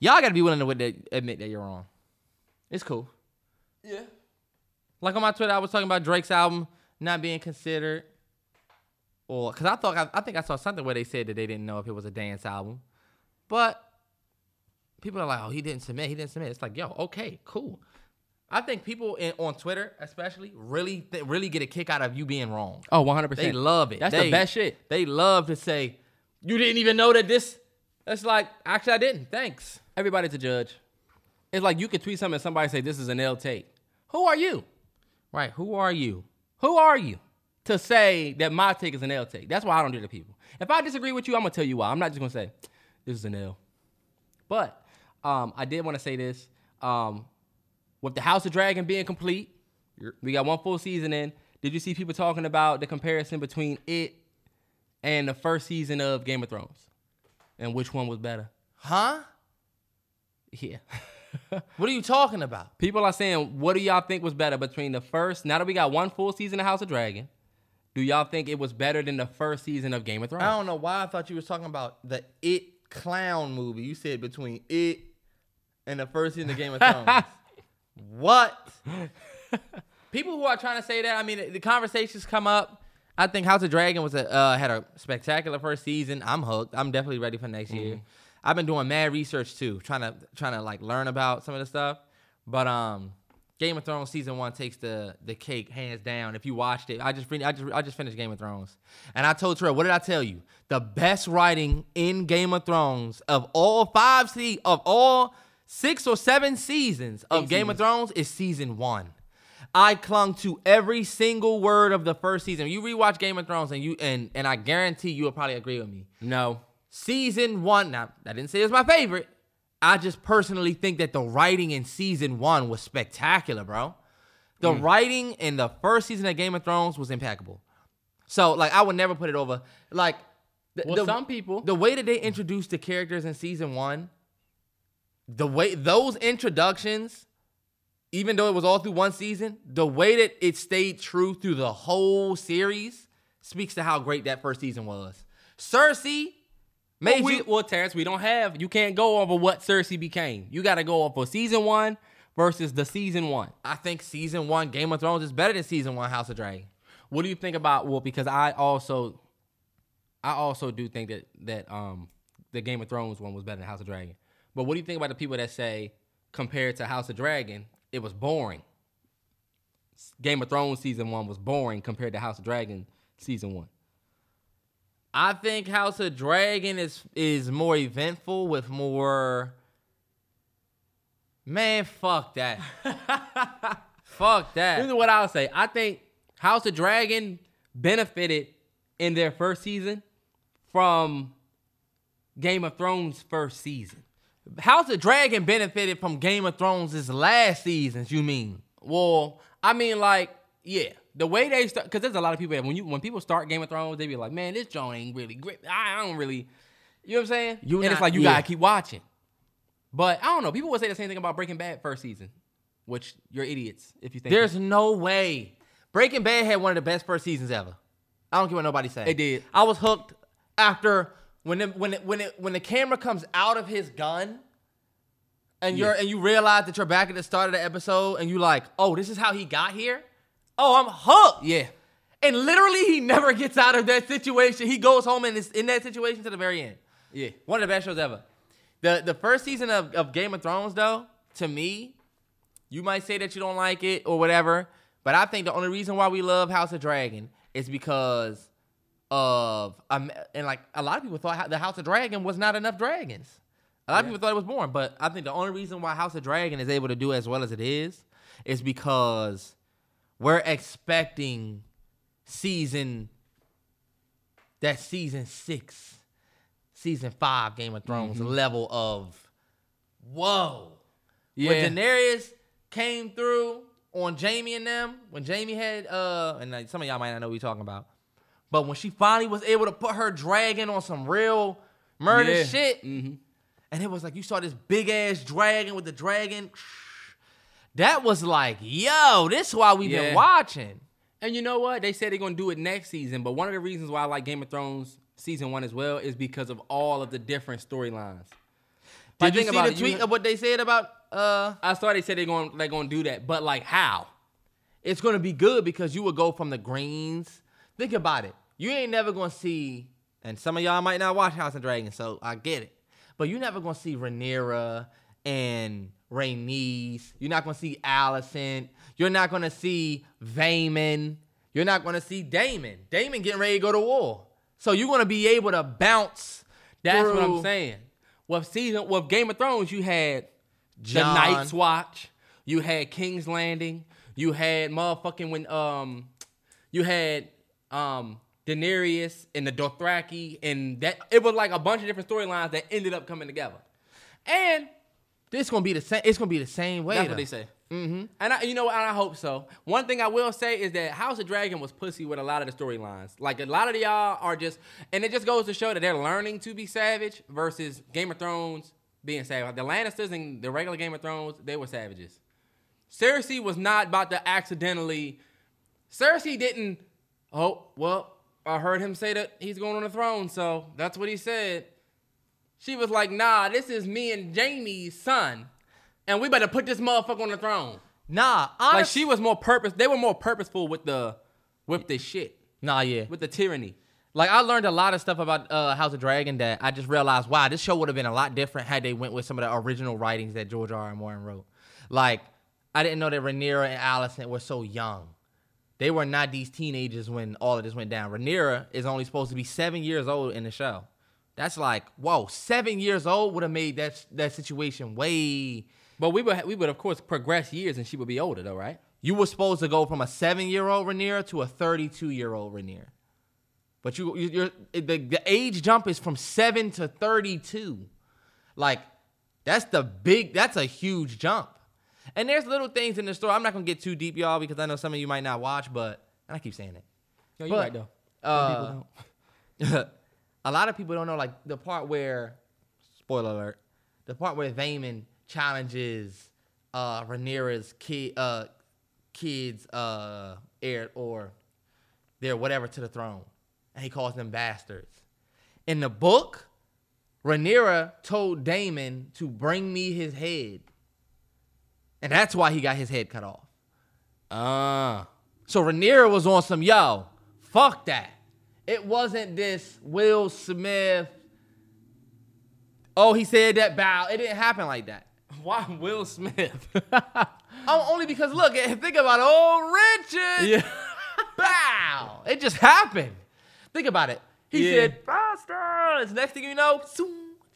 [SPEAKER 9] y'all got to be willing to admit that, admit that you're wrong. It's cool.
[SPEAKER 11] Yeah.
[SPEAKER 9] Like on my Twitter, I was talking about Drake's album not being considered, or because I thought I, I think I saw something where they said that they didn't know if it was a dance album, but people are like, "Oh, he didn't submit. He didn't submit." It's like, "Yo, okay, cool." I think people in, on Twitter, especially, really th- really get a kick out of you being wrong.
[SPEAKER 11] Oh, 100%.
[SPEAKER 9] They love it.
[SPEAKER 11] That's
[SPEAKER 9] They-
[SPEAKER 11] the best shit.
[SPEAKER 9] They love to say, "You didn't even know that this." It's like, actually, I didn't. Thanks.
[SPEAKER 11] Everybody's a judge. It's like you could tweet something and somebody say, this is an L take. Who are you?
[SPEAKER 9] Right? Who are you?
[SPEAKER 11] Who are you to say that my take is an L take? That's why I don't do it to people. If I disagree with you, I'm gonna tell you why. I'm not just gonna say this is an L. But um, I did want to say this um, with the House of Dragon being complete. We got one full season in. Did you see people talking about the comparison between it and the first season of Game of Thrones, and which one was better?
[SPEAKER 9] Huh?
[SPEAKER 11] Yeah.
[SPEAKER 9] What are you talking about?
[SPEAKER 11] People are saying, what do y'all think was better between the first? Now that we got one full season of House of Dragon, do y'all think it was better than the first season of Game of Thrones?
[SPEAKER 9] I don't know why I thought you was talking about the It clown movie. You said between It and the first season of Game of Thrones. what? People who are trying to say that, I mean, the conversations come up. I think House of Dragon was a uh, had a spectacular first season. I'm hooked. I'm definitely ready for next year. I've been doing mad research too, trying to trying to like learn about some of the stuff. But um, Game of Thrones season one takes the the cake hands down. If you watched it, I just fin- I just I just finished Game of Thrones, and I told Terrell, what did I tell you? The best writing in Game of Thrones of all five se- of all six or seven seasons of Game of Thrones is season one. I clung to every single word of the first season. You rewatch Game of Thrones and you and and I guarantee you'll probably agree with me.
[SPEAKER 11] No.
[SPEAKER 9] Season one, now I didn't say it was my favorite. I just personally think that the writing in season one was spectacular, bro. The
[SPEAKER 11] Mm.
[SPEAKER 9] writing in the first season of Game of Thrones was impeccable. So like I would never put it over. Like th-
[SPEAKER 11] Well, some people-
[SPEAKER 9] the way that they introduced the characters in season one, the way those introductions, even though it was all through one season, the way that it stayed true through the whole series speaks to how great that first season was. Cersei
[SPEAKER 11] Made well, you well, Terrence. We don't have. You can't go over what Cersei became. You got to go over season one versus the season one.
[SPEAKER 9] I think season one Game of Thrones is better than season one House of Dragon.
[SPEAKER 11] What do you think about? Well, because I also, I also do think that that um the Game of Thrones one was better than House of Dragon. But what do you think about the people that say compared to House of Dragon, it was boring? Game of Thrones season one was boring compared to House of Dragon season one.
[SPEAKER 9] I think House of Dragon is is more eventful with more. Man, fuck that. fuck that.
[SPEAKER 11] This is what I'll say. I think House of Dragon benefited in their first season from Game of Thrones first season.
[SPEAKER 9] House of Dragon benefited from Game of Thrones' last seasons, you mean?
[SPEAKER 11] Well, I mean like, yeah the way they start because there's a lot of people that when you when people start Game of Thrones, they be like, man, this joint ain't really great. I, I don't really, you know what I'm saying? You and not, it's like you yeah. gotta keep watching. But I don't know. People would say the same thing about Breaking Bad first season, which you're idiots if you think.
[SPEAKER 9] There's that. no way. Breaking Bad had one of the best first seasons ever. I don't care what nobody said.
[SPEAKER 11] It did.
[SPEAKER 9] I was hooked after when the, when it, when it, when the camera comes out of his gun and yeah. you're and you realize that you're back at the start of the episode and you like, "Oh, this is how he got here?" Oh, I'm hooked.
[SPEAKER 11] Yeah.
[SPEAKER 9] And literally, he never gets out of that situation. He goes home and is in that situation to the very end.
[SPEAKER 11] Yeah.
[SPEAKER 9] One of the best shows ever. The the first season of, of Game of Thrones, though, to me, you might say that you don't like it or whatever, but I think the only reason why we love House of Dragon is because of um, and like a lot of people thought the House of Dragon was not enough dragons. A lot yeah. of people thought it was boring, but I think the only reason why House of Dragon is able to do as well as it is is because we're expecting season that season six, season five Game of Thrones mm-hmm. level of whoa. Yeah. When Daenerys came through on Jamie and them, when Jamie had uh and like some of y'all might not know what we're talking about, but when she finally was able to put her dragon on some real murder yeah. shit, mm-hmm. and it was like you saw this big ass dragon with the dragon that was like, yo, this is why we've yeah. been watching.
[SPEAKER 11] And you know what? They said they're gonna do it next season, but one of the reasons why I like Game of Thrones season one as well is because of all of the different storylines.
[SPEAKER 9] Did you see the tweet you, of what they said about? Uh,
[SPEAKER 11] I saw they said they're gonna they're gonna do that, but like how?
[SPEAKER 9] It's gonna be good because you will go from the greens. Think about it. You ain't never gonna see, and some of y'all might not watch House of Dragons, so I get it. But you're never gonna see Rhaenyra and Rhaenys. You're not gonna see Allison. You're not gonna see Vayman. You're not gonna see Damon. Damon getting ready to go to war. So you're gonna be able to bounce.
[SPEAKER 11] That's through. what I'm saying. With season with Game of Thrones, you had John. the Night's Watch. You had King's Landing. You had motherfucking when um you had um Daenerys and the Dothraki and that it was like a bunch of different storylines that ended up coming together. And
[SPEAKER 9] this gonna be the same. It's gonna be the same way.
[SPEAKER 11] That's though. what they say. Mm-hmm. And I, you know, and I hope so. One thing I will say is that House of Dragon was pussy with a lot of the storylines. Like a lot of y'all are just, and it just goes to show that they're learning to be savage versus Game of Thrones being savage. Like the Lannisters and the regular Game of Thrones, they were savages. Cersei was not about to accidentally. Cersei didn't. Oh well, I heard him say that he's going on the throne, so that's what he said she was like, nah, this is me and Jamie's son. And we better put this motherfucker on the throne.
[SPEAKER 9] Nah,
[SPEAKER 11] honest- like she was more purpose. They were more purposeful with the with the shit.
[SPEAKER 9] Nah, yeah,
[SPEAKER 11] with the tyranny.
[SPEAKER 9] Like I learned a lot of stuff about uh, House of Dragon that I just realized, wow, this show would have been a lot different had they went with some of the original writings that George R. R. Martin wrote. Like I didn't know that Rhaenyra and Allison were so young. They were not these teenagers when all of this went down. Rhaenyra is only supposed to be seven years old in the show. That's like, whoa, seven years old would have made that that situation way.
[SPEAKER 11] But we would we would of course progress years, and she would be older though, right?
[SPEAKER 9] You were supposed to go from a seven year old Rainier to a thirty two year old Rainier, but you you're, the the age jump is from seven to thirty two, like that's the big that's a huge jump. And there's little things in the story. I'm not gonna get too deep, y'all, because I know some of you might not watch, but and I keep saying it.
[SPEAKER 11] No, you're but, right though.
[SPEAKER 9] Uh, people a lot of people don't know like the part where spoiler alert the part where Vayman challenges uh Rhaenyra's kid uh kids uh heir or their whatever to the throne and he calls them bastards in the book Rhaenyra told Damon to bring me his head. And that's why he got his head cut off. Uh, so Rhaenyra was on some, yo, fuck that. It wasn't this Will Smith, oh, he said that bow. It didn't happen like that.
[SPEAKER 11] Why Will Smith?
[SPEAKER 9] Oh, only because look, eh, think about old Richard.
[SPEAKER 11] Yeah.
[SPEAKER 9] Bow. It just happened. Think about it. He
[SPEAKER 11] Yeah.
[SPEAKER 9] said, bastards. Next thing you know, zoom,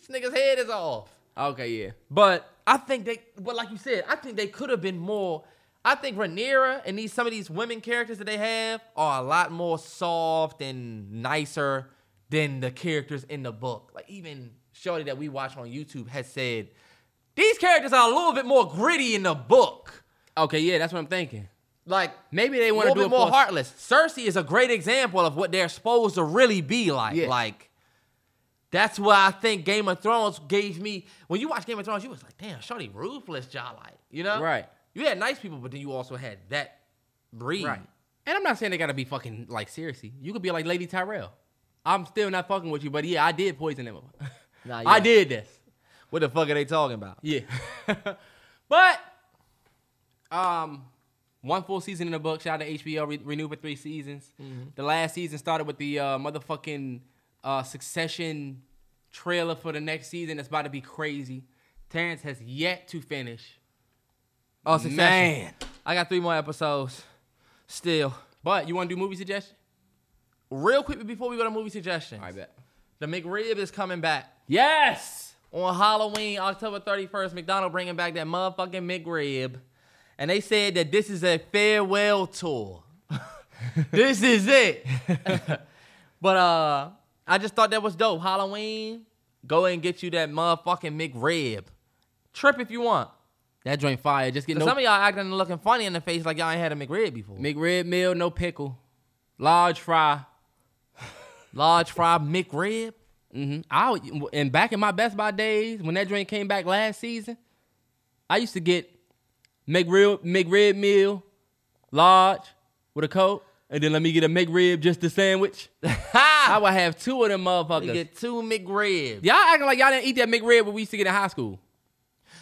[SPEAKER 9] this nigga's head is off.
[SPEAKER 11] okay, yeah.
[SPEAKER 9] But I think they, but like you said, I think they could have been more. I think Rhaenyra and these some of these women characters that they have are a lot more soft and nicer than the characters in the book. Like even Shorty that we watch on YouTube has said these characters are a little bit more gritty in the book.
[SPEAKER 11] Okay, yeah, that's what I'm thinking.
[SPEAKER 9] Like
[SPEAKER 11] Maybe they
[SPEAKER 9] a
[SPEAKER 11] want
[SPEAKER 9] little
[SPEAKER 11] to do
[SPEAKER 9] bit
[SPEAKER 11] it
[SPEAKER 9] more
[SPEAKER 11] for-
[SPEAKER 9] heartless. Cersei is a great example of what they're supposed to really be like.
[SPEAKER 11] Yeah.
[SPEAKER 9] Like that's why I think Game of Thrones gave me. When you watch Game of Thrones, you was like, damn, Shorty ruthless, y'all like, you know?
[SPEAKER 11] Right.
[SPEAKER 9] You had nice people, but then you also had that breed.
[SPEAKER 11] Right. And I'm not saying they gotta be fucking like seriously. You could be like Lady Tyrell. I'm still not fucking with you, but yeah, I did poison him.
[SPEAKER 9] Nah, yeah.
[SPEAKER 11] I did this.
[SPEAKER 9] What the fuck are they talking about?
[SPEAKER 11] Yeah. but um one full season in the book. Shout out to HBO re- renewed for three seasons.
[SPEAKER 9] Mm-hmm.
[SPEAKER 11] The last season started with the uh, motherfucking uh, Succession trailer for the next season. That's about to be crazy. Terrence has yet to finish.
[SPEAKER 9] Oh, Succession.
[SPEAKER 11] Man.
[SPEAKER 9] I got three more episodes. Still.
[SPEAKER 11] But you want to do movie suggestion?
[SPEAKER 9] Real quick before we go to movie suggestions.
[SPEAKER 11] I bet.
[SPEAKER 9] The McRib is coming back.
[SPEAKER 11] Yes.
[SPEAKER 9] on Halloween, October 31st, McDonald bringing back that motherfucking McRib. And they said that this is a farewell tour. this is it. but uh I just thought that was dope. Halloween, go and get you that motherfucking McRib. Trip if you want.
[SPEAKER 11] That joint fire. Just get no
[SPEAKER 9] 'Cause Some of y'all acting and looking funny in the face like y'all ain't had a McRib before.
[SPEAKER 11] McRib meal, no pickle, large fry.
[SPEAKER 9] Large fried McRib.
[SPEAKER 11] hmm
[SPEAKER 9] Mm-hmm.
[SPEAKER 11] I would- and back in my Best Buy days when that drink came back last season, I used to get McRib McRib meal, large with a coke, and then let me get a McRib just the sandwich. I would have two of them
[SPEAKER 9] You
[SPEAKER 11] motherfuckers.
[SPEAKER 9] get two McRibs.
[SPEAKER 11] Y'all acting like y'all didn't eat that McRib when we used to get in high school.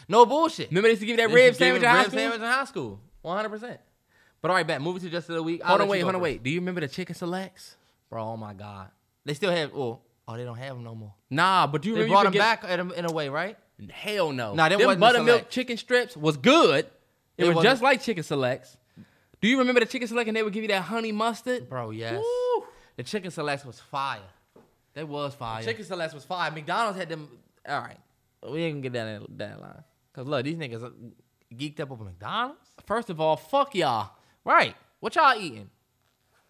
[SPEAKER 9] No bullship.
[SPEAKER 11] Remember they used to give you that
[SPEAKER 9] They
[SPEAKER 11] rib
[SPEAKER 9] used to give
[SPEAKER 11] sandwich
[SPEAKER 9] you
[SPEAKER 11] in high
[SPEAKER 9] rib
[SPEAKER 11] school.
[SPEAKER 9] sandwich in high school. 100%. But all right, back. Movie suggestion of the week. I'll
[SPEAKER 11] Hold
[SPEAKER 9] let
[SPEAKER 11] on,
[SPEAKER 9] you
[SPEAKER 11] wait,
[SPEAKER 9] go
[SPEAKER 11] hold on,
[SPEAKER 9] first.
[SPEAKER 11] wait. Do you remember the chicken selects?
[SPEAKER 9] Bro, oh my God. They still have, oh, oh they don't have them no more.
[SPEAKER 11] Nah, but do you
[SPEAKER 9] They
[SPEAKER 11] remember
[SPEAKER 9] brought
[SPEAKER 11] you
[SPEAKER 9] them
[SPEAKER 11] could get-
[SPEAKER 9] back at a- in a way, right?
[SPEAKER 11] Hell no.
[SPEAKER 9] Nah, them
[SPEAKER 11] them
[SPEAKER 9] wasn't
[SPEAKER 11] buttermilk
[SPEAKER 9] select.
[SPEAKER 11] chicken strips was good. It,
[SPEAKER 9] They
[SPEAKER 11] was
[SPEAKER 9] wasn't-
[SPEAKER 11] just like chicken selects. Do you remember the chicken select and they would give you that honey mustard?
[SPEAKER 9] Bro, yes.
[SPEAKER 11] Woo.
[SPEAKER 9] The chicken selects was fire.
[SPEAKER 11] That was fire.
[SPEAKER 9] Chicken selects was fire. McDonald's had them. All right, we ain't gonna get that in that line. Cause look, these niggas are geeked up over McDonald's.
[SPEAKER 11] First of all, fuck y'all.
[SPEAKER 9] Right? What y'all eating?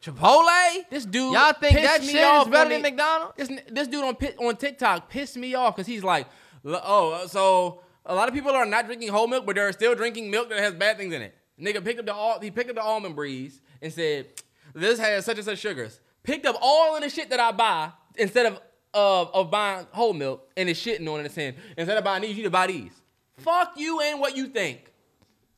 [SPEAKER 9] Chipotle?
[SPEAKER 11] This dude
[SPEAKER 9] Y'all think
[SPEAKER 11] pissed
[SPEAKER 9] that
[SPEAKER 11] me
[SPEAKER 9] shit
[SPEAKER 11] off
[SPEAKER 9] is better
[SPEAKER 11] when
[SPEAKER 9] than
[SPEAKER 11] they-
[SPEAKER 9] McDonald's?
[SPEAKER 11] This, n- this dude on pit, on TikTok pissed me off because he's like, "L- oh, so a lot of people are not drinking whole milk, but they're still drinking milk that has bad things in it. Nigga picked up the al- he picked up the almond breeze and said, this has such and such sugars. Picked up all of the shit that I buy instead of of, of buying whole milk and is shitting on it and saying instead of buying these, you need to buy these. Fuck you and what you think.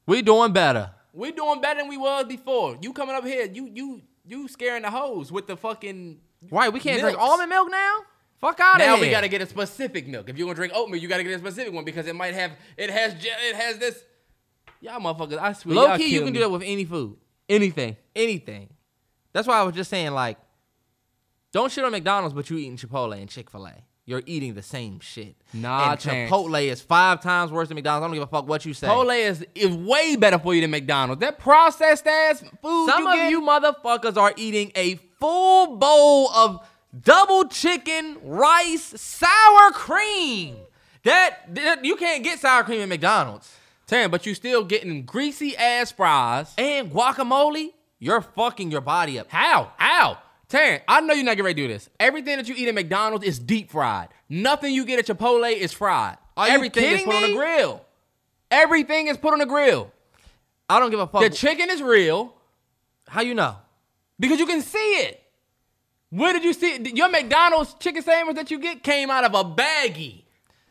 [SPEAKER 9] We doing better.
[SPEAKER 11] We're doing better than we was before. You coming up here, you you you scaring the hoes with the fucking
[SPEAKER 9] Right? We can't drink
[SPEAKER 11] Milks.
[SPEAKER 9] almond milk now. Fuck out of here.
[SPEAKER 11] now we gotta get a specific milk. If you're gonna drink oatmeal, you gotta get a specific one because it might have it has ge- it has this. Y'all motherfuckers, I swear.
[SPEAKER 9] Low
[SPEAKER 11] y'all
[SPEAKER 9] key, you
[SPEAKER 11] kill
[SPEAKER 9] can
[SPEAKER 11] me.
[SPEAKER 9] do that with any food.
[SPEAKER 11] anything.
[SPEAKER 9] anything. That's why I was just saying, like, don't shit on McDonald's, but you eating Chipotle and Chick Fil A. You're eating the same shit.
[SPEAKER 11] Nah,
[SPEAKER 9] and
[SPEAKER 11] Terrence.
[SPEAKER 9] Chipotle is five times worse than McDonald's. I don't give a fuck what you say.
[SPEAKER 11] Chipotle is, is way better for you than McDonald's. That processed ass food.
[SPEAKER 9] Some
[SPEAKER 11] you
[SPEAKER 9] of
[SPEAKER 11] get,
[SPEAKER 9] you motherfuckers are eating a full bowl of double chicken, rice, sour cream. That, that you can't get sour cream at McDonald's.
[SPEAKER 11] Tam, but you still getting greasy ass fries.
[SPEAKER 9] And guacamole, you're fucking your body up.
[SPEAKER 11] How? How? Terrence, I know you're not getting ready to do this. Everything that you eat at McDonald's is deep fried. Nothing you get at Chipotle is fried.
[SPEAKER 9] Are you
[SPEAKER 11] Everything is
[SPEAKER 9] kidding
[SPEAKER 11] put on
[SPEAKER 9] me?
[SPEAKER 11] the grill. Everything is put on the grill.
[SPEAKER 9] I don't give a fuck.
[SPEAKER 11] The chicken is real
[SPEAKER 9] How you know?
[SPEAKER 11] because you can see it. Where did you see it? Your McDonald's chicken sandwich that you get came out of a baggie.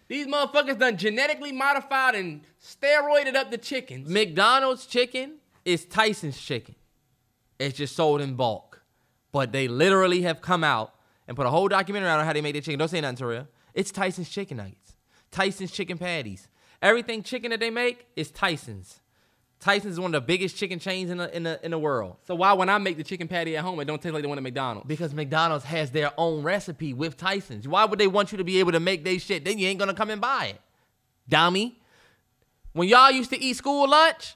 [SPEAKER 11] These motherfuckers done genetically modified and steroided up the chickens.
[SPEAKER 9] McDonald's chicken is Tyson's chicken. It's just sold in bulk. But they literally have come out and put a whole documentary out on how they make their chicken. Don't say nothing to real. It's Tyson's chicken nuggets, Tyson's chicken patties. Everything chicken that they make is Tyson's. Tyson's is one of the biggest chicken chains in the in the in the world.
[SPEAKER 11] So why when I make the chicken patty at home, it don't taste like the one at McDonald's?
[SPEAKER 9] Because McDonald's has their own recipe with Tyson's. Why would they want you to be able to make their shit? Then you ain't gonna come and buy it. Dummy. When y'all used to eat school lunch,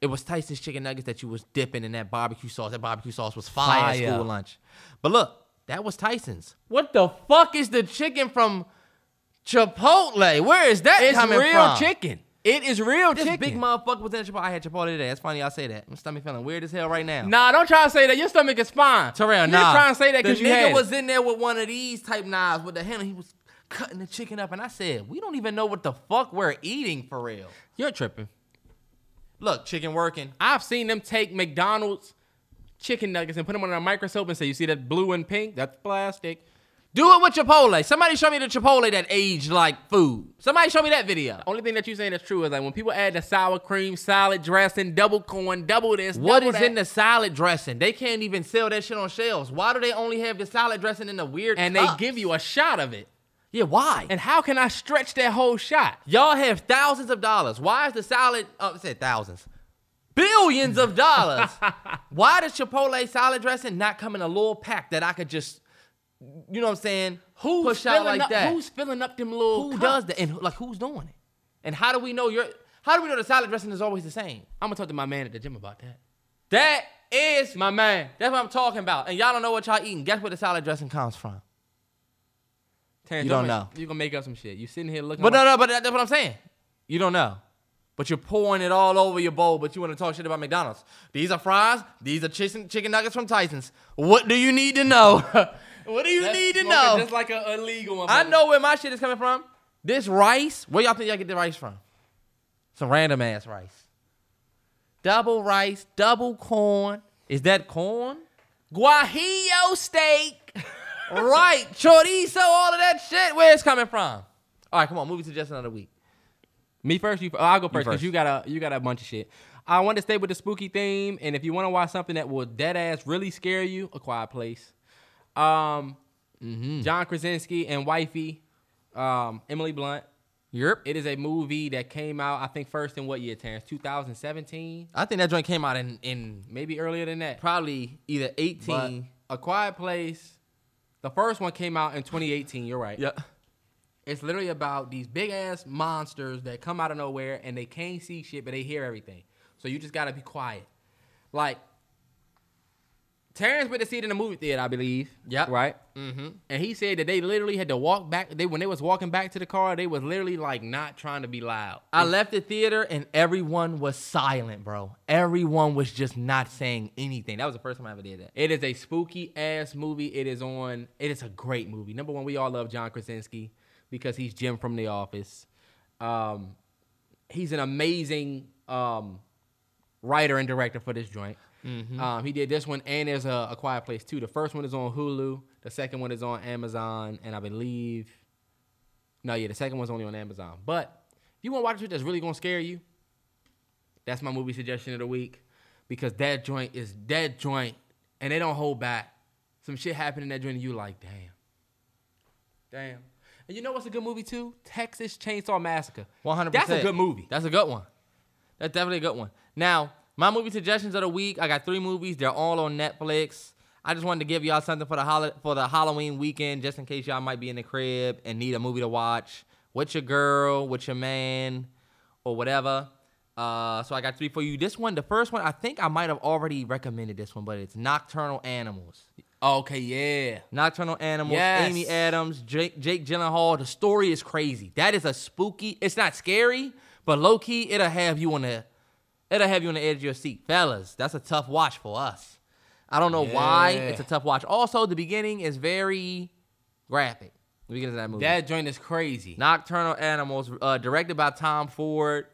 [SPEAKER 9] it was Tyson's chicken nuggets that you was dipping in that barbecue sauce. That barbecue sauce was fire,
[SPEAKER 11] Fire.
[SPEAKER 9] at school lunch. But look, that was Tyson's. What the fuck is the chicken from Chipotle? Where is that
[SPEAKER 11] It's
[SPEAKER 9] coming
[SPEAKER 11] real
[SPEAKER 9] from?
[SPEAKER 11] chicken. It is real
[SPEAKER 9] This
[SPEAKER 11] chicken.
[SPEAKER 9] big motherfucker was in Chipotle. I had Chipotle today. That's funny y'all say that. My stomach feeling weird as hell right now.
[SPEAKER 11] nah, don't try to say that. Your stomach is fine.
[SPEAKER 9] Terrell,
[SPEAKER 11] You're
[SPEAKER 9] nah.
[SPEAKER 11] trying to say that
[SPEAKER 9] The
[SPEAKER 11] because you
[SPEAKER 9] nigga
[SPEAKER 11] had it.
[SPEAKER 9] was in there with one of these type knives with the handle. He was cutting the chicken up, and I said, "We don't even know what the fuck we're eating for real."
[SPEAKER 11] You're tripping.
[SPEAKER 9] Look, chicken working.
[SPEAKER 11] I've seen them take McDonald's chicken nuggets and put them on a microscope and say, "You see that blue and pink? That's plastic."
[SPEAKER 9] Do it with Chipotle. Somebody show me the Chipotle that aged like food. Somebody show me that video.
[SPEAKER 11] Only thing that you're saying that's true is like when people add the sour cream, salad dressing, double corn, double this.
[SPEAKER 9] What
[SPEAKER 11] double
[SPEAKER 9] is
[SPEAKER 11] that.
[SPEAKER 9] in the salad dressing? They can't even sell that shit on shelves. Why do they only have the salad dressing in the weird?
[SPEAKER 11] And
[SPEAKER 9] cups?
[SPEAKER 11] they give you a shot of it.
[SPEAKER 9] yeah. Why?
[SPEAKER 11] And how can I stretch that whole shot?
[SPEAKER 9] Y'all have thousands of dollars. Why is the salad? Oh, I said thousands, billions of dollars. Why does Chipotle salad dressing not come in a little pack that I could just, you know what I'm saying?
[SPEAKER 11] Who's
[SPEAKER 9] push
[SPEAKER 11] filling
[SPEAKER 9] out like
[SPEAKER 11] up,
[SPEAKER 9] that?
[SPEAKER 11] Who's filling up them little?
[SPEAKER 9] Who
[SPEAKER 11] cups?
[SPEAKER 9] does that? And like who's doing it? And how do we know your? How do we know the salad dressing is always the same?
[SPEAKER 11] I'm gonna talk to my man at the gym about that.
[SPEAKER 9] That is my man. That's what I'm talking about. And y'all don't know what y'all eating. Guess where the salad dressing comes from?
[SPEAKER 11] Terrence,
[SPEAKER 9] You don't
[SPEAKER 11] make-
[SPEAKER 9] know.
[SPEAKER 11] You gonna make up some shit. You sitting here looking.
[SPEAKER 9] But no,
[SPEAKER 11] like,
[SPEAKER 9] no, but that- that's what I'm saying. You don't know. But you're pouring it all over your bowl, but you want to talk shit about McDonald's. These are fries. These are chicken, chicken nuggets from Tyson's. What do you need to know? what do you need to know?
[SPEAKER 11] Just like a illegal one.
[SPEAKER 9] I know where my shit is coming from. This rice, where y'all think y'all get the rice from? Some random ass rice. Double rice, double corn. Is that corn? Guajillo steak. right. Chorizo, all of that shit. Where it's coming from? All right, come on. Movie suggestion of the week.
[SPEAKER 11] Me first. You. oh, I'll go first
[SPEAKER 9] first.
[SPEAKER 11] because you got a you got a bunch of shit. I want to stay with the spooky theme, and if you want to watch something that will dead ass really scare you, A Quiet Place. Um,
[SPEAKER 9] Mm.
[SPEAKER 11] John Krasinski and wifey, um, Emily Blunt.
[SPEAKER 9] Europe.
[SPEAKER 11] It is a movie that came out, I think, first in what year, Terrence? 2017,
[SPEAKER 9] I think that joint came out in, in
[SPEAKER 11] maybe earlier than that.
[SPEAKER 9] probably either 18.
[SPEAKER 11] But a Quiet Place. The first one came out in 2018. You're right.
[SPEAKER 9] yeah.
[SPEAKER 11] It's literally about these big ass monsters that come out of nowhere and they can't see shit, but they hear everything. So you just gotta be quiet. Like Terrence went to see it in the movie theater, I believe.
[SPEAKER 9] Yep.
[SPEAKER 11] Right. Mm-hmm. And he said that they literally had to walk back. They when they was walking back to the car, they was literally like not trying to be loud.
[SPEAKER 9] I left the theater and everyone was silent, bro. Everyone was just not saying anything. That was the first time I ever did that.
[SPEAKER 11] It is a spooky ass movie. It is on. It is a great movie. Number one, we all love John Krasinski because he's Jim from The Office. Um, he's an amazing um, writer and director for this joint. Um, he did this one, and there's a, a Quiet Place too. The first one is on Hulu. The second one is on Amazon, and I believe. No, yeah, the second one's only on Amazon. But if you want to watch it that's really gonna scare you, that's my movie suggestion of the week because that joint is that joint, and they don't hold back. Some shit happened in that joint, and you like, damn, damn. And you know what's a good movie too? Texas Chainsaw Massacre.
[SPEAKER 9] 100%.
[SPEAKER 11] That's a good movie.
[SPEAKER 9] That's a good one. That's definitely a good one. Now, my movie suggestions of the week, I got three movies. They're all on Netflix. I just wanted to give y'all something for the hol- for the Halloween weekend, just in case y'all might be in the crib and need a movie to watch with your girl, with your man, or whatever. Uh, so I got three for you. This one, the first one, I think I might have already recommended this one, but it's Nocturnal Animals.
[SPEAKER 11] Oh, Okay, yeah.
[SPEAKER 9] Nocturnal Animals,
[SPEAKER 11] Yes.
[SPEAKER 9] Amy Adams, Jake, Jake Gyllenhaal. The story is crazy. That is a spooky. It's not scary, but low key, it'll have you on the, it'll have you on the edge of your seat, fellas. That's a tough watch for us. I don't know why
[SPEAKER 11] Yeah.
[SPEAKER 9] it's a tough watch. Also, the beginning is very graphic. The beginning of that movie.
[SPEAKER 11] That joint is crazy.
[SPEAKER 9] Nocturnal Animals, uh, directed by Tom Ford.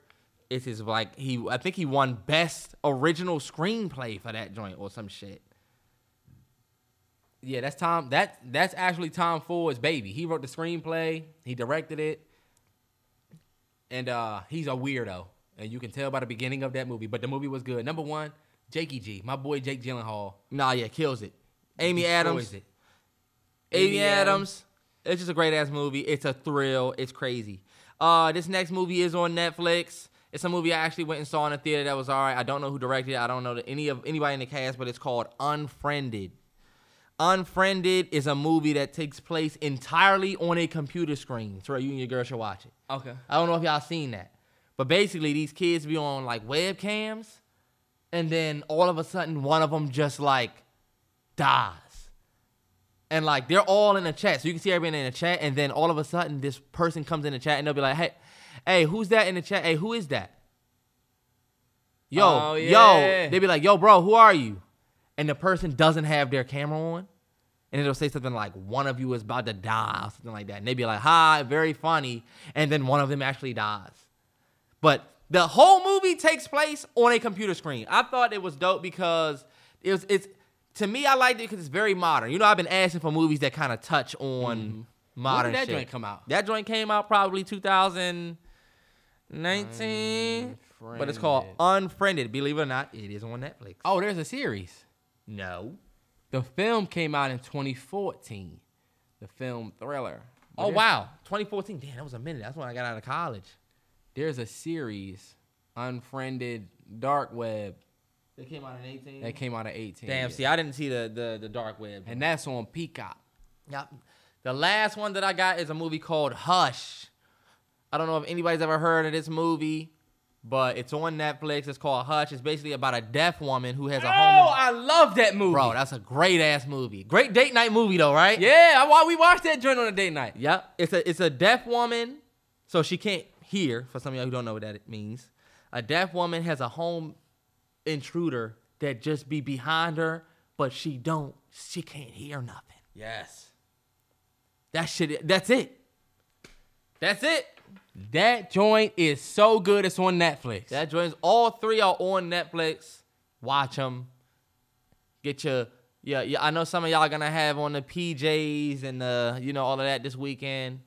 [SPEAKER 9] It's his like he. I think he won best original screenplay for that joint or some shit.
[SPEAKER 11] Yeah, that's Tom. That that's actually Tom Ford's baby. He wrote the screenplay. He directed it. And uh, he's a weirdo, and you can tell by the beginning of that movie. But the movie was good. Number one, Jakey G, my boy Jake Gyllenhaal.
[SPEAKER 9] Nah, yeah, kills it. Amy
[SPEAKER 11] destroys
[SPEAKER 9] Adams.
[SPEAKER 11] it.
[SPEAKER 9] Amy
[SPEAKER 11] Amy
[SPEAKER 9] Adams. It's just a great ass movie. It's a thrill. It's crazy. Uh, this next movie is on Netflix. It's a movie I actually went and saw in a theater that was all right. I don't know who directed it. I don't know the- any of anybody in the cast, but it's called Unfriended. Unfriended is a movie that takes place entirely on a computer screen. That's right. You and your girl should watch it.
[SPEAKER 11] Okay.
[SPEAKER 9] I don't know if y'all seen that, but basically these kids be on like webcams, and then all of a sudden one of them just like dies, and like they're all in the chat, so you can see everybody in the chat, and then all of a sudden this person comes in the chat and they'll be like, hey, hey, who's that in the chat? Hey, who is that? Yo,
[SPEAKER 11] Oh, yeah.
[SPEAKER 9] yo, they be like, yo, bro, who are you? And the person doesn't have their camera on and it'll say something like one of you is about to die or something like that and they'd be like hi very funny and then one of them actually dies but the whole movie takes place on a computer screen i thought it was dope because it was it's to me i liked it because it's very modern you know i've been asking for movies that kind of touch on modern
[SPEAKER 11] Mm-hmm. that
[SPEAKER 9] shit.
[SPEAKER 11] joint come out?
[SPEAKER 9] that joint came out probably 2019 but it's called unfriended believe it or not it is on netflix
[SPEAKER 11] Oh, there's a series.
[SPEAKER 9] no
[SPEAKER 11] The film came out in 2014. The film Thriller. But
[SPEAKER 9] oh
[SPEAKER 11] there's-
[SPEAKER 9] wow 2014 damn that was a minute that's when i got out of college
[SPEAKER 11] There's a series, Unfriended Dark Web,
[SPEAKER 9] They came out in 18.
[SPEAKER 11] that came out in 18. yeah.
[SPEAKER 9] Damn, see, I didn't see the the, the dark web.
[SPEAKER 11] And that's on Peacock.
[SPEAKER 9] Yep. The last one that I got is a movie called Hush. I don't know if anybody's ever heard of this movie, but it's on Netflix. It's called Hush. It's basically about a deaf woman who has a
[SPEAKER 11] Oh,
[SPEAKER 9] home.
[SPEAKER 11] I love that movie.
[SPEAKER 9] Bro, that's a great ass movie. Great date night movie though, right?
[SPEAKER 11] yeah, I, wa- we watched that joint on a date night.
[SPEAKER 9] Yep. It's a it's a deaf woman, so she can't hear. For some of y'all who don't know what that means, a deaf woman has a home intruder that just be behind her, but she don't. She can't hear nothing.
[SPEAKER 11] Yes.
[SPEAKER 9] That shit. That's it. That's it.
[SPEAKER 11] That joint is so good. It's on Netflix.
[SPEAKER 9] That joins. All three are on Netflix. Watch them. Get your yeah yeah. I know some of y'all gonna have on the PJs and the you know all of that this weekend.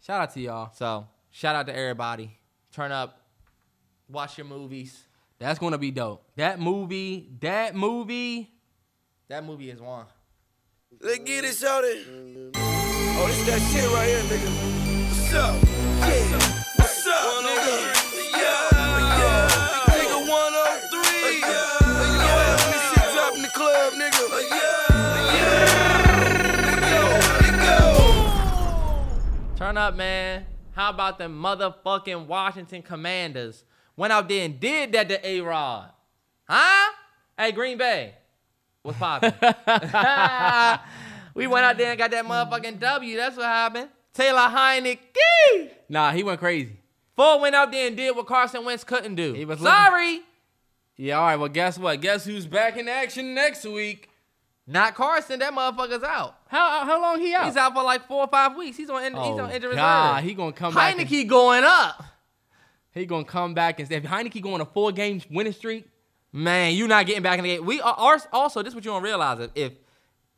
[SPEAKER 11] Shout out to y'all.
[SPEAKER 9] So shout out to everybody. Turn up. Watch your movies.
[SPEAKER 11] That's gonna be dope. That movie. That movie.
[SPEAKER 9] That movie is one.
[SPEAKER 7] Let's get it, shorty. Oh, this that shit right here, nigga. What's up? Yeah. What's up, nigga? Yeah. Yeah. Nigga 103. Yeah. Yeah. This shit's up in the club, nigga. Yeah.
[SPEAKER 9] Turn up, man. How about the motherfucking Washington Commanders went out there and did that to A Rod? Huh? Hey, Green Bay. What's poppin'? we went out there and got that motherfucking W. That's what happened. Taylor Heineke.
[SPEAKER 11] Nah, he went crazy.
[SPEAKER 9] Four went out there and did what Carson Wentz couldn't do.
[SPEAKER 11] He was looking-
[SPEAKER 9] Sorry.
[SPEAKER 11] Yeah. All right. Well, guess what? Guess who's back in action next week?
[SPEAKER 9] Not Carson. That motherfucker's out.
[SPEAKER 11] How uh, how long he out?
[SPEAKER 9] He's out for like four or five weeks. He's on, in- he's
[SPEAKER 11] Oh,
[SPEAKER 9] on injury
[SPEAKER 11] God,
[SPEAKER 9] reserve.
[SPEAKER 11] he gonna come back. and-
[SPEAKER 9] Heineke going up.
[SPEAKER 11] He gonna come back and if Heineke go on a four game winning streak,
[SPEAKER 9] Man, you not getting back in the game. We are ours- also this is what you don't realize if if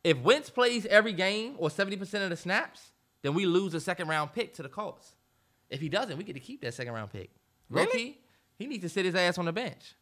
[SPEAKER 9] if Wentz plays every game or seventy percent of the snaps, then we lose a second round pick to the Colts. If he doesn't, we get to keep that second round pick.
[SPEAKER 11] Really?
[SPEAKER 9] Rookie, he needs to sit his ass on the bench.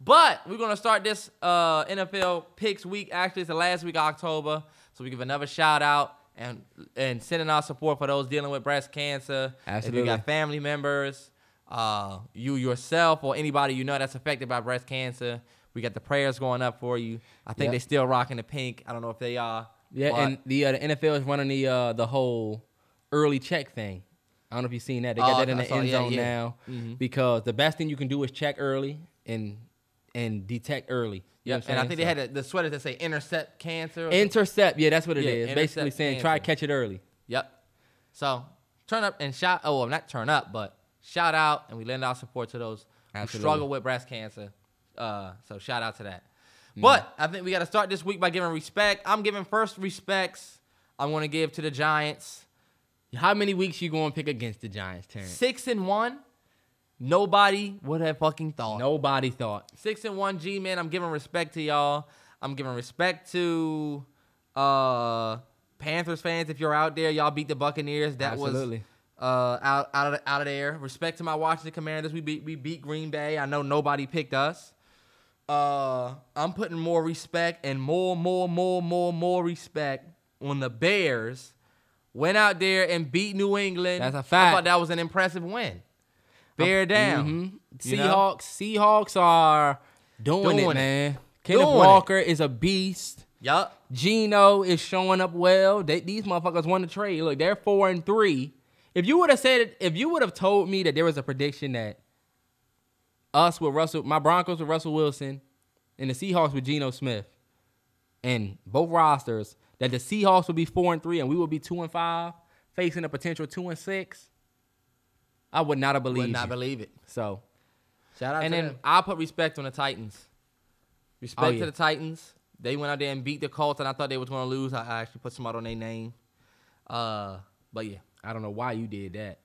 [SPEAKER 9] But we're gonna start this uh, NFL picks week. Actually, it's the last week of October, so we give another shout out and and sending our support for those dealing with breast cancer. If
[SPEAKER 11] Absolutely.
[SPEAKER 9] you got family members, uh, you yourself, or anybody you know that's affected by breast cancer, we got the prayers going up for you. I think
[SPEAKER 11] Yep.
[SPEAKER 9] they still rocking the pink. I don't know if they are.
[SPEAKER 11] yeah,
[SPEAKER 9] but-
[SPEAKER 11] and the uh, the NFL is running the uh, the whole early check thing. I don't know if you've seen that. They got
[SPEAKER 9] Oh,
[SPEAKER 11] that in
[SPEAKER 9] I
[SPEAKER 11] the
[SPEAKER 9] saw-
[SPEAKER 11] end
[SPEAKER 9] yeah,
[SPEAKER 11] zone
[SPEAKER 9] yeah.
[SPEAKER 11] now because the best thing you can do is check early and and detect early. You know
[SPEAKER 9] Yep,
[SPEAKER 11] what I'm
[SPEAKER 9] and I
[SPEAKER 11] saying?
[SPEAKER 9] think they
[SPEAKER 11] So-
[SPEAKER 9] had the- the sweaters that say intercept cancer. or
[SPEAKER 11] intercept. Yeah, that's what it
[SPEAKER 9] Yeah,
[SPEAKER 11] is. Basically
[SPEAKER 9] intercept
[SPEAKER 11] saying try to
[SPEAKER 9] cancer.
[SPEAKER 11] catch it early.
[SPEAKER 9] Yep. So turn up and shout. Oh, well, not turn up, but shout out, and we lend our support to those
[SPEAKER 11] Absolutely.
[SPEAKER 9] who struggle with breast cancer. Uh, so shout out to that. But I think we got to start this week by giving respect. I'm giving first respects. I'm going to give to the Giants,
[SPEAKER 11] How many weeks you going to pick against the Giants, Terrence?
[SPEAKER 9] six and one. Nobody would have fucking thought.
[SPEAKER 11] Nobody thought.
[SPEAKER 9] Six and one G man. I'm giving respect to y'all. I'm giving respect to uh Panthers fans. If you're out there, y'all beat the Buccaneers. That
[SPEAKER 11] Absolutely.
[SPEAKER 9] was uh out out of out of there. Respect to my Washington Commanders. We beat we beat Green Bay. I know nobody picked us. Uh I'm putting more respect and more, more, more, more, more respect on the Bears went out there and beat New England.
[SPEAKER 8] That's a
[SPEAKER 9] I
[SPEAKER 8] fact. mm-hmm.
[SPEAKER 9] thought that was an impressive win. Bear down.
[SPEAKER 8] Mhm.
[SPEAKER 9] You know?
[SPEAKER 8] Seahawks. Seahawks are doing,
[SPEAKER 9] Doing
[SPEAKER 8] it,
[SPEAKER 9] it.
[SPEAKER 8] man. Kenneth
[SPEAKER 9] Doing it.
[SPEAKER 8] Walker is a beast.
[SPEAKER 9] Yup.
[SPEAKER 8] Gino is showing up well. They, these motherfuckers won the trade. Look, they're four and three. If you would have said, if you would have told me that there was a prediction that us with Russell, my Broncos with Russell Wilson, and the Seahawks with Geno Smith, and both rosters, that the Seahawks would be four and three and we would be two and five, facing a potential two and six, I would not have believed.
[SPEAKER 9] Would not
[SPEAKER 8] you.
[SPEAKER 9] believe it.
[SPEAKER 8] So
[SPEAKER 9] Shout out
[SPEAKER 8] And
[SPEAKER 9] to
[SPEAKER 8] then-
[SPEAKER 9] them. I put respect on the Titans. Respect
[SPEAKER 8] Oh, yeah.
[SPEAKER 9] to the Titans. They went out there and beat the Colts, and I thought they was going to lose. I, I actually put somebody on their name. Uh, but yeah,
[SPEAKER 8] I don't know why you did that.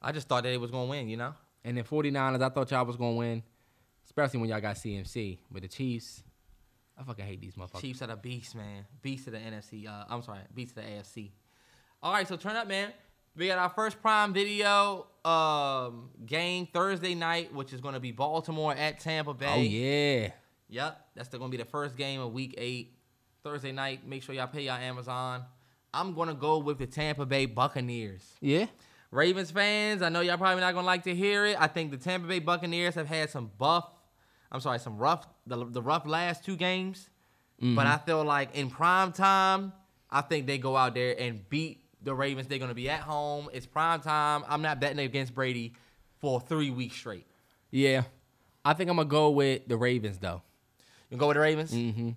[SPEAKER 9] I just thought that they was going to win. You know,
[SPEAKER 8] And then 49ers, I thought y'all was gonna win, especially when y'all got CMC. But the Chiefs, I fucking hate these motherfuckers.
[SPEAKER 9] Chiefs are the beast, man. Beast of the NFC. Uh, I'm sorry, beast of the AFC. All right, so turn up, man. We got our first prime video um, game Thursday night, which is going to be Baltimore at Tampa Bay.
[SPEAKER 8] Oh yeah,
[SPEAKER 9] Yep, that's going to be the first game of Week Eight, Thursday night. Make sure y'all pay y'all Amazon. I'm going to go with the Tampa Bay Buccaneers.
[SPEAKER 8] yeah.
[SPEAKER 9] Ravens fans, I know y'all probably not going to like to hear it. I think the Tampa Bay Buccaneers have had some buff. I'm sorry, some rough the, the rough last two games. But
[SPEAKER 8] Mm-hmm.
[SPEAKER 9] I feel like in prime time, I think they go out there and beat the Ravens. They're going to be at home. It's prime time. I'm not betting against Brady for 3 weeks straight.
[SPEAKER 8] Yeah, I think I'm gonna go with the Ravens though. Mm-hmm.
[SPEAKER 9] You go with the Ravens?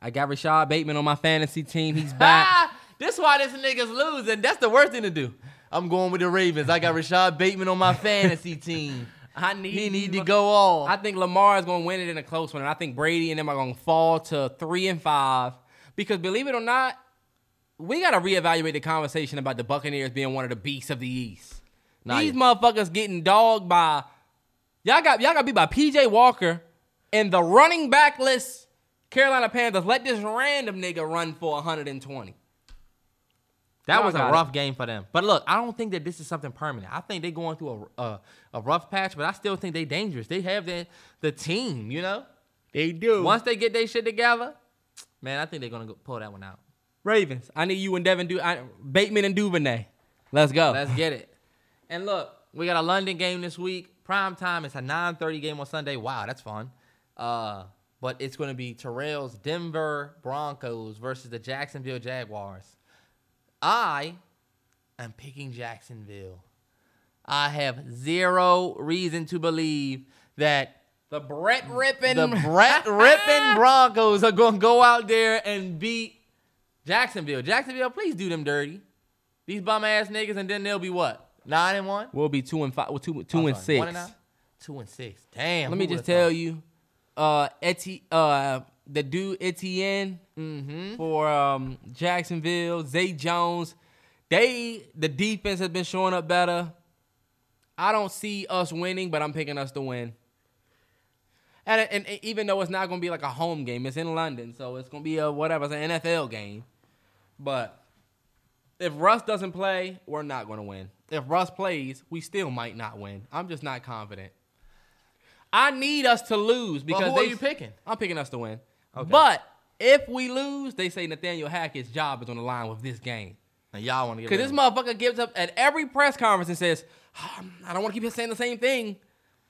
[SPEAKER 8] I got Rashad Bateman on my fantasy team. He's back.
[SPEAKER 9] Ah, this why this niggas losing. That's the worst thing to do. I'm going with the Ravens. I got Rashad Bateman on my fantasy team.
[SPEAKER 8] I need.
[SPEAKER 9] He need to
[SPEAKER 8] these
[SPEAKER 9] go off.
[SPEAKER 8] I think Lamar is going to win it in a close one, and I think Brady and them are going to fall to three and five because believe it or not, we got to reevaluate the conversation about the Buccaneers being one of the beasts of the East.
[SPEAKER 9] Nah,
[SPEAKER 8] These
[SPEAKER 9] yeah.
[SPEAKER 8] motherfuckers getting dogged by y'all got y'all got beat by P.J. Walker and the running backless Carolina Panthers. Let this random nigga run for 120.
[SPEAKER 9] That
[SPEAKER 8] Y'all
[SPEAKER 9] was a
[SPEAKER 8] got it.
[SPEAKER 9] rough game for them. But look, I don't think that this is something permanent. I think they're going through a, a a rough patch, but I still think they dangerous. They have the the team, you know.
[SPEAKER 8] They do.
[SPEAKER 9] Once they get their shit together, man, I think they're gonna go pull that one out.
[SPEAKER 8] Ravens. I need you and Devin du- I, Bateman and Duvernay. Let's go.
[SPEAKER 9] Let's get it. And look, we got a London game this week. Prime time. It's a 9:30 game on Sunday. Wow, that's fun. Uh, but it's going to be Terrell's Denver Broncos versus the Jacksonville Jaguars. I am picking Jacksonville. I have zero reason to believe that
[SPEAKER 8] the Brett ripping.
[SPEAKER 9] the Brett ripping Broncos are going to go out there and beat Jacksonville. Jacksonville, please do them dirty. These bum ass niggas, and then they'll be what nine and one,
[SPEAKER 8] We'll be two and five. Well, two, two and
[SPEAKER 9] Sorry,
[SPEAKER 8] six.
[SPEAKER 9] one and nine? two and six. Damn.
[SPEAKER 8] Let me just tell you, uh, Eti, uh, the dude Etienne
[SPEAKER 9] Mm-hmm.
[SPEAKER 8] for um, Jacksonville, Zay Jones, they the defense has been showing up better. I don't see us winning, but I'm picking us to win. And, and, and even though it's not going to be like a home game, it's in London, so it's going to be a whatever, it's an NFL game. But if Russ doesn't play, we're not going to win. If Russ plays, we still might not win. I'm just not confident. I need us to lose because
[SPEAKER 9] who
[SPEAKER 8] they,
[SPEAKER 9] are you picking?
[SPEAKER 8] I'm picking us to win. But if we lose, they say Nathaniel Hackett's job is on the line with this game.
[SPEAKER 9] And y'all want to get
[SPEAKER 8] Because this
[SPEAKER 9] rid of-
[SPEAKER 8] motherfucker gives up at every press conference and says, "Um, I don't want to keep saying the same thing,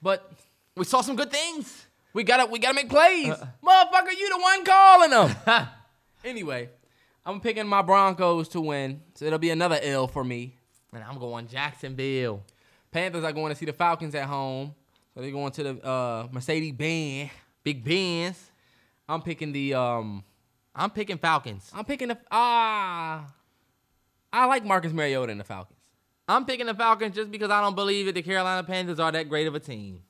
[SPEAKER 8] but
[SPEAKER 9] we saw some good things.
[SPEAKER 8] we gotta we gotta make plays.
[SPEAKER 9] Uh-uh.
[SPEAKER 8] Motherfucker, you the one calling them. anyway, I'm picking my Broncos to win. So it'll be another L for me.
[SPEAKER 9] And I'm going Jacksonville.
[SPEAKER 8] Panthers are going to see the Falcons at home. So they're going to the uh, Mercedes Benz.
[SPEAKER 9] Big Benz.
[SPEAKER 8] I'm picking the um
[SPEAKER 9] I'm picking Falcons.
[SPEAKER 8] I'm picking the ah I like Marcus Mariota and the Falcons.
[SPEAKER 9] I'm picking the Falcons just because I don't believe that the Carolina Panthers are that great of a team.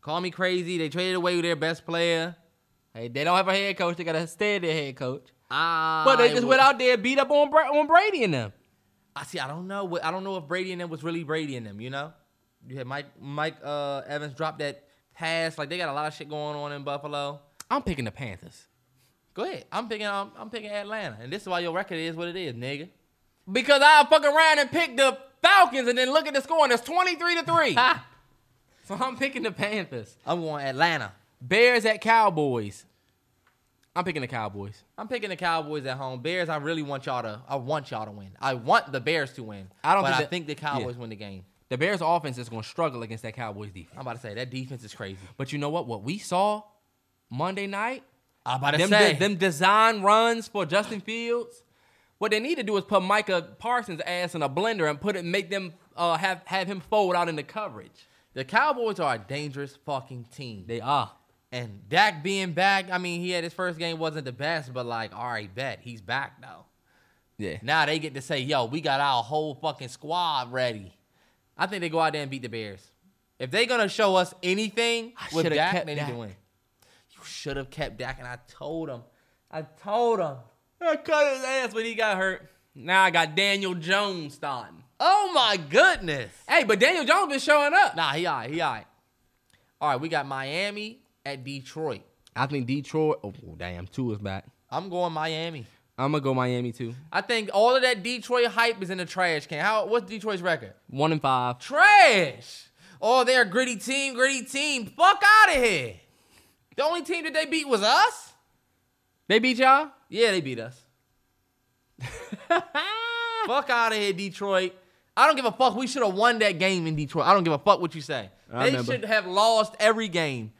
[SPEAKER 9] Call me crazy. They traded away their best player.
[SPEAKER 8] Hey, they don't have a head coach. They got a steady head coach.
[SPEAKER 9] I
[SPEAKER 8] But they just
[SPEAKER 9] would-
[SPEAKER 8] went out there and beat up on Bra- on Brady and them.
[SPEAKER 9] I see. I don't know. what- I don't know if Brady and them was really Brady and them. You know, you had Mike Mike uh, Evans drop that pass. Like they got a lot of shit going on in Buffalo.
[SPEAKER 8] I'm picking the Panthers
[SPEAKER 9] Go ahead. I'm picking. I'm, I'm picking Atlanta, and this is why your record is what it is, nigga.
[SPEAKER 8] because I fuck around and pick the Falcons and then look at the score and it's 23 to three.
[SPEAKER 9] Ha!
[SPEAKER 8] so I'm picking the Panthers.
[SPEAKER 9] I'm going Atlanta.
[SPEAKER 8] Bears at Cowboys. I'm picking the Cowboys.
[SPEAKER 9] I'm picking the Cowboys at home. Bears, I really want y'all to. I want y'all to win. I want the Bears to win.
[SPEAKER 8] I don't
[SPEAKER 9] But
[SPEAKER 8] think
[SPEAKER 9] I
[SPEAKER 8] that-
[SPEAKER 9] think the
[SPEAKER 8] yeah.
[SPEAKER 9] Cowboys win the game.
[SPEAKER 8] The Bears' offense is going to struggle against that Cowboys defense.
[SPEAKER 9] I'm about to say that defense is crazy.
[SPEAKER 8] But you know what? What we saw Monday night,
[SPEAKER 9] I'm about to
[SPEAKER 8] them,
[SPEAKER 9] say
[SPEAKER 8] de- them design runs for Justin Fields. What they need to do is put Micah Parsons' ass in a blender and put it, make them uh, have have him fold out in the coverage.
[SPEAKER 9] the Cowboys are a dangerous fucking team.
[SPEAKER 8] They are.
[SPEAKER 9] and Dak being back, I mean, he had his first game wasn't the best, but like, all right, bet he's back now.
[SPEAKER 8] Yeah.
[SPEAKER 9] Now they get to say, yo, we got our whole fucking squad ready. I think they go out there and beat the Bears. If they're gonna show us anything with
[SPEAKER 8] shoulda
[SPEAKER 9] Dak,
[SPEAKER 8] kept
[SPEAKER 9] they need
[SPEAKER 8] Dak.
[SPEAKER 9] to win. You should have kept Dak, and I told him. I told him. I cut his ass when he got hurt.
[SPEAKER 8] Now I got Daniel Jones starting.
[SPEAKER 9] Oh my goodness.
[SPEAKER 8] Hey, but Daniel Jones been showing up.
[SPEAKER 9] Nah, he all right. He all right. All right, we got Miami at Detroit.
[SPEAKER 8] I think Detroit. Oh damn, two is back.
[SPEAKER 9] I'm going Miami.
[SPEAKER 8] I'm gonna go Miami too.
[SPEAKER 9] I think all of that Detroit hype is in the trash can. How? What's Detroit's record?
[SPEAKER 8] One and five.
[SPEAKER 9] Trash. Oh, they're a gritty team, gritty team. Fuck out of here. The only team that they beat was us.
[SPEAKER 8] They beat y'all.
[SPEAKER 9] Yeah, they beat us. fuck out of here, Detroit. I don't give a fuck. We should have won that game in Detroit. I don't give a fuck what you say.
[SPEAKER 8] I
[SPEAKER 9] they
[SPEAKER 8] remember.
[SPEAKER 9] should have lost every game.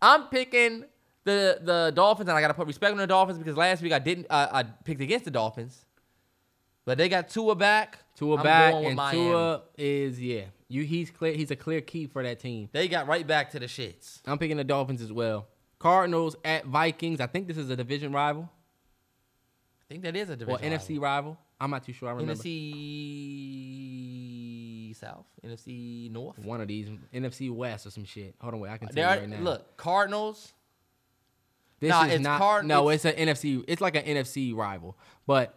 [SPEAKER 9] I'm picking the the Dolphins, and I gotta put respect on the Dolphins because last week I didn't. Uh, I picked against the Dolphins, but they got Tua back.
[SPEAKER 8] Tua
[SPEAKER 9] I'm
[SPEAKER 8] back
[SPEAKER 9] going with
[SPEAKER 8] and
[SPEAKER 9] Miami.
[SPEAKER 8] Tua is yeah. You he's clear. He's a clear key for that team.
[SPEAKER 9] They got right back to the shits.
[SPEAKER 8] I'm picking the Dolphins as well. Cardinals at Vikings. I think this is a division rival
[SPEAKER 9] I think that is a
[SPEAKER 8] or
[SPEAKER 9] division.
[SPEAKER 8] NFC rival. I'm not too sure. I remember
[SPEAKER 9] NFC South, NFC North.
[SPEAKER 8] one of these NFC West or some shit. Hold on, wait. I can
[SPEAKER 9] They
[SPEAKER 8] tell
[SPEAKER 9] are,
[SPEAKER 8] you right now.
[SPEAKER 9] Look, Cardinals.
[SPEAKER 8] this
[SPEAKER 9] nah,
[SPEAKER 8] is
[SPEAKER 9] it's
[SPEAKER 8] not.
[SPEAKER 9] Card-
[SPEAKER 8] no,
[SPEAKER 9] it's-
[SPEAKER 8] it's, an NFC. It's like an NFC rival, but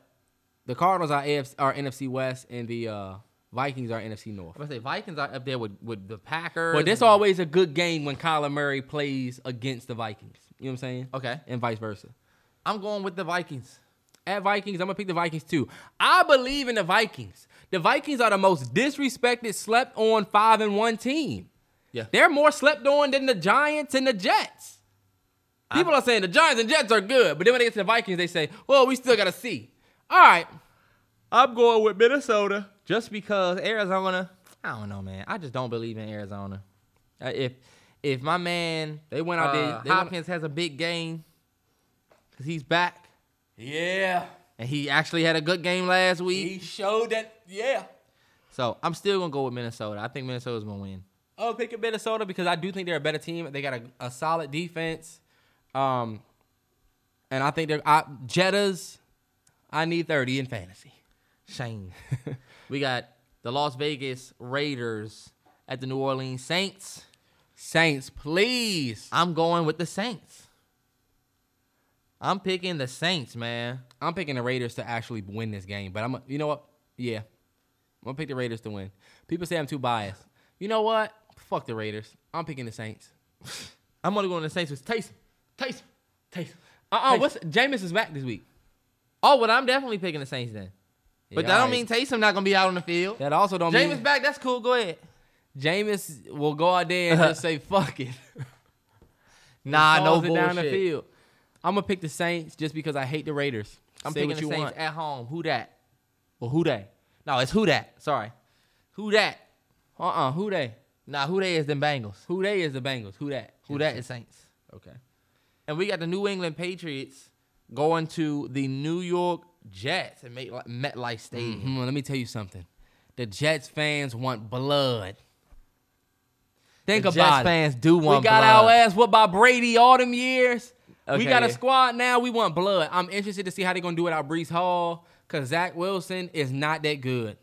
[SPEAKER 8] the Cardinals are AFC, are NFC West and the uh, Vikings are NFC North.
[SPEAKER 9] I'm gonna say Vikings are up there with, with the Packers.
[SPEAKER 8] But this
[SPEAKER 9] and-
[SPEAKER 8] always a good game when Kyler Murray plays against the Vikings. You know what I'm saying?
[SPEAKER 9] Okay.
[SPEAKER 8] And vice versa.
[SPEAKER 9] I'm going with the Vikings.
[SPEAKER 8] at Vikings. I'm gonna pick the Vikings too. I believe in the Vikings. The Vikings are the most disrespected, slept on five and one team.
[SPEAKER 9] Yeah.
[SPEAKER 8] They're more slept on than the Giants and the Jets. People are saying the Giants and Jets are good, but then when they get to the Vikings, they say, "Well, we still gotta see." All right,
[SPEAKER 9] I'm going with Minnesota just because Arizona. I don't know, man. I just don't believe in Arizona. Uh, if if my man
[SPEAKER 8] they went out
[SPEAKER 9] uh,
[SPEAKER 8] there. They went,
[SPEAKER 9] Hopkins has a big game because he's back
[SPEAKER 8] yeah,
[SPEAKER 9] and he actually had a good game last week.
[SPEAKER 8] showed that. Yeah,
[SPEAKER 9] So I'm still gonna go with Minnesota. I think Minnesota's gonna win.
[SPEAKER 8] I'm picking Minnesota because I do think they're a better team. They got a, a solid defense. Um, and I think they're I, Jettas. I need 30 in fantasy.
[SPEAKER 9] Shame. we got the Las Vegas Raiders at the New Orleans Saints.
[SPEAKER 8] Saints, please.
[SPEAKER 9] I'm going with the Saints. I'm picking the Saints, man.
[SPEAKER 8] I'm picking the Raiders to actually win this game, but I'm you know what? Yeah. I'm gonna pick the Raiders to win. People say I'm too biased. You know what? Fuck the Raiders. I'm picking the Saints.
[SPEAKER 9] I'm only going to the Saints with Taysom. Taysom. Taysom.
[SPEAKER 8] Uh-uh, what's Jameis is back this week.
[SPEAKER 9] Oh, well, I'm definitely picking the Saints then. But
[SPEAKER 8] Yeah,
[SPEAKER 9] that
[SPEAKER 8] all
[SPEAKER 9] don't
[SPEAKER 8] right.
[SPEAKER 9] mean Taysom not gonna be out on the field.
[SPEAKER 8] that also don't
[SPEAKER 9] James
[SPEAKER 8] mean
[SPEAKER 9] back. That's cool. Go ahead.
[SPEAKER 8] Jameis will go out there and just say fuck it.
[SPEAKER 9] Nah, no
[SPEAKER 8] Calls it
[SPEAKER 9] bullshit.
[SPEAKER 8] down the field. I'm gonna pick the Saints just because I hate the Raiders.
[SPEAKER 9] I'm
[SPEAKER 8] Say
[SPEAKER 9] picking
[SPEAKER 8] what
[SPEAKER 9] the
[SPEAKER 8] you
[SPEAKER 9] Saints
[SPEAKER 8] want.
[SPEAKER 9] at home. Who that? Well, who that? No, it's who that. Sorry. Who that?
[SPEAKER 8] Uh-uh. Who they?
[SPEAKER 9] Nah, who they is them Bengals.
[SPEAKER 8] Who they is the Bengals? Who that?
[SPEAKER 9] Who that is Saints.
[SPEAKER 8] Okay.
[SPEAKER 9] And we got the New England Patriots going to the New York Jets at Ma- MetLife Stadium.
[SPEAKER 8] Mhm, Let me tell you something. The Jets fans want blood. Think
[SPEAKER 9] The
[SPEAKER 8] about
[SPEAKER 9] Jets
[SPEAKER 8] it.
[SPEAKER 9] fans do want
[SPEAKER 8] We got
[SPEAKER 9] blood.
[SPEAKER 8] our ass whooped by Brady all them years. We
[SPEAKER 9] Okay.
[SPEAKER 8] got a squad now. We want blood. I'm interested to see how they're gonna do without Brees Hall because Zach Wilson is not that good.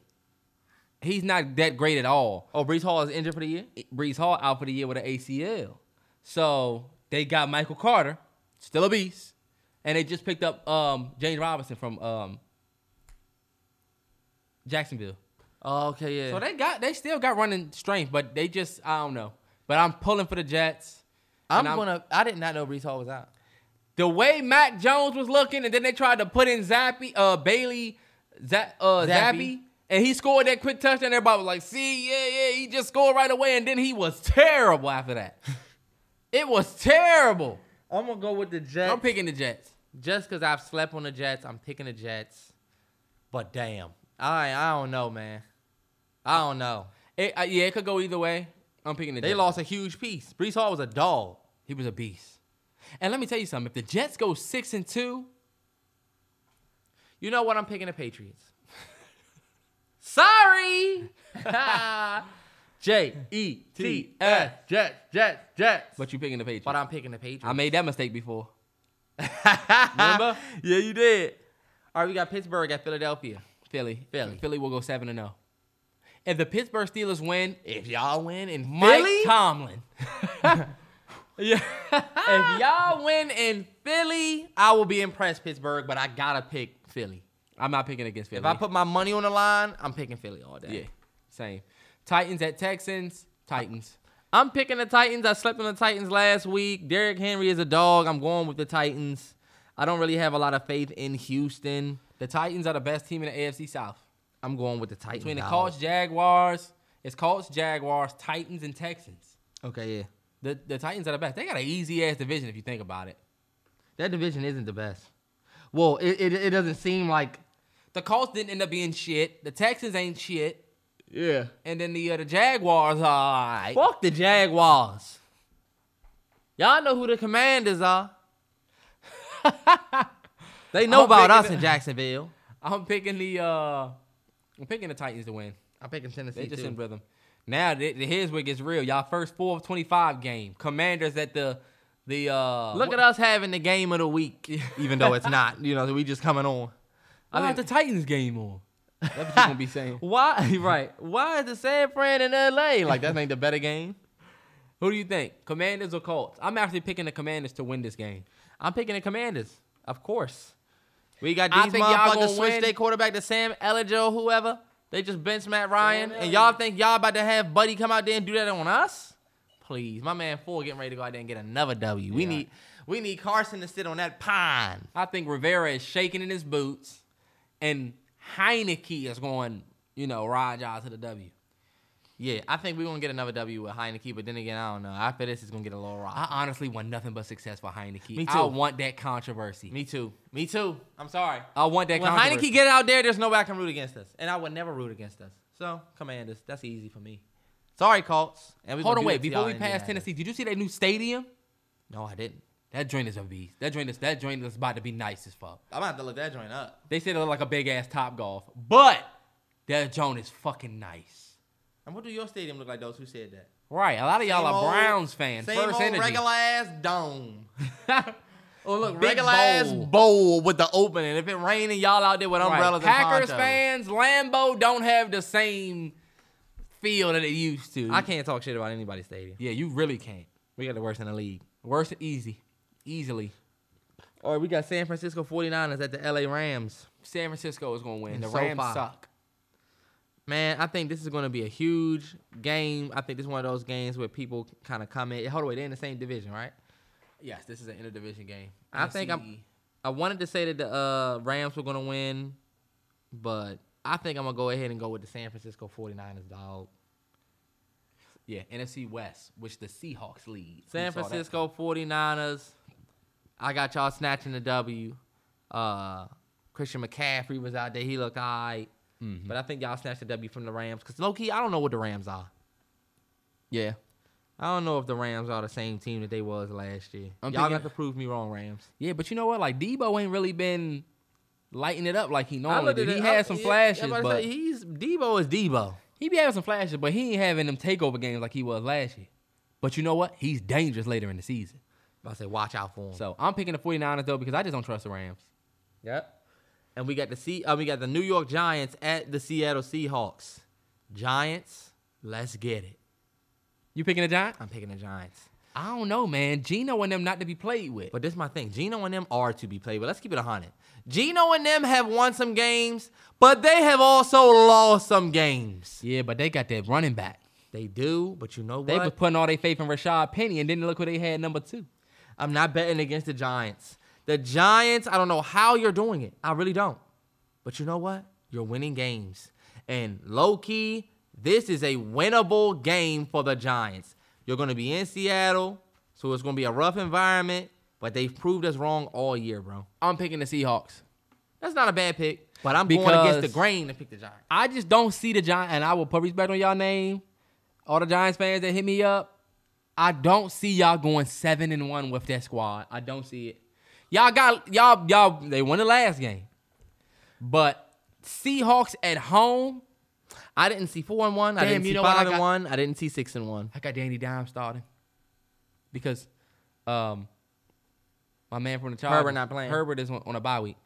[SPEAKER 8] He's not that great at all.
[SPEAKER 9] Oh, Brees Hall is injured for the year?
[SPEAKER 8] Brees Hall out for the year with an ACL. So they got Michael Carter, still a beast, and they just picked up um, James Robinson from um, Jacksonville.
[SPEAKER 9] Oh, okay, yeah.
[SPEAKER 8] So they got they still got running strength, but they just I don't know. But I'm pulling for the Jets.
[SPEAKER 9] I'm,
[SPEAKER 8] and I'm-
[SPEAKER 9] gonna. I did not know Brees Hall was out.
[SPEAKER 8] The way Mac Jones was looking, and then they tried to put in Zappy, uh, Bailey, Za- uh, Zappy.
[SPEAKER 9] Zappy.
[SPEAKER 8] and he scored that quick touchdown. Everybody was like, "See, yeah, yeah, he just scored right away." And then he was terrible after that. it was terrible.
[SPEAKER 9] I'm gonna go with the Jets.
[SPEAKER 8] I'm picking the Jets.
[SPEAKER 9] Just because I've slept on the Jets, I'm picking the Jets. But damn, I I don't know, man. I don't know.
[SPEAKER 11] It, uh, yeah, it could go either way. I'm picking the.
[SPEAKER 9] They
[SPEAKER 11] Jets.
[SPEAKER 9] lost a huge piece. Brees Hall was a dog.
[SPEAKER 11] He was a beast. And let me tell you something. If the Jets go six and two,
[SPEAKER 9] You know what? I'm picking the Patriots. Sorry. J E T S Jets Jets Jets.
[SPEAKER 11] but you picking the Patriots.
[SPEAKER 9] But I'm picking the Patriots.
[SPEAKER 11] I made that mistake before.
[SPEAKER 9] Remember? yeah, you did. All right, we got Pittsburgh at Philadelphia.
[SPEAKER 11] Philly.
[SPEAKER 9] Philly.
[SPEAKER 11] Philly will go seven and zero. If the Pittsburgh Steelers win,
[SPEAKER 9] If y'all win in
[SPEAKER 11] Mike
[SPEAKER 9] Philly,
[SPEAKER 11] Tomlin.
[SPEAKER 9] if y'all win in Philly, I will be impressed, Pittsburgh. But I gotta pick Philly.
[SPEAKER 11] I'm not picking against Philly.
[SPEAKER 9] If I put my money on the line, I'm picking Philly all day.
[SPEAKER 11] yeah, same. Titans at Texans. Titans.
[SPEAKER 9] I'm picking the Titans. I slept on the Titans last week. Derrick Henry is a dog. I'm going with the Titans. I don't really have a lot of faith in Houston.
[SPEAKER 11] The Titans are the best team in the AFC South.
[SPEAKER 9] I'm going with the Titans.
[SPEAKER 11] Between the
[SPEAKER 9] dog.
[SPEAKER 11] Colts, Jaguars, it's Colts, Jaguars, Titans, and Texans.
[SPEAKER 9] Okay, yeah.
[SPEAKER 11] The the Titans are the best. They got an easy ass division if you think about it.
[SPEAKER 9] That division isn't the best. Well, it, it, it doesn't seem like.
[SPEAKER 11] The Colts didn't end up being shit. The Texans ain't shit.
[SPEAKER 9] Yeah.
[SPEAKER 11] And then the uh, the Jaguars are alright.
[SPEAKER 9] Fuck the Jaguars. Y'all know who the commanders are. they know
[SPEAKER 11] I'm
[SPEAKER 9] about
[SPEAKER 11] picking
[SPEAKER 9] us
[SPEAKER 11] the-
[SPEAKER 9] in Jacksonville.
[SPEAKER 11] I'm picking the uh, I'm picking the Titans to win.
[SPEAKER 9] I'm picking Tennessee.
[SPEAKER 11] They just
[SPEAKER 9] too.
[SPEAKER 11] in rhythm. Now th- here's where it gets real. Y'all first four of twenty five game. Commanders at the the uh,
[SPEAKER 9] Look at us having the game of the week, even though it's not. You know, we just coming on.
[SPEAKER 11] I
[SPEAKER 9] I
[SPEAKER 11] have the
[SPEAKER 9] mean,
[SPEAKER 11] Titans game on. That's what you gonna be saying.
[SPEAKER 9] why? Right? Why is the San Fran in L.A. like that? Ain't the better game.
[SPEAKER 11] Who do you think? Commanders or Colts? I'm actually picking the Commanders to win this game.
[SPEAKER 9] I'm picking the Commanders, of course. We got
[SPEAKER 11] I
[SPEAKER 9] these
[SPEAKER 11] think y'all
[SPEAKER 9] motherfuckers
[SPEAKER 11] gonna
[SPEAKER 9] switch
[SPEAKER 11] win.
[SPEAKER 9] their quarterback to Sam Ellinger or whoever. They just bench Matt Ryan, and y'all think y'all about to have Buddy come out there and do that on us? Please, my man Four getting ready to go out there and get another W. We need we need Carson to sit on that pine.
[SPEAKER 11] I think Rivera is shaking in his boots, and Heineke is going, you know, ride y'all to the W.
[SPEAKER 9] Yeah, I think we're gonna get another W with Heineke, but then again, I don't know. I feel this is gonna get a little rock.
[SPEAKER 11] I honestly want nothing but success for Heineke.
[SPEAKER 9] Me
[SPEAKER 11] I
[SPEAKER 9] too.
[SPEAKER 11] want that controversy.
[SPEAKER 9] me too. Me too. I'm sorry.
[SPEAKER 11] I want that
[SPEAKER 9] When
[SPEAKER 11] controversy.
[SPEAKER 9] Heineke get out there, there's no way I can root against us, and I would never root against us. So, Commanders, that's easy for me. Sorry, Colts. And we
[SPEAKER 11] Hold
[SPEAKER 9] gonna
[SPEAKER 11] on,
[SPEAKER 9] do
[SPEAKER 11] wait.
[SPEAKER 9] that to
[SPEAKER 11] Before
[SPEAKER 9] y'all
[SPEAKER 11] we
[SPEAKER 9] in
[SPEAKER 11] pass
[SPEAKER 9] Indianapolis.
[SPEAKER 11] Tennessee, did you see that new stadium?
[SPEAKER 9] No, I didn't.
[SPEAKER 11] That joint is a beast. That joint is that joint is about to be nice as fuck.
[SPEAKER 9] I'm gonna have to look that joint up.
[SPEAKER 11] They said it looked like a big ass top golf, but that joint is fucking nice.
[SPEAKER 9] And what do your stadium look like? Those who said that.
[SPEAKER 11] Right. A lot of y'all
[SPEAKER 9] Same
[SPEAKER 11] are
[SPEAKER 9] old-
[SPEAKER 11] Browns fans.
[SPEAKER 9] Same
[SPEAKER 11] First
[SPEAKER 9] old
[SPEAKER 11] energy.
[SPEAKER 9] regular ass dome.
[SPEAKER 11] oh look, big
[SPEAKER 9] regular ass
[SPEAKER 11] bowl.
[SPEAKER 9] bowl with the opening. If it raining, y'all out there with
[SPEAKER 11] Right.
[SPEAKER 9] umbrellas
[SPEAKER 11] Packers
[SPEAKER 9] and
[SPEAKER 11] fans,
[SPEAKER 9] ponchos.
[SPEAKER 11] Lambo don't have the same feel that it used to.
[SPEAKER 9] I can't talk shit about anybody's stadium.
[SPEAKER 11] Yeah, you really can't.
[SPEAKER 9] We got the worst in the league.
[SPEAKER 11] Worse, easy, easily.
[SPEAKER 9] All right, we got San Francisco 49ers at the LA Rams.
[SPEAKER 11] San Francisco is gonna win.
[SPEAKER 9] And
[SPEAKER 11] The
[SPEAKER 9] so
[SPEAKER 11] Rams
[SPEAKER 9] far.
[SPEAKER 11] suck.
[SPEAKER 9] Man, I think this is going to be a huge game. I think this is one of those games where people kind of comment. Hold on, wait, they're in the same division, right?
[SPEAKER 11] Yes, this is an interdivision game.
[SPEAKER 9] I think I'm. I wanted to say that the uh, Rams were gonna win, but I think I'm gonna go ahead and go with the San Francisco 49ers, dog.
[SPEAKER 11] Yeah, NFC West, which the Seahawks lead. We
[SPEAKER 9] San
[SPEAKER 11] saw that.
[SPEAKER 9] Francisco 49ers. I got y'all snatching the W. Uh, Christian McCaffrey was out there. He looked all right.
[SPEAKER 11] Mm-hmm.
[SPEAKER 9] But I think y'all snatched the W from the Rams. Because low key, I don't know what the Rams are.
[SPEAKER 11] Yeah.
[SPEAKER 9] I don't know if the Rams are the same team that they was last year.
[SPEAKER 11] I'm
[SPEAKER 9] y'all
[SPEAKER 11] thinking-
[SPEAKER 9] got to prove me wrong, Rams.
[SPEAKER 11] Yeah, but you know what? Like Debo ain't really been lighting it up like he
[SPEAKER 9] I
[SPEAKER 11] normally
[SPEAKER 9] looked
[SPEAKER 11] did.
[SPEAKER 9] at
[SPEAKER 11] He
[SPEAKER 9] it, I-
[SPEAKER 11] had some
[SPEAKER 9] yeah,
[SPEAKER 11] flashes,
[SPEAKER 9] I'm about to
[SPEAKER 11] but
[SPEAKER 9] say, he's Debo is Debo.
[SPEAKER 11] he be having some flashes, but he ain't having them takeover games like he was last year. But you know what? He's dangerous later in the season.
[SPEAKER 9] I say, watch out for him.
[SPEAKER 11] So I'm picking the 49ers though because I just don't trust the Rams.
[SPEAKER 9] Yep. And we got the C. Uh, we got the New York Giants at the Seattle Seahawks. Giants, let's get it.
[SPEAKER 11] You picking the Giants?
[SPEAKER 9] I'm picking the Giants.
[SPEAKER 11] I don't know, man. Gino and them not to be played with.
[SPEAKER 9] But this is my thing. Gino and them are to be played with. Let's keep it 100. Gino and them have won some games, but they have also lost some games.
[SPEAKER 11] yeah, but they got that running back.
[SPEAKER 9] They do, but you know what?
[SPEAKER 11] They was putting all their faith in Rashad Penny, and then look who they had number two.
[SPEAKER 9] I'm not betting against the Giants. The Giants, I don't know how you're doing it. I really don't. But you know what? You're winning games. And low key, this is a winnable game for the Giants. You're going to be in Seattle, so it's going to be a rough environment.
[SPEAKER 8] But they've proved us wrong all year, bro.
[SPEAKER 9] I'm picking the Seahawks.
[SPEAKER 8] That's not a bad pick. But I'm going against the grain to pick the Giants.
[SPEAKER 9] I just don't see the Giants, and I will put respect on y'all name. All the Giants fans that hit me up, I don't see y'all going seven and one with that squad. I don't see it. Y'all got y'all y'all they won the last game, but Seahawks at home.
[SPEAKER 8] I didn't see four and one. I
[SPEAKER 9] Damn,
[SPEAKER 8] didn't
[SPEAKER 9] you
[SPEAKER 8] see
[SPEAKER 9] know what?
[SPEAKER 8] five
[SPEAKER 9] I
[SPEAKER 8] and
[SPEAKER 9] got-
[SPEAKER 8] one. I didn't see six and one.
[SPEAKER 9] I got Danny Dimes starting because um my man from the Chargers,
[SPEAKER 8] Herbert not playing.
[SPEAKER 9] Herbert is on, on a bye week.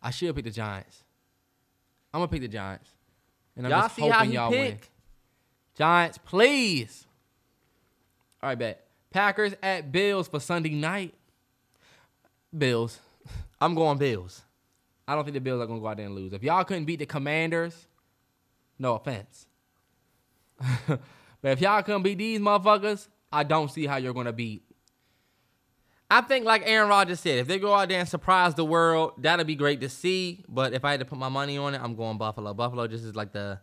[SPEAKER 9] I should pick the Giants. I'm gonna pick the Giants, and I'm
[SPEAKER 8] Y'all
[SPEAKER 9] just
[SPEAKER 8] see
[SPEAKER 9] hoping
[SPEAKER 8] how he
[SPEAKER 9] y'all win.
[SPEAKER 8] pick?
[SPEAKER 9] Giants, please. All right, bet. Packers at Bills for Sunday night. Bills.
[SPEAKER 8] I'm going Bills.
[SPEAKER 9] I don't think the Bills are gonna go out there and lose. If y'all couldn't beat the Commanders, no offense. but if y'all couldn't beat these motherfuckers, I don't see how you're gonna beat.
[SPEAKER 8] I think, like Aaron Rodgers said, if they go out there and surprise the world, that'd be great to see. But if I had to put my money on it, I'm going Buffalo. Buffalo just is like the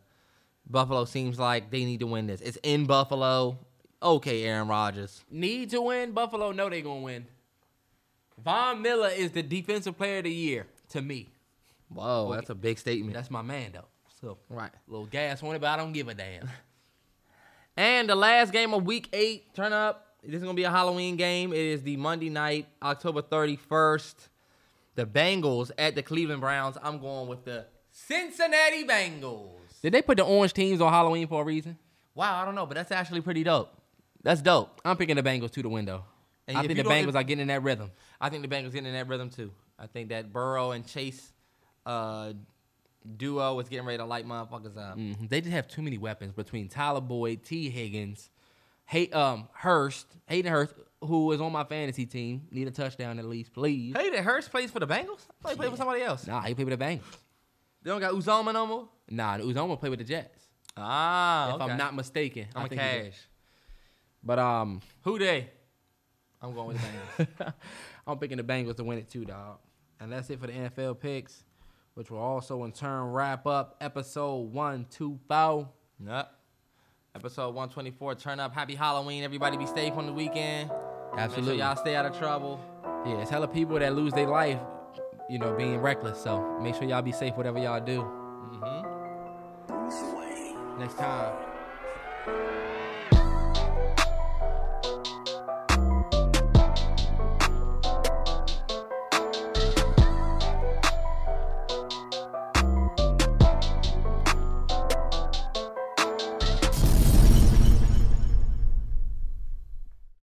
[SPEAKER 8] Buffalo seems like they need to win this. It's in Buffalo. Okay, Aaron Rodgers.
[SPEAKER 9] Need to win. Buffalo know they gonna win. Von Miller is the defensive player of the year to me.
[SPEAKER 8] Whoa, that's a big statement.
[SPEAKER 9] That's my man though. So
[SPEAKER 8] right.
[SPEAKER 9] little gas on it, but I don't give a damn.
[SPEAKER 8] And the last game of week eight, turn up. This is gonna be a Halloween game. It is the Monday night, October 31st. The Bengals at the Cleveland Browns. I'm going with the Cincinnati Bengals.
[SPEAKER 9] Did they put the orange teams on Halloween for a reason?
[SPEAKER 8] Wow, I don't know, but that's actually pretty dope. That's dope.
[SPEAKER 9] I'm picking the Bengals to the window.
[SPEAKER 8] And
[SPEAKER 9] I
[SPEAKER 8] if
[SPEAKER 9] think
[SPEAKER 8] you
[SPEAKER 9] the
[SPEAKER 8] don't-
[SPEAKER 9] Bengals are getting in that rhythm.
[SPEAKER 8] I think the Bengals getting in that rhythm too. I think that Burrow and Chase uh, duo is getting ready to light motherfuckers up.
[SPEAKER 9] Mhm. They just have too many weapons between Tyler Boyd, T. Higgins, Hay- um, Hurst, Hayden Hurst, who is on my fantasy team. Need a touchdown at least, please.
[SPEAKER 8] Hey, did Hurst plays for the Bengals? I thought he played for somebody else.
[SPEAKER 9] Nah, he played with the Bengals.
[SPEAKER 8] They don't got Uzoma no more.
[SPEAKER 9] Nah, Uzoma played with the Jets.
[SPEAKER 8] Ah,
[SPEAKER 9] If I'm not mistaken,
[SPEAKER 8] I'm
[SPEAKER 9] I
[SPEAKER 8] a
[SPEAKER 9] think he did.
[SPEAKER 8] cash.
[SPEAKER 9] But um,
[SPEAKER 8] Who they? I'm going with the Bengals.
[SPEAKER 9] I'm picking the Bengals to win it too, dog. And that's it for the NFL picks, which will also in turn wrap up episode one two four.
[SPEAKER 8] Yep. Episode 124. Turn up. Happy Halloween. Everybody be safe on the weekend.
[SPEAKER 9] Absolutely.
[SPEAKER 8] Make sure y'all stay out of trouble.
[SPEAKER 9] Yeah, it's hella people that lose their life, you know, being reckless. So make sure y'all be safe, whatever y'all do.
[SPEAKER 8] Mm-hmm.
[SPEAKER 9] Next time.